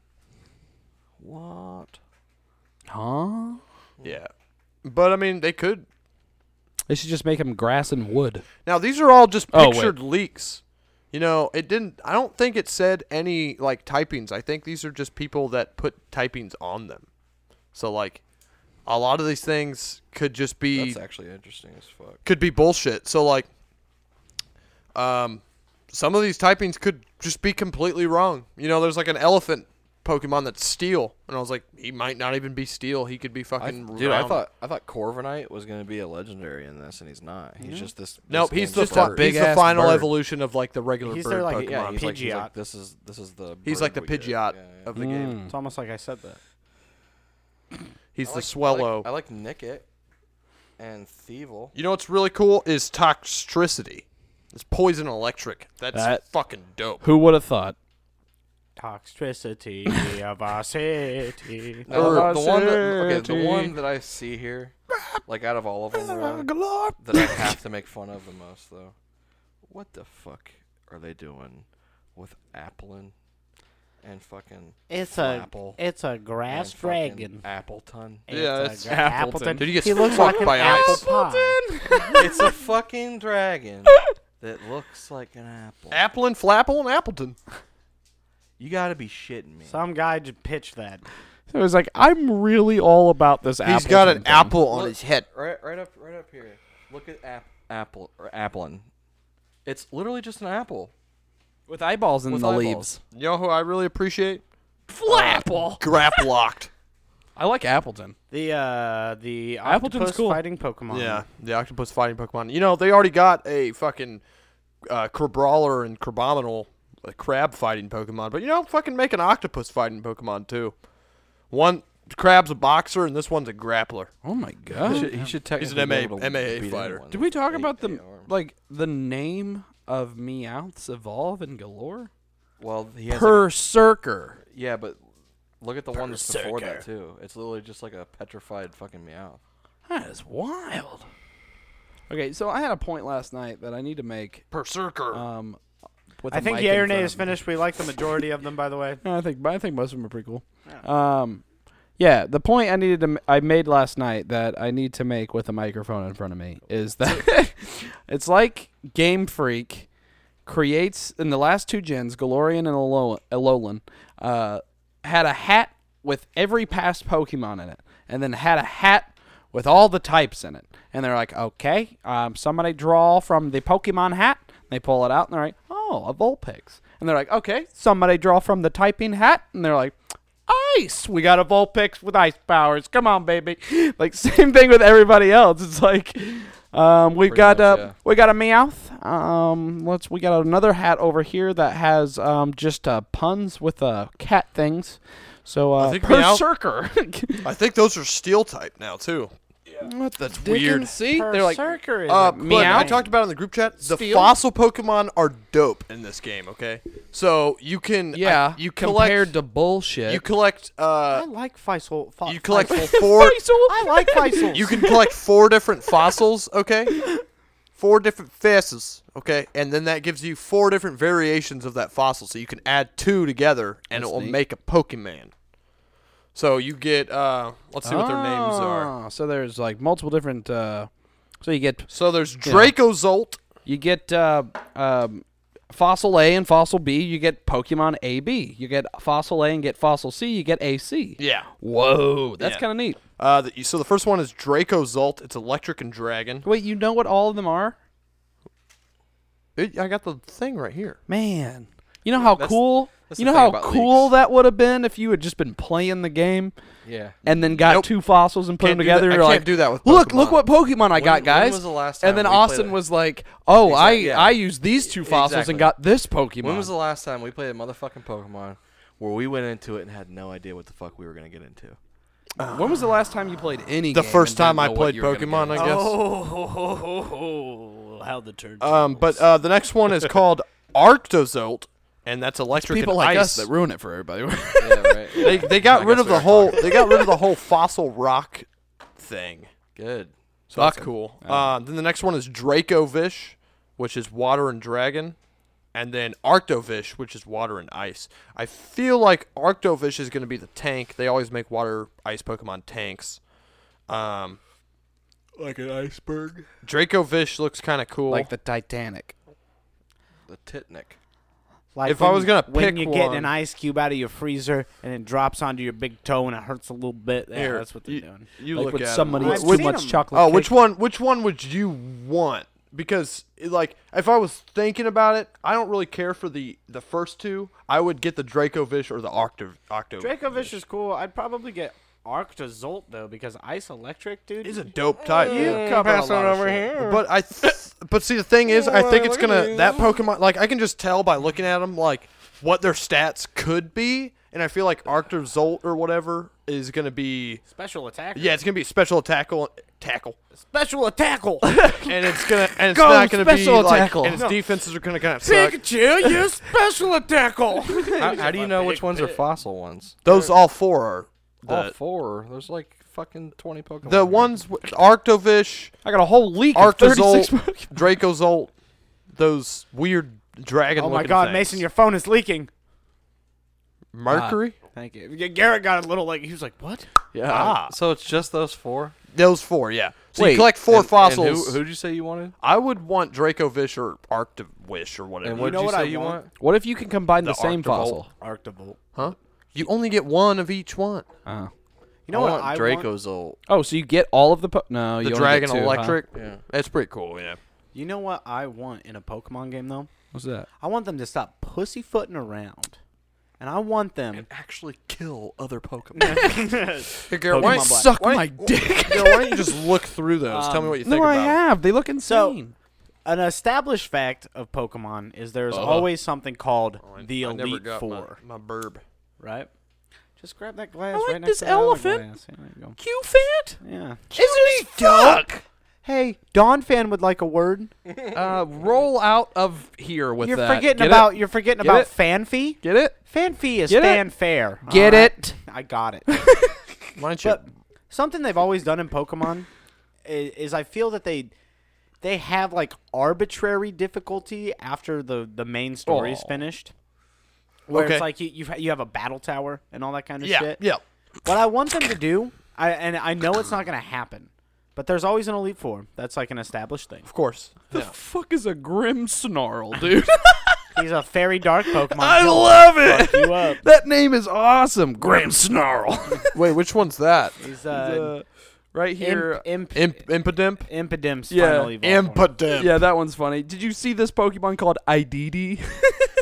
S4: What?
S3: Huh?
S1: Yeah, but I mean they could.
S3: They should just make him grass and wood.
S1: Now these are all just
S3: Oh, wait.
S1: pictured leaks. You know, it didn't. I don't think it said any like typings. I think these are just people that put typings on them. So like, a lot of these things could just be
S4: That's actually interesting as fuck.
S1: could be bullshit. So like, um, some of these typings could just be completely wrong. You know, there's like an elephant Pokemon that's steel, and I was like, he might not even be steel. He could be
S4: I,
S1: fucking.
S4: dude, I
S1: round.
S4: thought I thought Corviknight was going to be a legendary in this, and he's not. He's just this.
S1: Nope,
S4: this
S1: he's the
S4: game's
S1: fi-
S4: bird.
S1: he's the
S3: big-ass
S1: final
S3: bird.
S1: evolution of like the regular
S2: He's
S1: bird
S2: their, like,
S1: Pokemon.
S4: yeah, he's like, he's like
S2: Pidgeot.
S4: this is this is the.
S1: He's
S4: bird
S1: like the
S4: we get."
S1: Pidgeot
S4: Yeah, yeah.
S1: of the game.
S3: Hmm.
S2: It's almost like I said that.
S1: He's
S4: I
S1: the
S4: like- I
S1: Swellow.
S4: like, I like Nicket and Thievel.
S1: you know what's really cool is toxicity. It's poison electric. That's
S3: That-
S1: fucking dope.
S3: Who would have thought?
S2: Toxicity of our city.
S4: No, Er, the, the one that, okay, the one that I see here, like out of all of
S1: <laughs>
S4: them, really, that I have to make fun of the most though. What the fuck are they doing with Applin and fucking
S2: It's a
S4: Flapple
S2: it's a grass
S4: and fucking
S2: dragon.
S4: Appleton?
S1: Yeah, that's
S2: it's a gra- Appleton.
S1: Dude, he gets
S2: He looks
S1: fucked
S2: like an
S1: by
S2: apple
S1: ice.
S2: pie.
S4: it's a fucking dragon that looks like an apple.
S1: Apple and Flapple and Appleton.
S4: you gotta be shitting me.
S2: Some guy just pitched that.
S3: It was like, I'm really all about this apple.
S1: He's got an
S3: thing.
S1: apple on
S4: Look-
S1: his head.
S4: Right, right up, right up here. Look at app, apple or Applin. It's literally just an apple
S3: with eyeballs in
S4: with
S3: the
S4: eyeballs.
S3: leaves.
S1: You know who I really appreciate?
S3: Flapple.
S1: Graplocked.
S3: Uh, <laughs> I like Appleton.
S2: The uh the
S3: Appleton's
S2: octopus
S3: cool.
S2: fighting Pokemon.
S1: yeah, Um, the octopus fighting Pokemon. You know they already got a fucking uh, Crabrawler and Crabominal, a crab fighting Pokemon. But you know, fucking make an octopus fighting Pokemon too. One crab's a boxer and this one's a grappler.
S3: Oh my
S4: He
S3: god.
S4: should, he should technically
S1: MA
S4: be able to
S1: MAA
S4: beat
S1: fighter.
S4: anyone.
S3: Did we talk
S4: Eight-
S3: about the
S4: eight arm.
S3: like the name of Meowth's evolve and galore?
S4: Well, he has like,
S3: Berserker.
S4: yeah, but look at the one that's before that too. It's literally just like a petrified fucking meow.
S3: That is wild. Okay, so I had a point last night that I need to make.
S1: Berserker.
S3: Um, with
S2: I
S3: the
S2: think
S3: mic
S2: Yay
S3: in
S2: or Nay
S3: front
S2: is
S3: of me.
S2: finished. We like the majority of them, by the way.
S3: No, I think, but I think most of them are pretty cool. Um, yeah, the point I needed to m- I made last night that I need to make with a microphone in front of me is that <laughs> it's like Game Freak creates in the last two gens, Galorian and Elo- Alolan, uh, had a hat with every past Pokemon in it, and then had a hat with all the types in it. And they're like, okay, um, somebody draw from the Pokemon hat. They pull it out and they're like, oh, a Vulpix. And they're like, okay, somebody draw from the typing hat. And they're like, ice. We got a Vulpix with ice powers. Come on, baby. <laughs> Like same thing with everybody else. It's like um, we
S4: Pretty
S3: got
S4: much,
S3: a
S4: yeah.
S3: we got a Meowth. Um, let's we got another hat over here that has um, just uh, puns with uh, cat things. So uh,
S1: think
S3: per
S1: Meowth- <laughs>
S3: circer.
S1: I think those are steel type now too.
S3: <laughs> what the dickens?
S1: weird.
S3: See, they're like
S2: Berserker is
S1: Uh,
S2: a
S1: but I
S3: Meowth?
S1: talked about it in the group chat. The
S3: Steel?
S1: fossil Pokemon are dope in this game. Okay, so you can I-
S3: yeah.
S1: you
S3: compared
S1: collect
S3: to bullshit.
S1: you collect
S2: I
S1: uh
S2: like Faisal. Fa-
S1: you collect <laughs>
S2: Faisal.
S3: <laughs>
S1: four
S2: I like Faisal.
S1: you can collect four different fossils. Okay, four different fossils. Okay, and then that gives you four different variations of that fossil. So you can add two together, and
S3: That's
S1: it will
S3: neat.
S1: make a Pokemon. So you get uh, let's see what their names are.
S3: Ah, So there's like multiple different. Uh, so you get
S1: So there's Dracozolt.
S3: You get uh, um, fossil A and fossil B. You get Pokemon AB. You get fossil A and get fossil C. You get AC.
S1: Yeah.
S3: Whoa, that's
S1: Yeah.
S3: kind of neat.
S1: Uh, the, so the first one is Dracozolt. It's electric and dragon.
S3: Wait, you know what all of them are?
S1: It- I got the thing right here.
S3: Man, you know how
S4: that's-
S3: cool.
S4: that's
S3: You
S4: the
S3: know
S4: thing
S3: how
S4: about
S3: cool
S4: leaks.
S3: that would have been if you had just been playing the game
S4: Yeah.
S3: and then got
S1: Nope.
S3: two fossils and put
S1: Can't
S3: them
S1: do that-
S3: together.
S1: I
S3: and you're
S1: can't
S3: like,
S1: do that with
S3: Look, look
S1: Pokemon."
S3: what Pokemon I got,
S4: when
S3: guys.
S4: was the last
S3: and
S4: time
S3: then
S4: we played
S3: Austin
S4: it?
S3: was like, "Oh, I
S4: Exact- yeah.
S3: I used these two fossils
S4: Exactly.
S3: and got this Pokemon."
S4: When was the last time we played a motherfucking Pokemon where we went into it and had no idea what the fuck we were gonna get into?
S3: when was the last time you played any?
S1: The
S3: game
S1: first
S3: and didn't
S1: time I
S3: know what
S1: played
S3: you were gonna
S1: Pokemon,
S3: get?
S1: I guess.
S5: Oh, ho, ho, ho,
S2: Oh,
S5: ho, how the turn.
S1: Um, but uh, the next one is <laughs> called Arctozolt, and that's electric
S3: people
S1: and
S3: like
S1: ice.
S3: us that ruin it for everybody. <laughs>
S4: Yeah, right.
S1: They, they got
S4: I
S1: rid
S4: guess
S1: of
S4: we
S1: the
S4: were
S1: whole
S4: talking.
S1: they got rid of the whole fossil rock thing.
S4: Good.
S1: So that's cool. Uh, then the next one is Dracovish, which is water and dragon, and then Arctovish, which is water and ice. I feel like Arctovish is going to be the tank. They always make water ice Pokemon tanks. Um,
S6: Like an iceberg.
S1: Dracovish looks kind of cool.
S3: like the Titanic.
S4: The Titnik.
S2: Like
S1: If I was gonna
S2: when
S1: pick
S2: you get
S1: one-
S2: an ice cube out of your freezer and it drops onto your big toe and it hurts a little bit, yeah,
S1: Here,
S2: that's what they're
S1: you-
S2: doing.
S1: you
S3: like
S1: look
S3: when
S1: at 'em.
S3: somebody
S2: I've
S3: eats too
S2: seen
S3: much
S2: 'em.
S3: chocolate.
S1: Oh,
S3: cake.
S1: which one? Which one would you want? Because like, if I was thinking about it, I don't really care for the the first two. I would get the Dracovish or the Octo Octo.
S2: Dracovish is cool. I'd probably get Arctozolt though because Ice Electric, dude.
S1: is a dope type.
S2: you cover a lot of shit.
S1: But I, th- <laughs> but see, the thing is, I think it's gonna that Pokemon. Like, I can just tell by looking at them, like what their stats could be, and I feel like Arctozolt or whatever is gonna be.
S2: Special attack.
S1: Yeah, it's gonna be special tackle tackle. <laughs>
S2: Special tackle.
S1: and it's gonna and it's
S3: Go,
S1: not gonna be
S3: special
S1: like,
S3: tackle.
S1: and its defenses are gonna kind of suck.
S2: Pikachu, you special tackle.
S4: <laughs> How, how do you know which ones are fossil ones?
S1: Those all four are the
S4: All four. There's like fucking twenty Pokemon.
S1: the
S4: here.
S1: ones with Arctovish, <laughs>
S3: I got a whole leak. of 36 <laughs>
S1: Arctozolt, <laughs> Dracozolt, those weird dragon.
S2: oh my God, Mason, your phone is leaking.
S1: Mercury.
S3: Thank you.
S2: Yeah, Garrett got a little like he was like, "What?"
S4: Yeah.
S1: Ah.
S4: So it's just those four.
S1: Those four, yeah. So
S3: Wait,
S1: you collect four
S4: And- and
S1: fossils.
S4: who who'd you say you wanted?
S1: I would want Dracovish or Arctovish or whatever.
S4: And what'd
S2: know
S4: you
S2: what
S4: say
S2: I
S4: you
S2: want?
S4: want?
S3: What if you can combine the, same
S4: Arctovolt.
S3: fossil?
S2: Arctovolt.
S1: huh? You only get one of each one.
S3: Uh,
S2: You know
S4: I
S2: what?
S4: want
S2: I Want,
S4: Dracozolt.
S3: oh, so you get all of the po- no, you
S1: The
S3: only
S1: Dragon
S3: get two, huh?
S1: Electric.
S4: Yeah.
S1: That's pretty cool, yeah.
S2: you know what I want in a Pokemon game though?
S3: What's that?
S2: I want them to stop pussyfooting around, and I want them.
S4: <laughs> Actually, kill other
S1: <laughs>
S4: Pokemon.
S1: Here, Garrett, why
S2: Pokemon
S1: don't,
S2: Black.
S1: suck <laughs> my dick. Garrett, why don't you <laughs> just look through those? Tell me what you think
S3: no, I
S1: about 'em.
S3: have. They look insane.
S2: An established fact of Pokemon is there's
S3: Uh-huh.
S2: always something called
S3: Oh,
S2: the
S1: I never
S2: Elite
S1: got my-
S2: Four,
S1: My, burb.
S2: right? Just grab that glass.
S3: like
S2: right next
S3: this
S2: to that other
S3: elephant.
S2: glass. Yeah, there you
S3: Q Fant?
S2: go. Yeah.
S3: Isn't he duck?
S2: Hey, Dawn fan would like a word.
S3: Uh, roll out of here with
S2: You're
S3: that.
S2: forgetting
S3: Get it?
S2: about you're forgetting
S3: Get
S2: about
S3: it?
S2: fanfee.
S3: Get it?
S2: Fanfee is
S3: Get it?
S2: fanfare.
S3: Get
S2: alright?
S3: it?
S2: I got it. <laughs>
S1: Why don't you?
S2: but something they've always done in Pokemon is, is I feel that they they have like arbitrary difficulty after the the main story's
S3: Aw.
S2: finished. Where
S1: Okay.
S2: it's like you you've, ha- you have a battle tower and all that kind of
S1: yeah,
S2: shit.
S1: yeah.
S2: What I want them to do, I and I know it's not going to happen, but there's always an elite four. That's like an established thing.
S1: Of <laughs> course.
S3: The fuck is a grim <laughs> snarl, dude?
S2: He's a fairy dark Pokemon.
S3: I
S2: He'll
S3: love it.
S2: fuck
S3: <laughs>
S2: you up.
S3: That name is awesome, Grim Snarl.
S2: <laughs>
S1: Wait, which one's that?
S2: He's uh,
S3: <laughs> right here.
S2: imp, imp,
S1: Imp, impidimp.
S2: Impidim's
S3: Yeah,
S2: final evil. form.
S1: Impidimp.
S3: yeah, that one's funny. Did you see this Pokemon called Ididi? <laughs>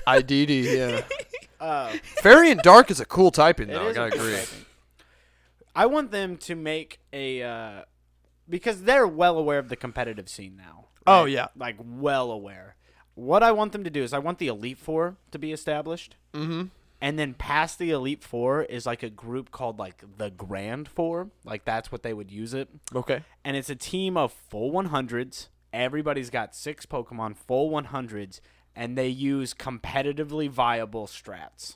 S1: IDD, <laughs> yeah.
S2: <laughs> Uh,
S1: Fairy and Dark is a cool typing, though. I
S2: is a
S1: gotta
S2: cool
S1: agree.
S2: typing. I want them to make a uh, because they're well aware of the competitive scene now.
S1: Oh, yeah.
S2: like well aware. What I want them to do is I want the Elite Four to be established, mm-hmm. and then past the Elite Four is like a group called like the Grand Four. Like that's what they would use it,
S1: Okay.
S2: and it's a team of full 100s. Everybody's got six Pokemon, full 100s, and they use competitively viable strats.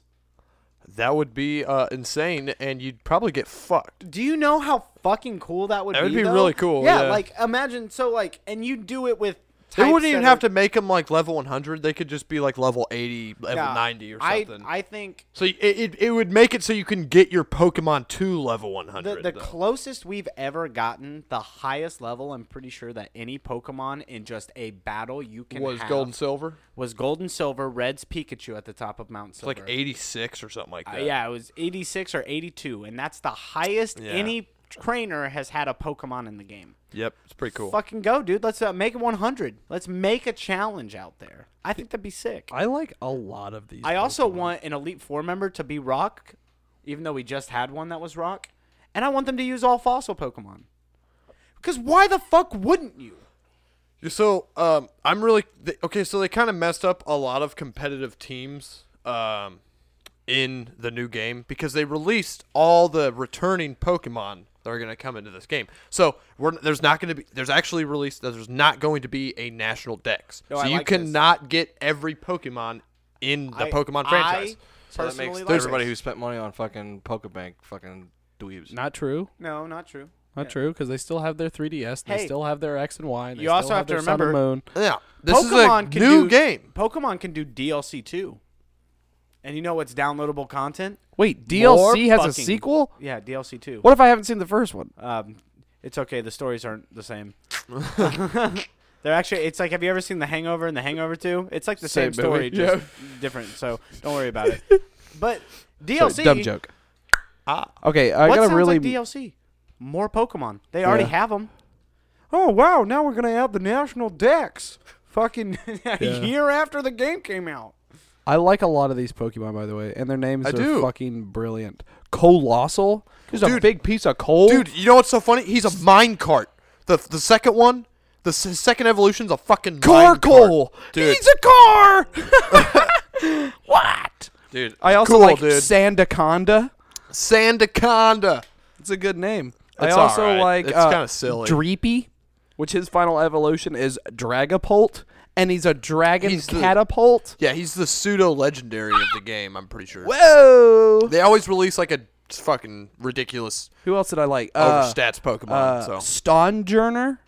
S1: That would be uh, insane, and you'd probably get fucked.
S2: Do you know how fucking cool that would be?
S1: That would be
S2: though?
S1: really cool,
S2: Yeah,
S1: yeah.
S2: like imagine so like, and you do it with.
S1: They
S2: types
S1: wouldn't even
S2: that
S1: have
S2: are-
S1: to make them like level 100. They could just be like level 80, level
S2: Yeah,
S1: 90 or
S2: I
S1: something.
S2: I think
S1: so it, it, it would make it so you can get your Pokemon to level 100.
S2: the the
S1: though.
S2: closest we've ever gotten, the highest level. I'm pretty sure that any Pokemon in just a battle you can
S1: was
S2: have
S1: gold and silver?
S2: was gold and silver. Red's Pikachu at the top of Mount
S1: It's
S2: Silver.
S1: like 86 or something like
S2: Uh,
S1: that.
S2: yeah, it was 86 or 82, and that's the highest
S1: Yeah.
S2: any trainer has had a Pokemon in the game.
S1: Yep. It's pretty cool.
S2: Fucking go, dude. Let's uh, make it 100. Let's make a challenge out there. I think that'd be sick.
S3: I like a lot of these.
S2: I also want an Elite Four member to be Rock, even though we just had one that was Rock. And I want them to use all fossil Pokemon. Because why the fuck wouldn't you?
S1: Yeah, So um, I'm really th okay. So they kind of messed up a lot of competitive teams um, in the new game because they released all the returning Pokemon that are going to come into this game. So we're, there's not going to be there's actually released there's not going to be a national dex.
S2: No,
S1: so
S2: Oh, I
S1: you
S2: like this.
S1: cannot get every Pokemon in the
S2: I-
S1: Pokemon
S2: I
S1: franchise.
S4: So that makes
S2: personally like
S4: everybody
S2: this.
S4: who spent money on fucking Pokebank fucking dweebs. <laughs>
S3: Not true.
S2: No, not true.
S3: Not true, because they still have their 3DS. They
S2: Hey.
S3: still have their X and Y. And they
S2: You
S3: still
S2: also have to
S3: their Sun and
S2: remember-
S3: Moon.
S1: yeah, this
S2: Pokemon
S1: is a
S2: can
S1: new
S2: do-
S1: game.
S2: Pokemon can do DLC too. And you know what's downloadable content?
S3: Wait, DLC has a
S2: fucking-
S3: sequel?
S2: Yeah, DLC too.
S3: What if I haven't seen the first one?
S2: Um, it's okay. The stories aren't the same. They're actually. It's like. Have you ever seen The Hangover and The Hangover Two? It's like the same,
S3: Same
S2: story,
S3: movie.
S2: just different. So don't worry about it. But DLC.
S3: Sorry, dumb joke.
S1: Ah.
S3: Okay, I
S2: what
S3: gotta
S2: sounds
S3: really.
S2: like DLC? More Pokemon. They already
S3: Yeah.
S2: have them.
S5: Oh wow! Now we're gonna add the national decks.
S2: Fucking a year after the game came out.
S3: I like a lot of these Pokemon, by the way, and their names
S1: I
S3: are
S1: do.
S3: fucking brilliant. Colossal. There's a
S1: Dude.
S3: big piece of coal.
S1: Dude, you know what's so funny? He's a mine cart. The the second one, the s- second evolution's a fucking
S3: car
S1: mine cart.
S3: coal.
S1: Dude.
S3: He's a
S2: <laughs>
S3: car. <laughs> what?
S4: Dude,
S3: I also
S1: Cool,
S3: like
S1: dude.
S3: Sandaconda.
S1: Sandaconda.
S3: It's a good name.
S1: It's
S3: I also
S1: alright.
S3: like
S1: It's
S3: uh,
S1: kinda silly.
S3: Dreepy, which his final evolution is Dragapult, and he's a dragon
S1: He's the-
S3: catapult.
S1: Yeah, he's the pseudo legendary of the game. I'm pretty sure.
S3: Whoa!
S1: They always release like a fucking ridiculous
S3: Who else did I like?
S1: over
S3: Uh,
S1: stats Pokemon. so
S3: uh, Stonjourner,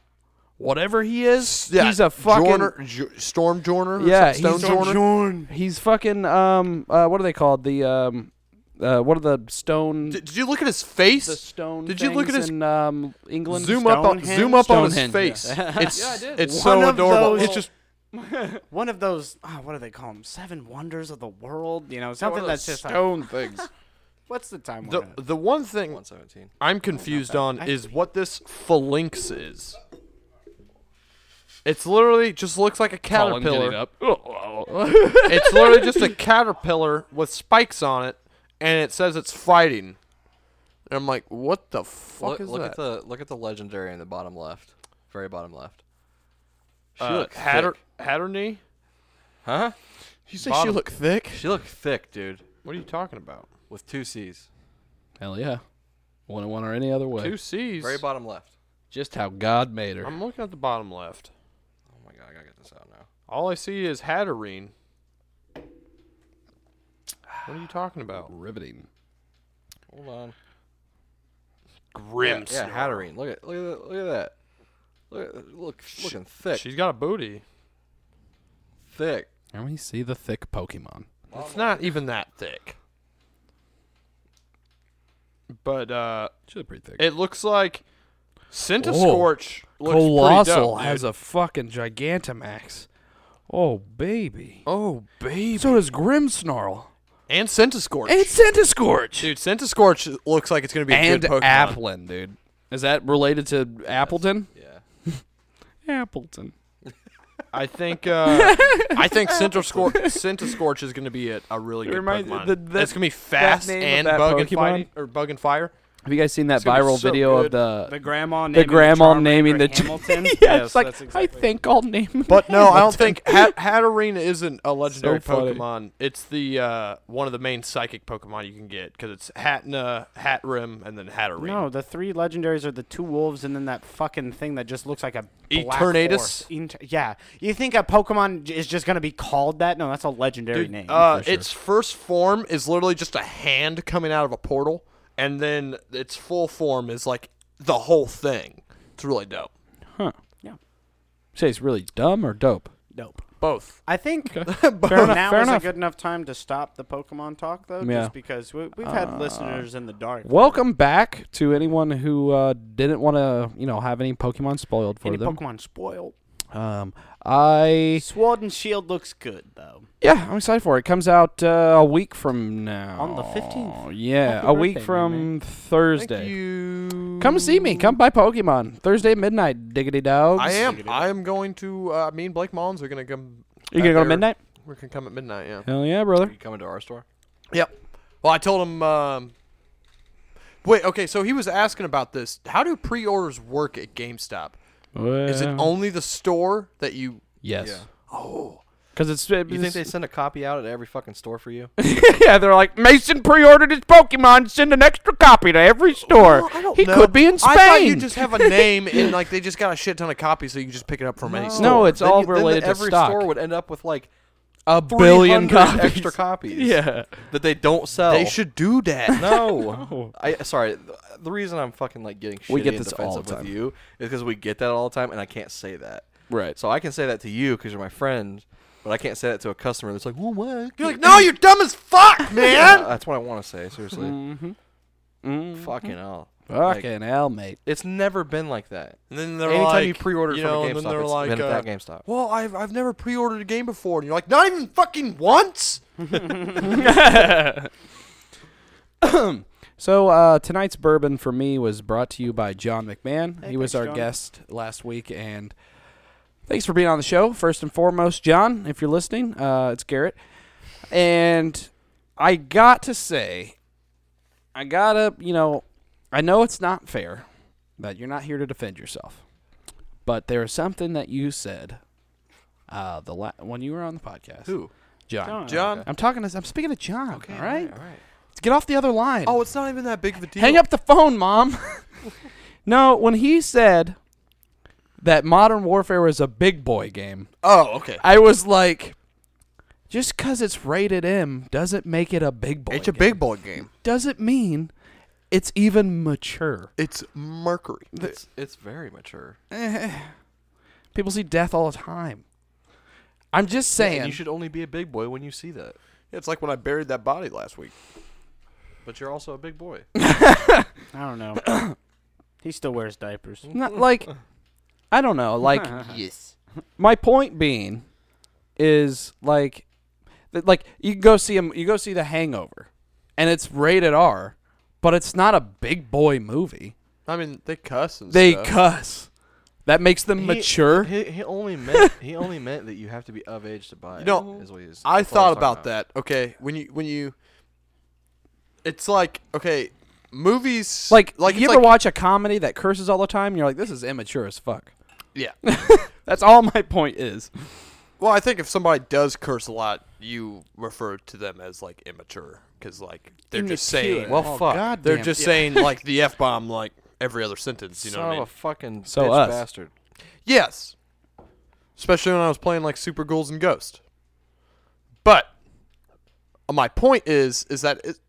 S3: whatever he is,
S1: yeah,
S3: he's a fucking
S1: Jorner, J- Storm Jorner. or
S3: Yeah,
S1: something?
S3: he's-
S1: Stone Jorner.
S3: He's fucking um uh what are they called? The um uh what are the stone
S1: Did, did you look at his face?
S3: the stone
S1: Did you look at
S3: things
S1: his
S3: in um England?
S1: zoom up on
S2: Stonehenge?
S1: zoom up on his
S3: Stonehenge,
S1: face?
S3: <laughs>
S1: It's it's
S2: One
S1: so
S2: of
S1: adorable.
S2: those-
S1: It's just
S2: One of those. ah, what do they call them? Seven wonders of the world. You know, something that's just like.
S3: stone things.
S2: What's the time?
S1: the
S2: on it?
S1: the one thing
S4: 117.
S1: I'm confused on is what this phalanx is. It's literally just looks like a caterpillar. it's literally just a caterpillar with spikes on it, and it says it's fighting. And I'm like, what the fuck
S4: Look,
S1: is
S4: look
S1: that?
S4: at the look at the legendary in the bottom left, very bottom left. She
S1: Uh,
S4: look
S1: Hatter
S4: thick.
S1: Hatterney?
S4: huh?
S1: You say
S4: Bottom.
S1: look thick?
S4: She look thick, dude,
S1: What are you talking about?
S4: with two C's.
S3: Hell yeah. One one or any other way.
S1: Two C's.
S4: Very bottom left.
S3: Just how God made her.
S1: I'm looking at the bottom left.
S4: Oh my god, I gotta get this out now.
S1: All I see is Hatterene. What are you talking about?
S3: Riveting.
S4: Hold on.
S1: Grim.
S4: Yeah, Hatterene. Look at look at that- look at that. Look at- look looking thick,
S1: She's got a booty.
S4: thick.
S3: And we see the thick Pokemon.
S1: It's not even that thick. But uh
S3: She's pretty thick.
S1: it looks like Cinta
S3: Whoa.
S1: Scorch looks pretty
S3: Colossal
S1: dope,
S3: has
S1: dude.
S3: a fucking Gigantamax. Oh baby.
S1: Oh baby.
S3: So does Grimmsnarl.
S1: And Cinta Scorch.
S3: And Scorch.
S1: Dude, Cinta Scorch looks like it's gonna be a
S3: and
S1: good Pokemon.
S3: Applin, dude. Is that related to Appleton?
S4: Yeah.
S3: Appleton.
S1: I think <laughs> uh, I think Center Scor- Center Scorch is going to be a, a really good
S3: reminds-
S1: Pokemon.
S3: the- the-
S1: it's going to be fast
S3: name of
S1: and
S3: that
S1: bug and
S3: Pokemon?
S1: fighting, or bug and fire.
S3: Have you guys seen that
S1: It's gonna be
S3: viral
S1: so
S3: video
S1: good.
S3: of <laughs> the?
S2: The grandma naming
S3: Uh, the grandma
S2: Charmander
S3: naming the
S2: Hamilton.
S3: <laughs> yeah,
S2: yes,
S3: it's like
S2: that's exactly.
S3: I think I'll name. <laughs>
S1: But no, I don't think <laughs> Hat- Hatterene isn't a legendary
S3: funny.
S1: Pokemon. It's the uh, one of the main psychic Pokemon you can get because it's Hatna, Hatrim, and then Hatterene.
S2: No, the three legendaries are the two wolves, and then that fucking thing that just looks like a
S3: E-
S2: black
S1: Eternatus?
S2: horse. Inter- yeah, you think a Pokemon j- is just gonna be called that? No, that's a legendary
S1: Dude,
S2: name.
S1: Uh, Its first form is literally just a hand coming out of a portal, and then its full form is like the whole thing. It's really dope.
S3: Huh?
S2: Yeah.
S3: Say it's really dumb or dope.
S2: Dope.
S1: Both.
S2: I think <laughs>
S3: Fair enough.
S2: now
S3: fair
S2: is
S3: enough.
S2: a good enough time to stop the Pokemon talk, though,
S3: Yeah. Uh,
S2: just because we, we've had listeners in the dark.
S3: Welcome back to anyone who uh, didn't want to, you know, have any Pokemon spoiled for
S2: Any
S3: them.
S2: Pokemon spoiled?
S3: Um, I
S2: Sword and Shield looks good though.
S3: yeah, I'm excited for it. it comes out uh, a week from now
S2: On the 15th.
S3: Yeah,
S2: Happy
S3: a week
S2: birthday,
S3: from
S2: Mimi.
S3: Thursday. Come see me. Come buy Pokemon Thursday at midnight. Diggity dogs.
S1: I am. I am going to. Uh, me and Blake Mullins are gonna come.
S3: You gonna
S1: at
S3: go to
S1: their-
S3: midnight?
S1: We're gonna come at midnight.
S3: <laughs>
S1: Yeah.
S3: Hell yeah,
S4: Are
S3: brother.
S4: you coming to our store?
S1: Yep. Well, I told him. Um, wait. Okay. So he was asking about this. How do pre-orders work at GameStop? Is it
S3: Well,
S1: only the store that you?
S3: Yes.
S4: Yeah.
S3: Because it's, <laughs>
S4: You think they
S3: it's-
S4: send a copy out at every fucking store for <laughs> you?
S3: yeah, they're like Mason pre-ordered his Pokemon. Send an extra copy to every store.
S1: Well, I don't
S3: he
S1: know.
S3: could be in Spain.
S1: I thought you just have a <laughs> name and like they just got a shit ton of copies, so you can just pick it up from any store.
S3: no, it's
S4: Then
S3: all
S4: you- then the-
S3: related to
S4: every
S3: stock.
S4: store would end up with like
S3: a
S4: 300 extra <laughs> copies.
S3: Yeah.
S4: that they don't sell.
S1: They should do that. <laughs>
S4: <laughs> No. I sorry. th- The reason I'm fucking like getting shitty
S3: We get
S4: and
S3: this all the
S4: defensive
S3: time.
S4: with you is because we get that all the time, and I can't say that.
S3: Right.
S4: So I can say that to you because you're my friend, but I can't say that to a customer that's like, "Well, what?"
S1: You're like, no, you're dumb as <laughs> fuck,
S4: Yeah,
S1: man.
S4: that's what I want to say. Seriously. Fucking hell. Like,
S3: Fucking hell, mate.
S4: it's never been like that.
S1: And then they're
S4: Anytime
S1: like,
S4: you pre-order
S1: you
S4: from
S1: know,
S4: a
S1: and then
S4: GameStop,
S1: they're
S4: it's
S1: like,
S4: been
S1: uh,
S4: at that GameStop.
S1: Well, I've I've never pre-ordered a game before, and you're like, not even fucking once.
S3: So uh, tonight's bourbon for me was brought to you by John McMahon. he was
S2: thanks,
S3: our
S2: John.
S3: guest last week, and thanks for being on the show. First and foremost, John, if you're listening, uh, it's Garrett, and I got to say, I gotta, you know, I know it's not fair that you're not here to defend yourself, but there is something that you said uh, the la- when you were on the podcast.
S1: Who?
S3: John?
S1: John.
S3: I'm talking to. I'm speaking to John. all right.
S4: All right.
S3: Get off the other line.
S1: Oh, it's not even that big of a deal.
S3: Hang up the phone, mom. <laughs> no, when he said that Modern Warfare was a big boy game,
S1: Oh, okay.
S3: I was like, just because it's rated M doesn't make it a big boy.
S1: It's a
S3: game.
S1: big boy game.
S3: Doesn't mean it's even mature.
S1: It's Mercury.
S4: It's it's very mature.
S3: eh. People see death all the time. I'm just saying.
S4: And you should only be a big boy when you see that.
S1: It's like when I buried that body last week.
S4: But you're also a big boy.
S2: I don't know.
S3: <coughs>
S2: he still wears diapers.
S3: Not like I don't know, like
S1: Uh-huh.
S3: yes. My point being is like that like you can go see him you go see The Hangover and it's rated R, but it's not a big boy movie.
S1: I mean, they cuss and
S3: They
S1: stuff.
S3: cuss. That makes them
S4: He-
S3: mature.
S4: He, he only meant he only meant that you have to be of age to buy.
S1: You know,
S4: it, is what he was-
S1: I
S4: that's what I
S1: thought
S4: was talking
S1: about that. Okay, when you when you, it's like okay, movies
S3: like
S1: like
S3: like you
S1: it's
S3: ever
S1: like-
S3: watch a comedy that curses all the time and you're like this is immature as fuck.
S1: Yeah.
S3: That's all my point is.
S1: Well, I think if somebody does curse a lot, you refer to them as like immature because like they're just saying
S4: Well,
S2: Oh,
S4: fuck.
S1: they're just saying like the f bomb like every other sentence. You know
S4: Son
S1: what I
S4: of
S1: mean?
S4: a fucking
S3: So
S4: bitch
S3: us.
S4: bastard.
S1: yes. Especially when I was playing like Super Ghouls and Ghost. But my point is is that it,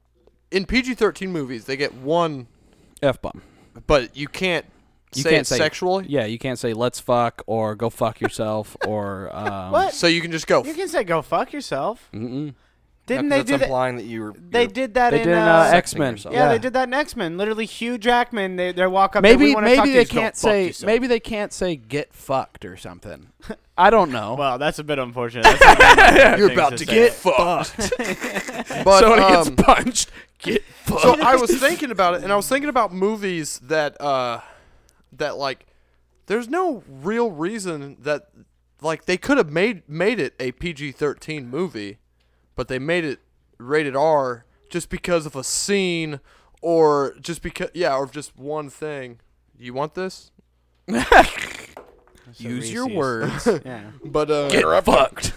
S1: in PG-13 movies they get one
S3: F bomb.
S1: but you can't
S3: You
S1: say
S3: can't
S1: it
S3: say-
S1: sexually.
S3: Yeah, you can't say let's fuck or go fuck yourself or um,
S2: <laughs> What?
S1: So you can just go.
S2: You can say go fuck yourself.
S3: Mm-mm.
S2: Didn't they
S4: that's
S2: do that?
S4: implying that you were.
S2: They
S4: you're
S2: did that
S3: They
S2: in,
S3: did in,
S2: uh,
S3: uh, X-Men.
S4: yourself.
S2: yeah, they
S3: yeah.
S2: did that in X Men. Literally, Hugh Jackman. They they walk up. there, "We
S3: Maybe
S2: wanna talk
S3: maybe
S2: to you."
S3: they
S2: He's going,
S3: can't
S2: "Fuck
S3: say
S2: you, son."
S3: maybe they can't say get fucked or something. <laughs> I don't know.
S2: Well, that's a bit
S3: <laughs>
S2: unfortunate. That's
S1: You're about to get fucked. but
S3: so he
S1: um,
S3: gets <laughs> punched. Get
S1: <laughs>
S3: fucked.
S1: so I was thinking about it, and I was thinking about movies that uh that like there's no real reason that like they could have made made it a PG-13 movie, but they made it rated R just because of a scene or just because yeah, or just one thing. You want this?
S3: Use your words.
S2: Yeah.
S1: But uh
S3: get fucked.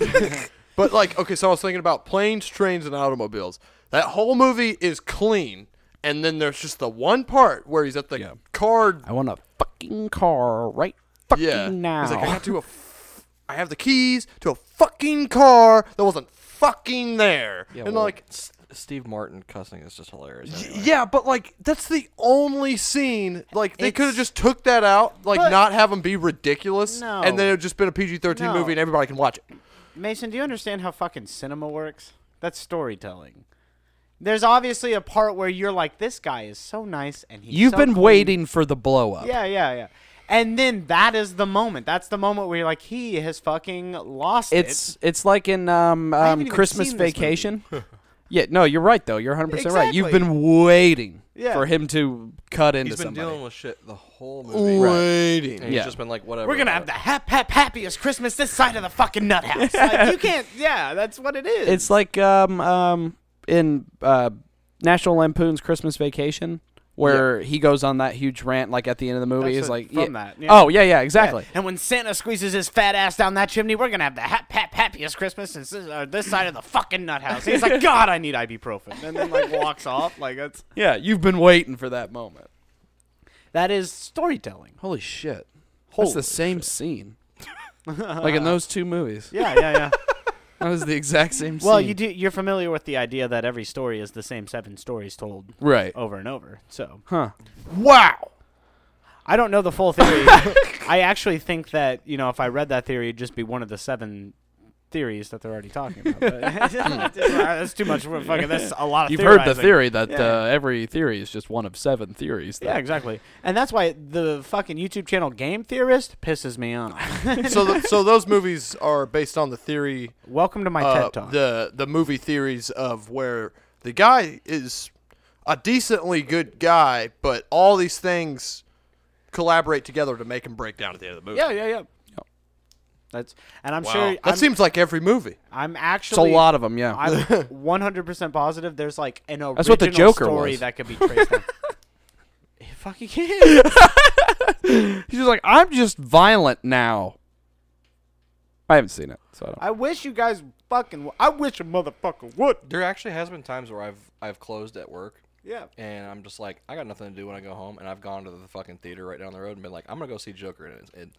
S1: But like, okay, so I was thinking about planes, trains, and automobiles. That whole movie is clean, and then there's just the one part where he's at the
S3: Yeah.
S1: card.
S3: <laughs> I want a fucking car right fucking
S1: yeah,
S3: now.
S1: he's like, I have to. A f- I have the keys to a fucking car that wasn't fucking there,
S4: Yeah,
S1: and
S4: well,
S1: like.
S4: S- Steve Martin cussing is just hilarious.
S1: y-
S4: anyway.
S1: Yeah, but like that's the only scene. Like they could have
S2: It's-
S1: just took that out, like
S2: But-
S1: not have him be ridiculous,
S2: No.
S1: and then it would just been a PG thirteen
S2: No.
S1: movie, and everybody can watch it.
S2: Mason, do you understand how fucking cinema works? That's storytelling. There's obviously a part where you're like, this guy is so nice and he's
S3: <laughs> You've
S2: so
S3: been
S2: clean."
S3: waiting for the blow up.
S2: Yeah, yeah, yeah. And then that is the moment. That's the moment where you're like, he has fucking lost
S3: It's it's like in um,
S2: haven't
S3: um
S2: even
S3: Christmas
S2: seen this movie. <laughs>
S3: Vacation. yeah, no, you're right though. You're 100 percent right. You've
S2: Exactly.
S3: been waiting
S2: Yeah.
S3: for him to cut into
S4: He's been
S3: somebody.
S4: dealing with shit the whole movie.
S1: Waiting.
S4: And he's
S3: Yeah.
S4: just been like, whatever.
S2: it. We're gonna have the hap hap happiest Christmas this side of the fucking nut <laughs> house. like, you can't. Yeah, that's what it is.
S3: It's like um um in uh National Lampoon's Christmas Vacation where he goes on that huge rant like at the end of the movie
S2: That's
S3: is
S2: what-
S3: like
S2: from
S3: yeah.
S2: that, yeah.
S3: Oh yeah, yeah,
S2: Yeah,
S3: exactly.
S2: And when Santa squeezes his fat ass down that chimney, we're gonna have the hap hap happiest Christmas since this, or this side of the fucking nut house. He's like, God, I need ibuprofen, and then like walks off. Like that's
S3: Yeah. you've been waiting for that moment.
S2: that is storytelling.
S3: Holy shit.
S2: Holy
S3: That's the same <laughs> scene. like in those two movies.
S2: Yeah, yeah, <laughs> yeah.
S3: <laughs> That was the exact same scene.
S2: well, you do. You're familiar with the idea that every story is the same seven stories told
S3: Right.
S2: over and over. So
S3: Huh.
S1: Wow.
S2: I don't know the full
S3: <laughs>
S2: theory. I actually think that you know if I read that theory, it'd just be one of the seven theories that they're already talking about.
S3: <laughs>
S2: But <laughs> uh, that's too much. for- Fucking, that's a lot of.
S3: You've heard the
S2: theorizing.
S3: theory that
S2: Yeah.
S3: uh, every theory is just one of seven theories.
S2: Yeah,
S3: that-
S2: exactly. And that's why the fucking YouTube channel Game Theorist pisses me
S3: <laughs>
S2: off.
S1: so, th- so those movies are based on the theory
S2: Welcome to my
S1: uh,
S2: TED Talk.
S1: the the movie theories of where the guy is a decently good guy, but all these things collaborate together to make him break down at the end of the movie.
S2: yeah, yeah, yeah. That's and I'm
S1: Wow.
S2: sure
S1: that
S2: I'm,
S1: seems like every movie.
S2: I'm
S3: It's a
S2: actually
S3: lot of them, yeah.
S2: I'm
S3: <laughs>
S2: 100% positive there's like an original
S3: That's what the Joker
S2: story
S3: was.
S2: that could be traced
S3: <laughs>
S2: back. It fucking <laughs> is.
S3: He's just like, I'm just violent now. I haven't seen it, so I don't.
S2: I wish you guys fucking w- I wish a motherfucker would.
S4: There actually has been times where I've I've closed at work
S2: Yeah.
S4: and I'm just like, I got nothing to do when I go home, and I've gone to the fucking theater right down the road and been like, I'm gonna go see Joker, and it, it,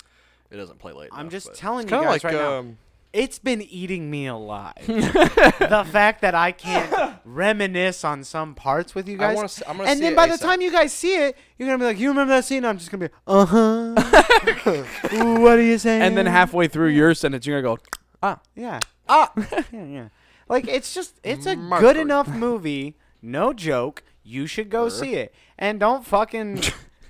S4: it doesn't play late.
S2: I'm
S4: enough,
S2: just
S4: but-
S2: telling you
S1: Kind
S2: guys
S1: of like
S2: right now.
S1: um,
S2: It's been eating me alive.
S4: <laughs>
S2: the fact that I can't reminisce on some parts with you
S4: I
S2: guys.
S4: wanna see- I'm gonna
S2: and
S4: see
S2: then
S4: it
S2: by the
S4: ASAP.
S2: time you guys see it, you're gonna be like, "You remember that scene?" I'm just gonna be, "Uh huh."
S4: <laughs>
S2: what are you saying?
S3: And then halfway through your sentence, you're gonna go, ah,
S2: yeah,
S1: ah,
S2: <laughs> yeah, yeah. Like it's just it's
S3: <laughs>
S2: a good
S1: Mercury.
S2: enough movie. No joke. You should go see it, and don't
S3: <laughs>
S2: fucking.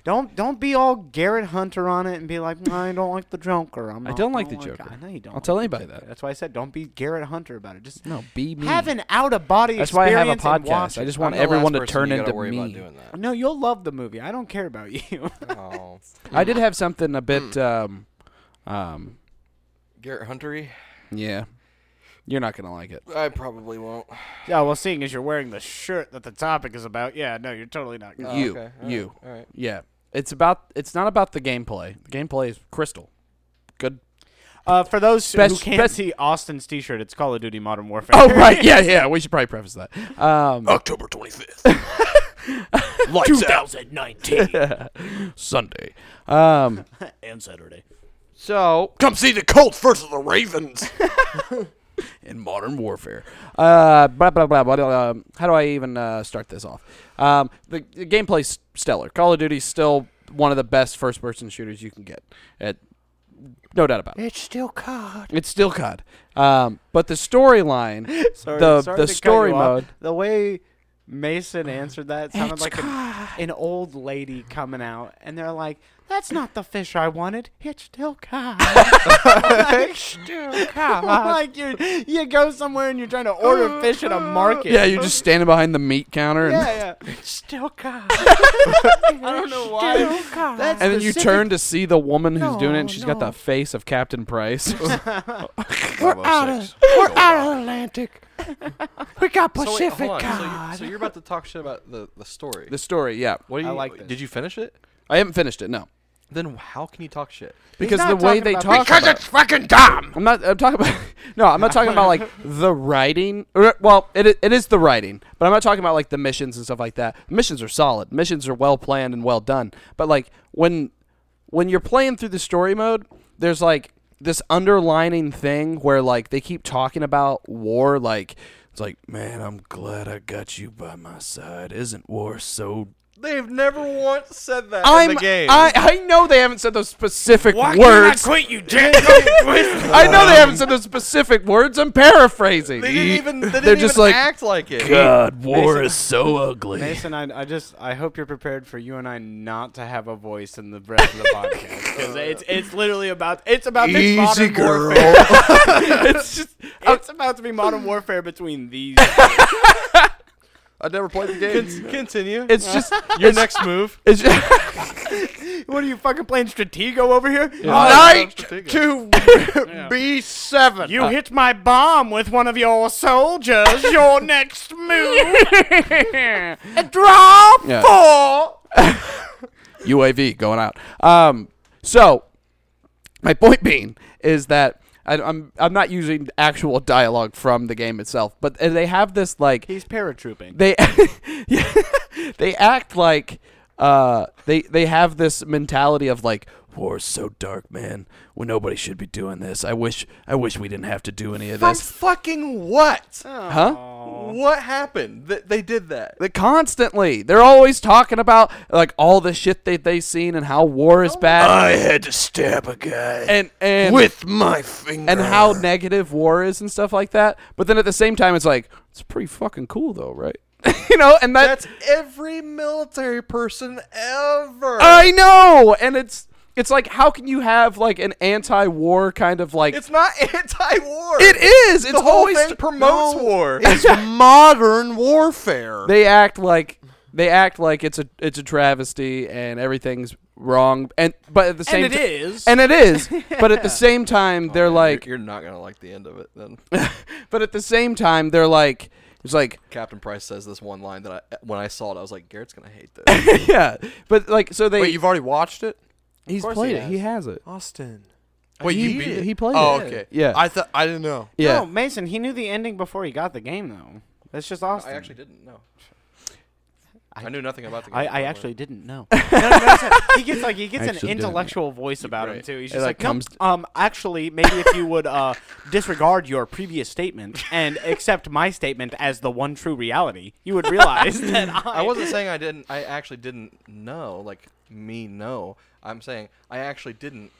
S2: Don't don't be all Garrett Hunter on it and be like, "No, I don't like the Joker. I'm
S3: I
S2: not-
S3: don't like the Joker.
S2: I know you don't.
S3: I'll tell
S2: like the
S3: anybody
S2: Joker.
S3: that.
S2: That's why I said don't be Garrett Hunter about it. Just
S3: no, be me.
S2: have an out of body.
S3: That's why I have a
S2: experience and watch
S3: podcast. I
S2: it.
S3: just
S4: I'm
S3: want
S4: the last
S3: everyone to
S4: person
S3: turn
S4: you gotta
S3: into
S4: worry about
S3: me.
S4: doing
S2: No, you'll love the movie. I don't care about <laughs> you.
S3: <laughs>
S4: that. Oh,
S3: I did have something a bit,
S4: Mm.
S3: um, um,
S4: Garrett Huntery,
S3: yeah. You're not gonna like it.
S4: I probably won't.
S2: yeah, well, seeing as you're wearing the shirt that the topic is about, yeah, no, you're totally not. Gonna.
S4: Oh,
S3: you,
S4: okay. All right.
S3: you,
S4: All right.
S3: yeah. It's about. It's not about the gameplay. The gameplay is crystal. Good.
S4: <laughs>
S2: Uh, for those who
S3: Best-
S2: can't
S3: best-
S2: see Austin's T-shirt, it's Call of Duty: Modern Warfare.
S3: Oh right, yeah, yeah. We should probably preface that. Um,
S1: October twenty fifth, lights out.
S3: <laughs>
S2: 2019
S3: Sunday. Um,
S2: and Saturday.
S3: so
S1: <laughs> Come see the Colts versus the <laughs> Ravens.
S3: in modern warfare. Uh, blah blah blah blah. blah. Um, how do I even uh, start this off? Um, the, the gameplay's stellar. Call of Duty's still one of the best first-person shooters you can get. It no doubt about it.
S2: It's still COD.
S3: It's still COD, um, but the
S2: <laughs>
S3: storyline,
S2: Sorry,
S3: the
S2: sorry
S3: the
S2: to cut
S3: story
S2: you off.
S3: mode.
S2: The way Mason answered that sounded
S3: It's
S2: like an, an old lady coming out, and they're like, "That's not the fish I wanted. It's still COD.
S3: <laughs>
S2: it's still COD. like you, you go somewhere and you're trying to order fish at a market.
S3: Oh, Yeah, you're just standing behind the meat counter, and,
S2: yeah, yeah. It's still COD. <laughs> I don't know why. That's
S3: <laughs> and then you
S2: specific-
S3: turn to see the woman who's doing it. and
S2: No,
S3: She's got the
S2: no.
S3: face of
S2: <laughs>
S3: Captain Price.
S4: Bravo six. Gold Rock.
S2: Atlantic. we got
S4: So wait, hold on. So you-
S2: God.
S4: So you're about to talk shit about the, the story.
S3: the story, yeah.
S4: what do
S2: I
S4: you
S2: like this.
S4: Did you finish it?
S3: I haven't finished it, no,
S4: Then how can you talk shit?
S3: because
S2: not
S3: the way
S2: talking
S3: they
S2: about-
S3: talk.
S2: Because
S3: about it's fucking dumb. I'm not. I'm talking about. <laughs> No, I'm not talking about like the writing. Or, Well, it i- it is the writing, but I'm not talking about like the missions and stuff like that. Missions are solid. Missions are well planned and well done. But like when when you're playing through the story mode, there's like this underlining thing where like they keep talking about war like it's like man i'm glad i got you by my side isn't war so
S4: They've never once said that
S3: i'm i i know they haven't said those specific words
S6: quit, you dick?
S3: I know they
S4: Um,
S3: haven't said those specific words. I'm paraphrasing.
S4: <laughs> they didn't even. They didn't
S3: They're just
S4: even
S3: like,
S4: act like it.
S3: God, war
S2: Mason-
S3: is so ugly.
S2: Mason, I, I just I hope you're prepared for you and I not to have a voice in the rest of <laughs> the podcast because it's it's literally about it's about this
S1: Easy
S2: modern
S1: girl.
S2: warfare. <laughs>
S1: <laughs>
S2: it's <laughs> just it's about to be modern warfare between these.
S1: I never played the game.
S4: Con- continue.
S3: It's just, <laughs>
S4: Your next move.
S3: it's just
S2: <laughs> what are you fucking playing Stratego over here? Uh,
S1: Knight to B7.
S2: You hit my bomb with one of your soldiers. your <laughs> next <laughs> move. Draw
S3: <laughs> Yeah.
S2: four.
S3: UAV going out. Um, so my point <laughs> being is that I, I'm I'm not using actual dialogue from the game itself, but they have this like
S2: He's paratrooping.
S3: they <laughs> yeah, they act like uh they they have this mentality of like war is so dark man well nobody should be doing this i wish i wish we didn't have to do any of
S4: From
S3: this
S4: fucking what?
S3: huh
S4: What happened? That they did that.
S3: they constantly they're always talking about like all the shit that they've seen and how war is bad
S1: I had to stab a guy
S3: and and
S1: <laughs> with my finger.
S3: and how negative war is and stuff like that but then at the same time it's like it's pretty fucking cool though right <laughs> you know and that,
S4: That's every military person ever.
S3: I know, and it's it's like how can you have like an anti-war kind of like
S4: it's not <laughs> anti-war.
S3: it is. It's
S4: The whole
S3: always
S4: thing promotes
S1: No. <laughs>
S4: war.
S1: It's modern warfare.
S3: they act like they act like it's a it's a travesty and everything's wrong and but at the <laughs> same
S2: it
S3: ti-
S2: is.
S3: and it
S2: <laughs>
S3: is but at the same time they're like
S4: you're, not gonna like the end of it.
S3: <laughs>
S4: Then
S3: but at the same time they're like it's like <laughs>
S4: Captain Price says this one line that I, when I saw it, I was like, Garrett's gonna hate
S3: <laughs>
S4: this.
S3: yeah but like so they
S1: Wait, you've already watched it?
S3: he's
S2: course
S3: played
S2: he
S3: it he has it
S1: Austin. Wait,
S3: He
S1: you beat
S3: did.
S1: it?
S3: He played
S1: oh,
S3: it.
S1: okay.
S3: Yeah.
S1: I thought I didn't know.
S3: yeah
S2: No, Oh, Mason, he knew the ending before he got the game, though. That's just awesome.
S4: I actually didn't know. I, knew nothing about the. Game
S2: I, I
S4: by the
S2: actually
S4: way.
S2: didn't know. No, no, that's it. he gets like he gets an
S3: Actually didn't.
S2: intellectual voice about him
S4: Right.
S2: too. He's
S3: It,
S2: just
S3: like,
S2: like, "No,
S3: comes-
S2: um, actually, maybe if you would uh, disregard your previous statement and accept my statement as the one true reality, you would realize that I, <laughs>
S4: I wasn't saying I didn't. I actually didn't know. Like me, no. I'm saying I actually didn't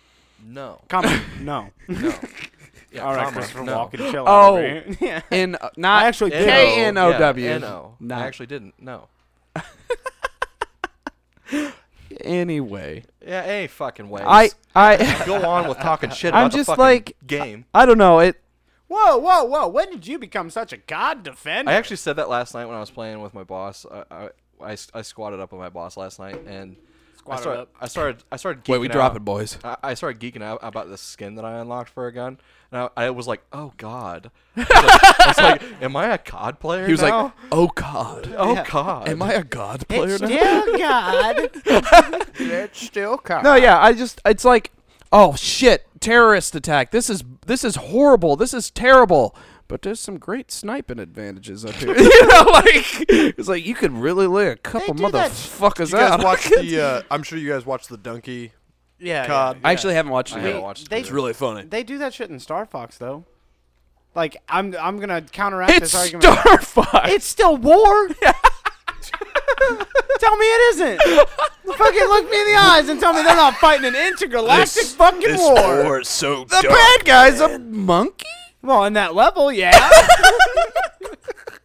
S4: know.
S2: Comma, no.
S3: <laughs>
S4: No. Yeah,
S2: All right,
S4: comma,
S2: Christopher
S4: no.
S2: Walken, chill. out,
S3: Oh.
S2: right? <laughs> yeah.
S3: in uh, not
S2: I actually did.
S3: K N O W
S4: Yeah, N-O.
S3: Not-
S4: I actually didn't. No.
S3: anyway
S4: Yeah, any fucking way.
S3: I <laughs> I
S4: go on with talking shit. About
S3: I'm
S4: the
S3: just
S4: fucking
S3: like
S4: game.
S3: I don't know it
S2: Whoa, whoa, whoa! When did you become such a god defender?
S4: I actually said that last night when I was playing with my boss. I I, I, s- I squatted up with my boss last night and I
S2: Squatted
S4: started,
S2: up.
S4: I started. I started. Geeking
S3: Wait, we drop
S4: out.
S3: it, boys.
S4: I, I started geeking out about the skin that I unlocked for a gun, and I, I was like, "Oh God!" I was <laughs> like, I was like, "Am I a COD player?"
S3: He was
S4: now?
S3: like, "Oh God,
S4: "Oh God!"
S3: am I a God player now?"
S2: Still god. it's still god.
S3: No, yeah, I just it's like, oh shit, terrorist attack. This is this is horrible. This is terrible. But there's some great sniping advantages up here. <laughs> you know, like it's like you could really lay a couple
S2: do that-
S3: motherfuckers
S1: You guys
S3: out.
S1: watched the? Uh, I'm sure you guys watched the donkey.
S2: yeah,
S1: God.
S3: <laughs> I actually haven't watched
S4: I
S3: it.
S4: haven't
S3: yet.
S4: watched
S2: they-
S4: it.
S1: It's really funny.
S2: They do that shit in Star Fox though. Like I'm I'm gonna counteract
S3: It's <laughs>
S2: this argument.
S3: Star Fox.
S2: it's still war. Tell me it isn't. fucking look me in the eyes and tell me they're not fighting an intergalactic fucking war.
S4: so
S3: The bad guy's a monkey.
S2: Well, on that level, yeah. <laughs>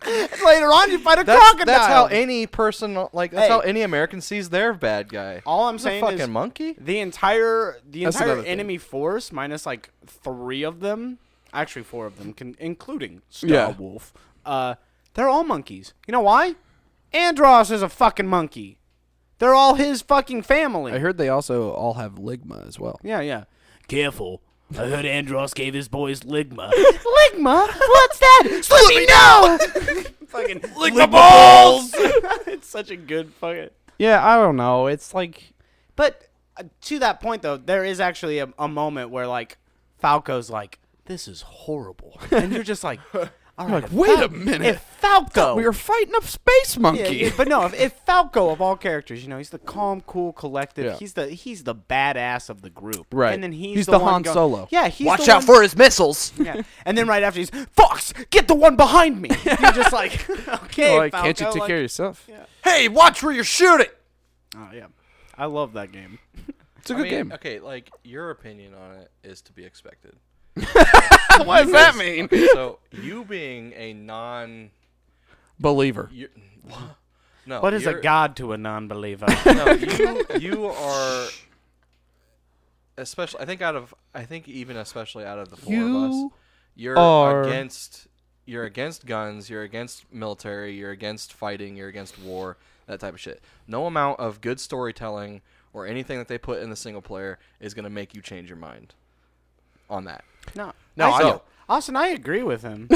S2: Later on, you fight a
S4: That's,
S2: crocodile.
S4: that's how any person like that's
S2: Hey.
S4: how any American sees their bad guy.
S2: All I'm
S4: He's a
S2: saying
S4: fucking
S2: is
S4: monkey.
S2: the entire the
S3: That's
S2: entire
S3: another thing.
S2: enemy force minus like three of them, actually four of them, can, including Star
S3: Yeah.
S2: Wolf. Uh, they're all monkeys. You know why? Andros is a fucking monkey. They're all his fucking family.
S3: I heard they also all have ligma as well.
S2: Yeah, yeah. Careful. I heard Andros gave his boys
S3: <laughs>
S2: Ligma. Ligma? What's that? Slippy, no! fucking Ligma balls! <laughs> it's such a good fucking.
S3: Yeah, I don't know. It's like
S2: But uh, to that point, though, there is actually a, a moment where, like, Falco's like, this is horrible. And you're just
S3: <laughs>
S2: like, all right, if
S3: wait
S2: Fal-
S3: a minute.
S2: If Falco.
S3: we were fighting a
S2: <laughs>
S3: space
S2: Yeah,
S3: monkey.
S2: yeah, but no, if, if Falco of all characters, you know, he's the calm, cool, collected.
S3: Yeah.
S2: He's the he's the badass of the group.
S3: Right.
S2: And then he's,
S3: He's
S2: the,
S3: the
S2: one
S3: Han
S2: go-
S3: Solo.
S2: Yeah, he's
S1: Watch
S2: the
S1: out
S2: one-
S1: for his missiles.
S2: <laughs> yeah. And
S3: <laughs>
S2: then right after he's Fox, get the one behind me. You're just like, <laughs> okay,
S3: <laughs> like, can't you
S2: Falco,
S3: take
S2: like-
S3: care of yourself?
S1: Hey, watch where you're shooting.
S2: Oh yeah, I love that game.
S3: It's a good
S4: I mean,
S3: game.
S4: Okay, like your opinion on it is to be expected.
S3: <laughs> What does that mean?
S4: So you being a non,
S3: Believer.
S4: you, no,
S2: What is a
S4: you're-
S2: god to a non-believer?
S4: No, you, you are. Especially, I think out of I think even especially out of the four of us,
S3: You
S4: you're
S3: are-
S4: against you're against guns, you're against military, you're against fighting, you're against war, that type of shit. No amount of good storytelling or anything that they put in the single player is gonna make you change your mind on that.
S2: <laughs> no,
S1: No, I
S2: so-
S1: know.
S2: Austin, I agree with him.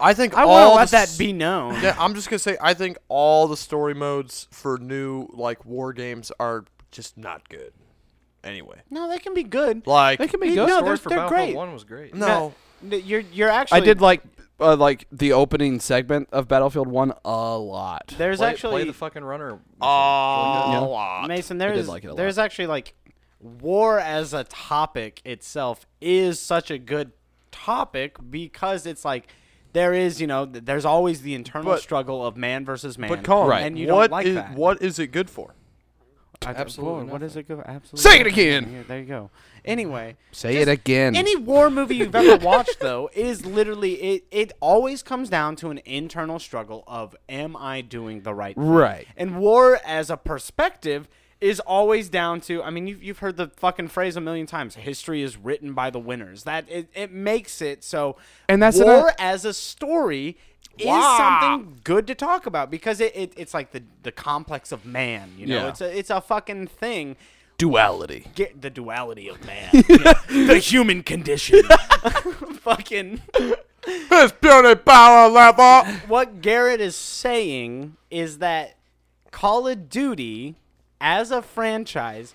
S1: I think
S2: I want
S1: all
S2: to let
S1: the
S2: that
S1: s- <laughs>
S2: be known.
S1: Yeah, I'm just gonna say I think all the story modes for new like war games are just not good. Anyway,
S2: No, they can be good.
S1: like
S3: They can be
S2: You
S3: good.
S2: know- No,
S4: Story
S2: they're-
S4: for
S2: they're
S4: Battlefield
S2: great.
S4: One was great.
S1: no,
S2: N- You're you're actually.
S3: I did like uh, like the opening segment of Battlefield One a lot.
S2: There's
S4: play,
S2: actually
S4: play the fucking runner.
S1: Ah,
S3: Yeah.
S1: lot.
S2: Mason,
S3: did
S2: there's
S3: like it a lot.
S2: there's actually like war as a topic itself is such a good topic because it's like there is you know th- there's always the internal
S1: But-
S2: struggle of man versus man.
S1: But Colin,
S3: Right.
S2: and you
S1: what
S2: don't like
S1: is-
S2: that.
S1: what is it good for?
S2: I-
S4: Absolutely
S2: What
S4: nothing.
S2: is it? Go absolutely.
S3: Say it
S2: nothing.
S3: again.
S2: Yeah, there you go. Anyway,
S3: Say
S2: just
S3: it again.
S2: Any war movie you've ever watched, though, is literally it. It always comes down to an internal struggle of am I doing the right thing?
S3: Right.
S2: And war as a perspective is always down to. I mean, you've, you've heard the fucking phrase a million times. History is written by the winners. That it, it makes it so.
S3: And that's
S2: war
S3: another-
S2: as a story. Is
S1: Wow.
S2: something good to talk about because it, it it's like the the complex of man, you know.
S3: Yeah.
S2: It's a it's a fucking thing
S3: duality.
S2: get the duality of
S3: <laughs>
S2: man, You know, the human condition. <laughs> Fucking
S1: It's beauty power level.
S2: what Garrett is saying is that Call of Duty as a franchise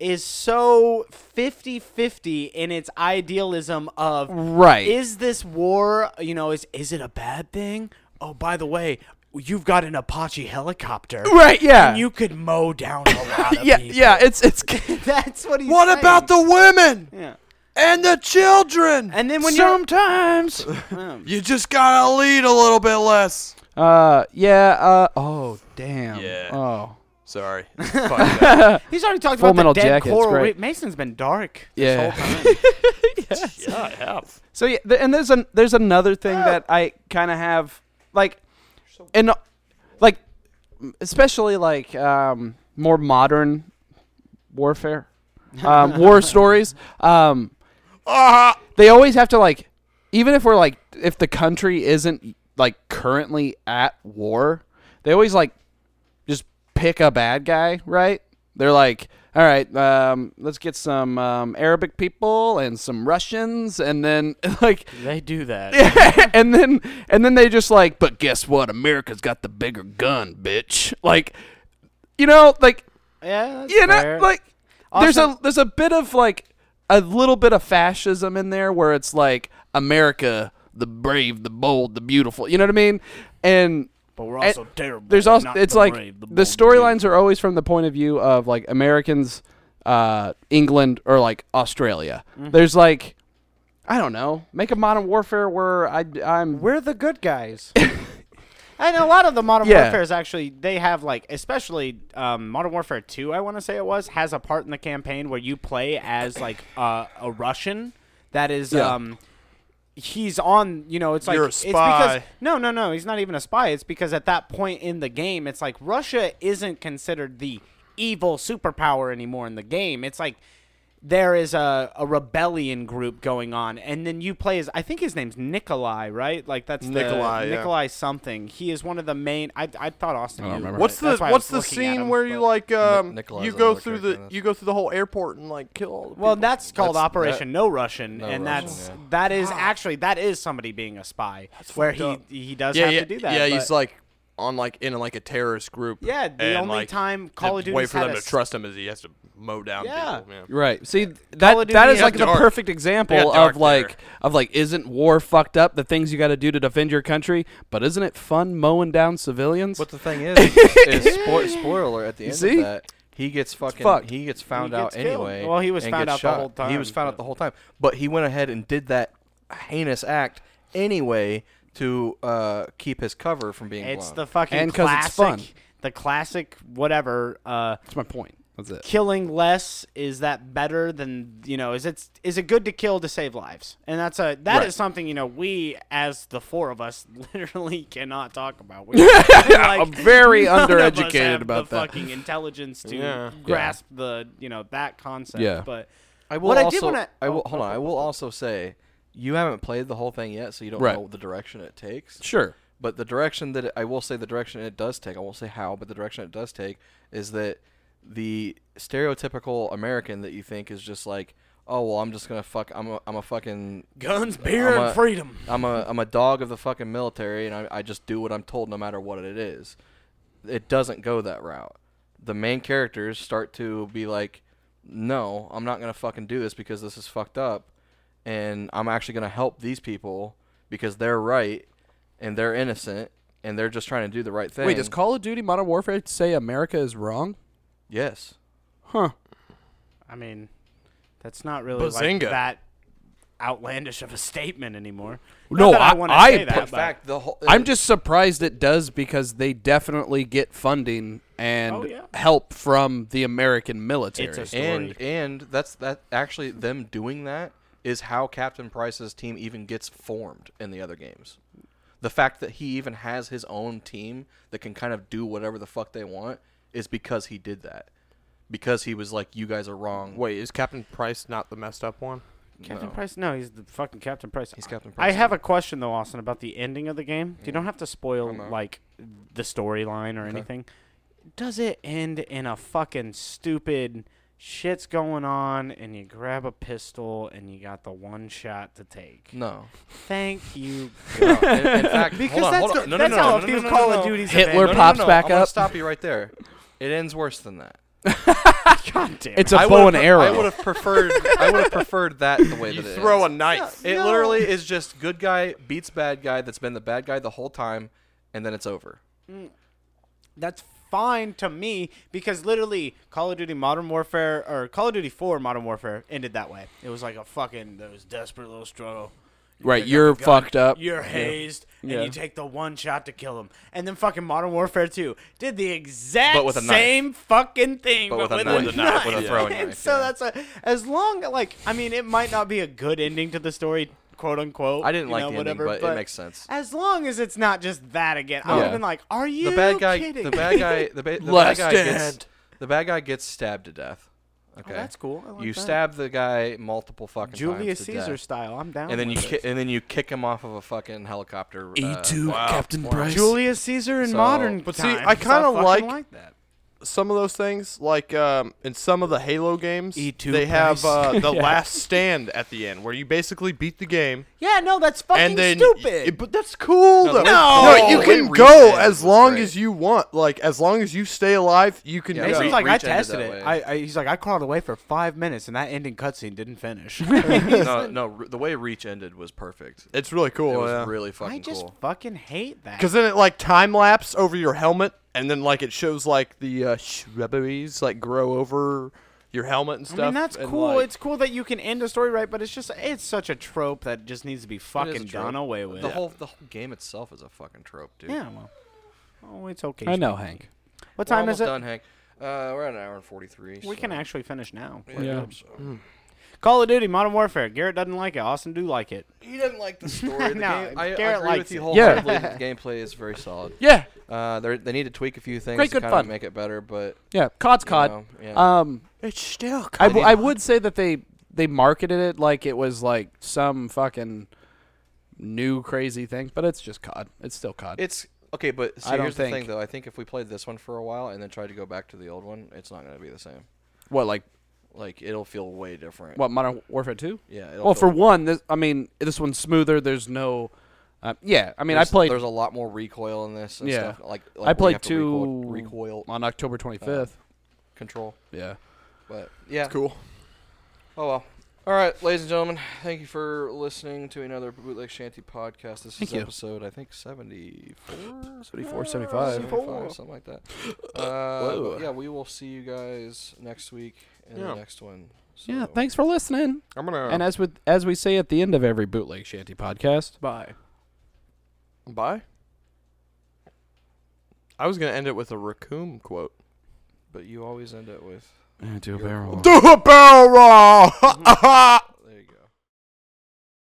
S2: is so 50-50 in its idealism of
S3: Right.
S2: is this war, you know, is is it a bad thing? Oh, by the way, you've got an Apache helicopter.
S3: Right. Yeah.
S2: And you could mow down a lot of
S3: <laughs> yeah.
S2: people.
S3: Yeah. It's it's.
S2: That's what he's
S1: What about the women
S2: Yeah.
S1: and the children?
S2: And then when you're
S3: Sometimes.
S1: you just gotta lead a little bit less.
S3: uh. Yeah. Uh. Oh. Damn.
S1: Yeah.
S3: Oh.
S2: <laughs>
S1: Sorry. It's fucked up.
S2: He's already talked
S3: Full
S2: about
S3: Metal
S2: the dead
S3: Jacket's
S2: coral
S3: great.
S2: reef. Mason's been dark.
S3: Yeah.
S1: yeah, I have.
S3: So yeah, th- and there's an there's another thing that I kind of have like, and uh, like, m- especially like um more modern warfare, um, war stories. Um, they always have to like, even if we're like, if the country isn't like currently at war, they always like just pick a bad guy, right? They're like, all right, um, let's get some um, Arabic people and some Russians, and then <laughs> like,
S2: They do that.
S3: and then and then they just like, but guess what? America's got the bigger gun, bitch. <laughs> Like, you know, like
S2: Yeah. that's
S3: you know,
S2: fair.
S3: like there's
S2: Also-
S3: a there's a bit of like a little bit of fascism in there where it's like America, the brave, the bold, the beautiful. You know what I mean? And
S2: But we're
S3: and
S2: also terrible.
S3: There's
S2: We're
S3: also
S2: not
S3: it's
S2: the
S3: like
S2: brave, the
S3: the
S2: bold,
S3: storylines are always from the point of view of like Americans, uh, England or like Australia.
S2: Mm-hmm.
S3: There's like. I don't know. Make a modern warfare where I, I'm
S2: We're the good guys. <laughs> And a lot of the Modern
S3: Yeah.
S2: Warfare is actually they have like especially um, Modern Warfare Two, I want to say it was, has a part in the campaign where you play as like uh, a Russian that is
S1: Yeah.
S2: um he's on you know it's like
S1: You're a
S2: it's
S1: spy.
S2: because no no no he's not even a spy it's because at that point in the game it's like Russia isn't considered the evil superpower anymore in the game it's like there is a, a rebellion group going on and then you play as I think his name's Nikolai right like that's the-
S1: Nikolai, yeah.
S2: Nikolai something he is one of the main I, I thought Austin
S3: don't
S2: knew.
S3: remember.
S1: What's the
S2: That's why I
S1: What's the
S2: was looking at
S1: scene
S2: him,
S1: where you
S2: but-
S1: like um
S4: Nikolai's
S1: you
S4: a
S1: go
S4: little
S1: through
S4: character
S1: the
S4: in this.
S1: you go through the whole airport and like kill all the
S2: well,
S1: people?
S2: that's called
S4: That's-
S2: Operation No Russian,
S4: No
S2: and
S4: Russian,
S2: that's
S4: yeah.
S2: that is actually that is somebody being a spy, where he
S1: Ah. fucked up.
S2: he does
S1: yeah
S2: have
S1: yeah
S2: to do that.
S1: yeah
S2: but-
S1: he's like on like in like a terrorist group
S2: yeah. The
S1: and,
S2: only
S1: like,
S2: time
S1: the
S2: Call of Duty
S1: way for
S2: had
S1: them
S2: a
S1: to
S2: s-
S1: trust him is he has to mow down
S2: Yeah.
S1: people man.
S3: Right. See
S2: of
S3: that
S2: Duty
S3: that is
S2: got
S3: like the
S1: dark.
S3: perfect example
S1: They got dark
S3: of like
S1: there.
S3: of like isn't war fucked up the things you got to do to defend your country, but isn't it fun mowing down civilians?
S4: But the thing is,
S2: <laughs>
S4: is spo- spoiler alert, at the end
S3: See?
S4: of that, he gets fucking
S3: fucked.
S4: he gets found
S2: He
S4: out
S2: gets killed.
S4: anyway.
S2: Well, he was
S4: and
S2: found
S4: gets
S2: out the
S4: shot.
S2: whole
S4: He
S2: time,
S4: was found
S2: but-
S4: out the whole time, but he went ahead and did that heinous act anyway to uh, keep his cover from being
S2: It's
S4: blown.
S2: the fucking
S3: And 'cause
S2: classic.
S3: it's fun.
S2: The classic whatever. Uh,
S3: That's my point. That's it.
S2: killing less is that better than you know? Is it is it good to kill to save lives? And that's a that is
S3: Right.
S2: something you know we as the four of us <laughs> literally cannot talk about.
S3: <laughs>
S2: We, like,
S3: <laughs> I'm
S2: <laughs>
S3: very
S2: none of us
S3: undereducated
S2: have
S3: about
S2: the
S3: that.
S2: fucking intelligence to
S1: Yeah.
S2: grasp the you know that concept.
S3: Yeah.
S2: But
S4: I will
S2: What I
S4: also.
S2: did wanna-
S4: I will,
S2: oh,
S4: hold
S2: oh,
S4: on. I will also say you haven't played the whole thing yet, so you don't
S3: Right.
S4: know the direction it takes.
S3: Sure.
S4: But the direction that it, I will say the direction it does take, I won't say how, but the direction it does take is that the stereotypical American that you think is just like, oh well, I'm just gonna fuck, I'm a, I'm a fucking
S6: Guns,
S4: I'm
S6: beer,
S4: a-
S6: and freedom.
S4: I'm a I'm a dog of the fucking military, and I, I just do what I'm told, no matter what it is. It doesn't go that route. The main characters start to be like, "No, I'm not gonna fucking do this because this is fucked up, and I'm actually gonna help these people because they're right and they're innocent and they're just trying to do the right thing."
S3: Wait, does Call of Duty Modern Warfare say America is wrong?
S4: yes.
S3: Huh.
S2: I mean, that's not really like
S1: Bazinga.
S2: that outlandish of a statement anymore. Not
S3: No,
S2: that I,
S3: I-
S2: want to
S3: I-
S2: say that.
S3: in
S2: but-
S4: fact, the whole
S3: I'm just surprised it does because they definitely get funding and
S2: Oh, yeah.
S3: help from the American military.
S2: It's a s-
S4: and
S2: story.
S4: and that's that actually them doing that is how Captain Price's team even gets formed in the other games. The fact that he even has his own team that can kind of do whatever the fuck they want is because he did that. Because he was like, "You guys are wrong."
S1: Wait, is Captain Price not the messed up one?
S2: Captain Price? No, he's the fucking Captain Price. Mm.
S4: He's Captain
S2: I
S4: Price,
S2: have a question though, Austin, about the ending of the game. You don't have to spoil like the storyline or anything. Does it end in a fucking stupid shit's going on and you grab a pistol and you got the one shot to take? <laughs>
S4: No.
S2: Thank you.
S4: No. In, in fact,
S2: Because
S4: hold on,
S2: that's,
S4: hold
S2: the-
S4: on. No, no,
S2: that's
S4: no,
S2: how
S4: no,
S2: a
S4: no,
S2: few
S4: no, no,
S2: Call
S4: no,
S2: of
S4: no.
S2: Duties have
S3: Hitler
S2: ended.
S3: pops back
S4: I'm gonna
S3: up.
S4: stop you right there. It ends worse than that.
S2: <laughs> God damn
S3: It's
S2: it.
S3: a
S4: I
S3: bow and
S4: would've pre-
S3: arrow.
S4: I would have preferred. I would have preferred that the way
S1: You
S4: that it
S1: throw
S4: ends.
S1: a knife.
S4: It literally is just good guy beats bad guy that's been the bad guy the whole time, and then it's over.
S2: that's fine to me because literally Call of Duty Modern Warfare or Call of Duty 4 Modern Warfare ended that way. It was like a fucking there was desperate little struggle. You
S3: Right,
S2: pick up
S3: you're
S2: the gun,
S3: fucked up.
S2: You're hazed,
S3: Yeah.
S2: and you take the one shot to kill him. And then fucking Modern Warfare 2 did the exact
S4: But with a knife.
S2: same fucking thing, but,
S4: But with a
S2: with,
S4: knife.
S2: a
S4: With a
S2: knife,
S4: knife, with a throwing
S2: and
S4: knife,
S2: so
S4: yeah.
S2: that's a as long like I mean it might not be a good ending to the story, quote unquote.
S4: I didn't
S2: you
S4: like
S2: know,
S4: the
S2: whatever,
S4: ending, but,
S2: but
S4: it makes sense.
S2: as long as it's not just that again, I
S4: No.
S2: would have been like, "Are you
S4: The bad guy,
S2: kidding?"
S4: the bad guy, the, ba- the bad
S1: Last
S4: guy
S1: stand.
S4: gets the bad guy gets stabbed to death. Okay,
S2: Oh, that's cool. I like
S4: you
S2: that.
S4: stab the guy multiple fucking
S2: Julius
S4: times to
S2: Caesar
S4: death,
S2: style. I'm down.
S4: and then you
S2: with it.
S4: ki- and then you kick him off of a fucking helicopter. uh,
S3: Captain Price.
S2: Julius Caesar in
S4: So-
S2: modern.
S1: But see,
S2: times.
S1: I kinda
S2: fucking
S1: like-
S2: that.
S1: Some of those things, like um, in some of the Halo games,
S2: E2
S1: they have
S2: E price.
S1: uh,
S2: <laughs>
S1: the last stand at the end where you basically beat the game
S2: Yeah, no, that's fucking
S1: and then
S2: stupid.
S1: y- but that's cool
S4: No,
S1: though.
S4: the way-
S1: you
S4: the
S1: can
S4: way
S1: go
S4: Reach Ends
S1: as
S4: was
S1: long
S4: great.
S1: as you want. Like as long as you stay alive, you can
S4: Yeah,
S1: go.
S4: Reach-
S2: He's like, I
S4: Reach ended
S2: tested
S4: that
S2: it.
S4: way.
S2: I, I, he's like, I crawled away for five minutes, and that ending cutscene didn't finish.
S4: no, no, re- the way Reach ended was perfect.
S1: It's really
S4: It
S1: cool.
S4: was
S1: yeah.
S4: really
S2: I
S4: fucking
S2: just
S4: cool.
S2: fucking hate that.
S1: Because then it like time lapse over your helmet, and then like it shows like the uh, shrubberies like grow over your helmet and
S2: I
S1: stuff.
S2: mean, that's
S1: and,
S2: cool.
S1: like-
S2: it's cool that you can end a story right, but it's just it's such a trope that just needs to be
S4: It is
S2: fucking
S4: a trope.
S2: done away with.
S4: The whole the whole game itself is a fucking trope, dude.
S2: yeah, well, Oh, it's okay.
S3: I know,
S2: Steve.
S3: Hank.
S2: What time
S4: we're
S2: is
S4: almost
S2: it?
S4: Done, Hank. Uh, we're at an hour and forty-three.
S2: We can
S4: so-
S2: actually finish now.
S3: Yeah.
S4: so-
S2: Call of Duty Modern Warfare. Garrett doesn't like it. Austin do like it.
S4: He doesn't like the story.
S2: <laughs>
S4: The
S2: No,
S4: game, I
S2: Garrett
S4: agree
S2: likes
S4: with you
S2: it.
S4: wholeheartedly.
S3: <laughs>
S4: that the gameplay is very solid.
S3: Yeah,
S4: Uh, they're- they need to tweak a few things
S3: Great,
S4: to
S3: good
S4: kind of
S3: fun.
S4: make it better, but
S3: yeah. Cod's
S4: you
S3: cod.
S4: know, yeah.
S3: Um,
S1: It's still.
S3: I, w- I would say that they they marketed it like it was like some fucking new crazy thing, but it's just cod. It's still cod.
S4: it's okay, but see,
S3: I don't
S4: here's the
S3: think-
S4: thing though. I think if we played this one for a while and then tried to go back to the old one, it's not going to be the same.
S3: what like
S4: Like it'll feel way different.
S3: what Modern Warfare two?
S4: Yeah. It'll
S3: Well, for
S4: feel,
S3: one, this I mean this one's smoother. There's no, uh, yeah. I mean I
S4: there's-
S3: played
S4: There's a lot more recoil in this. And
S3: Yeah.
S4: Stuff. Like, like
S3: I
S4: we
S3: played
S4: have to recoil-
S3: two
S4: recoil,
S3: on October 25th.
S4: control,
S3: yeah.
S4: but yeah.
S1: cool.
S4: Oh well. All right, ladies and gentlemen, thank you for listening to another Bootleg Shanty podcast. This
S3: Thank
S4: is
S3: you.
S4: episode, I think, 74?
S3: 74, 75.
S4: 75, something
S3: <laughs>
S4: like that. Uh, but yeah, we will see you guys next week in
S1: Yeah.
S4: the next one. So
S3: Yeah, thanks for listening.
S1: I'm gonna.
S3: And as with as we say at the end of every bootleg shanty podcast,
S1: Bye. Bye. I was gonna end it with a raccoon quote.
S4: But you always end it with.
S3: do a
S4: barrel.
S1: Do a barrel roll. <laughs>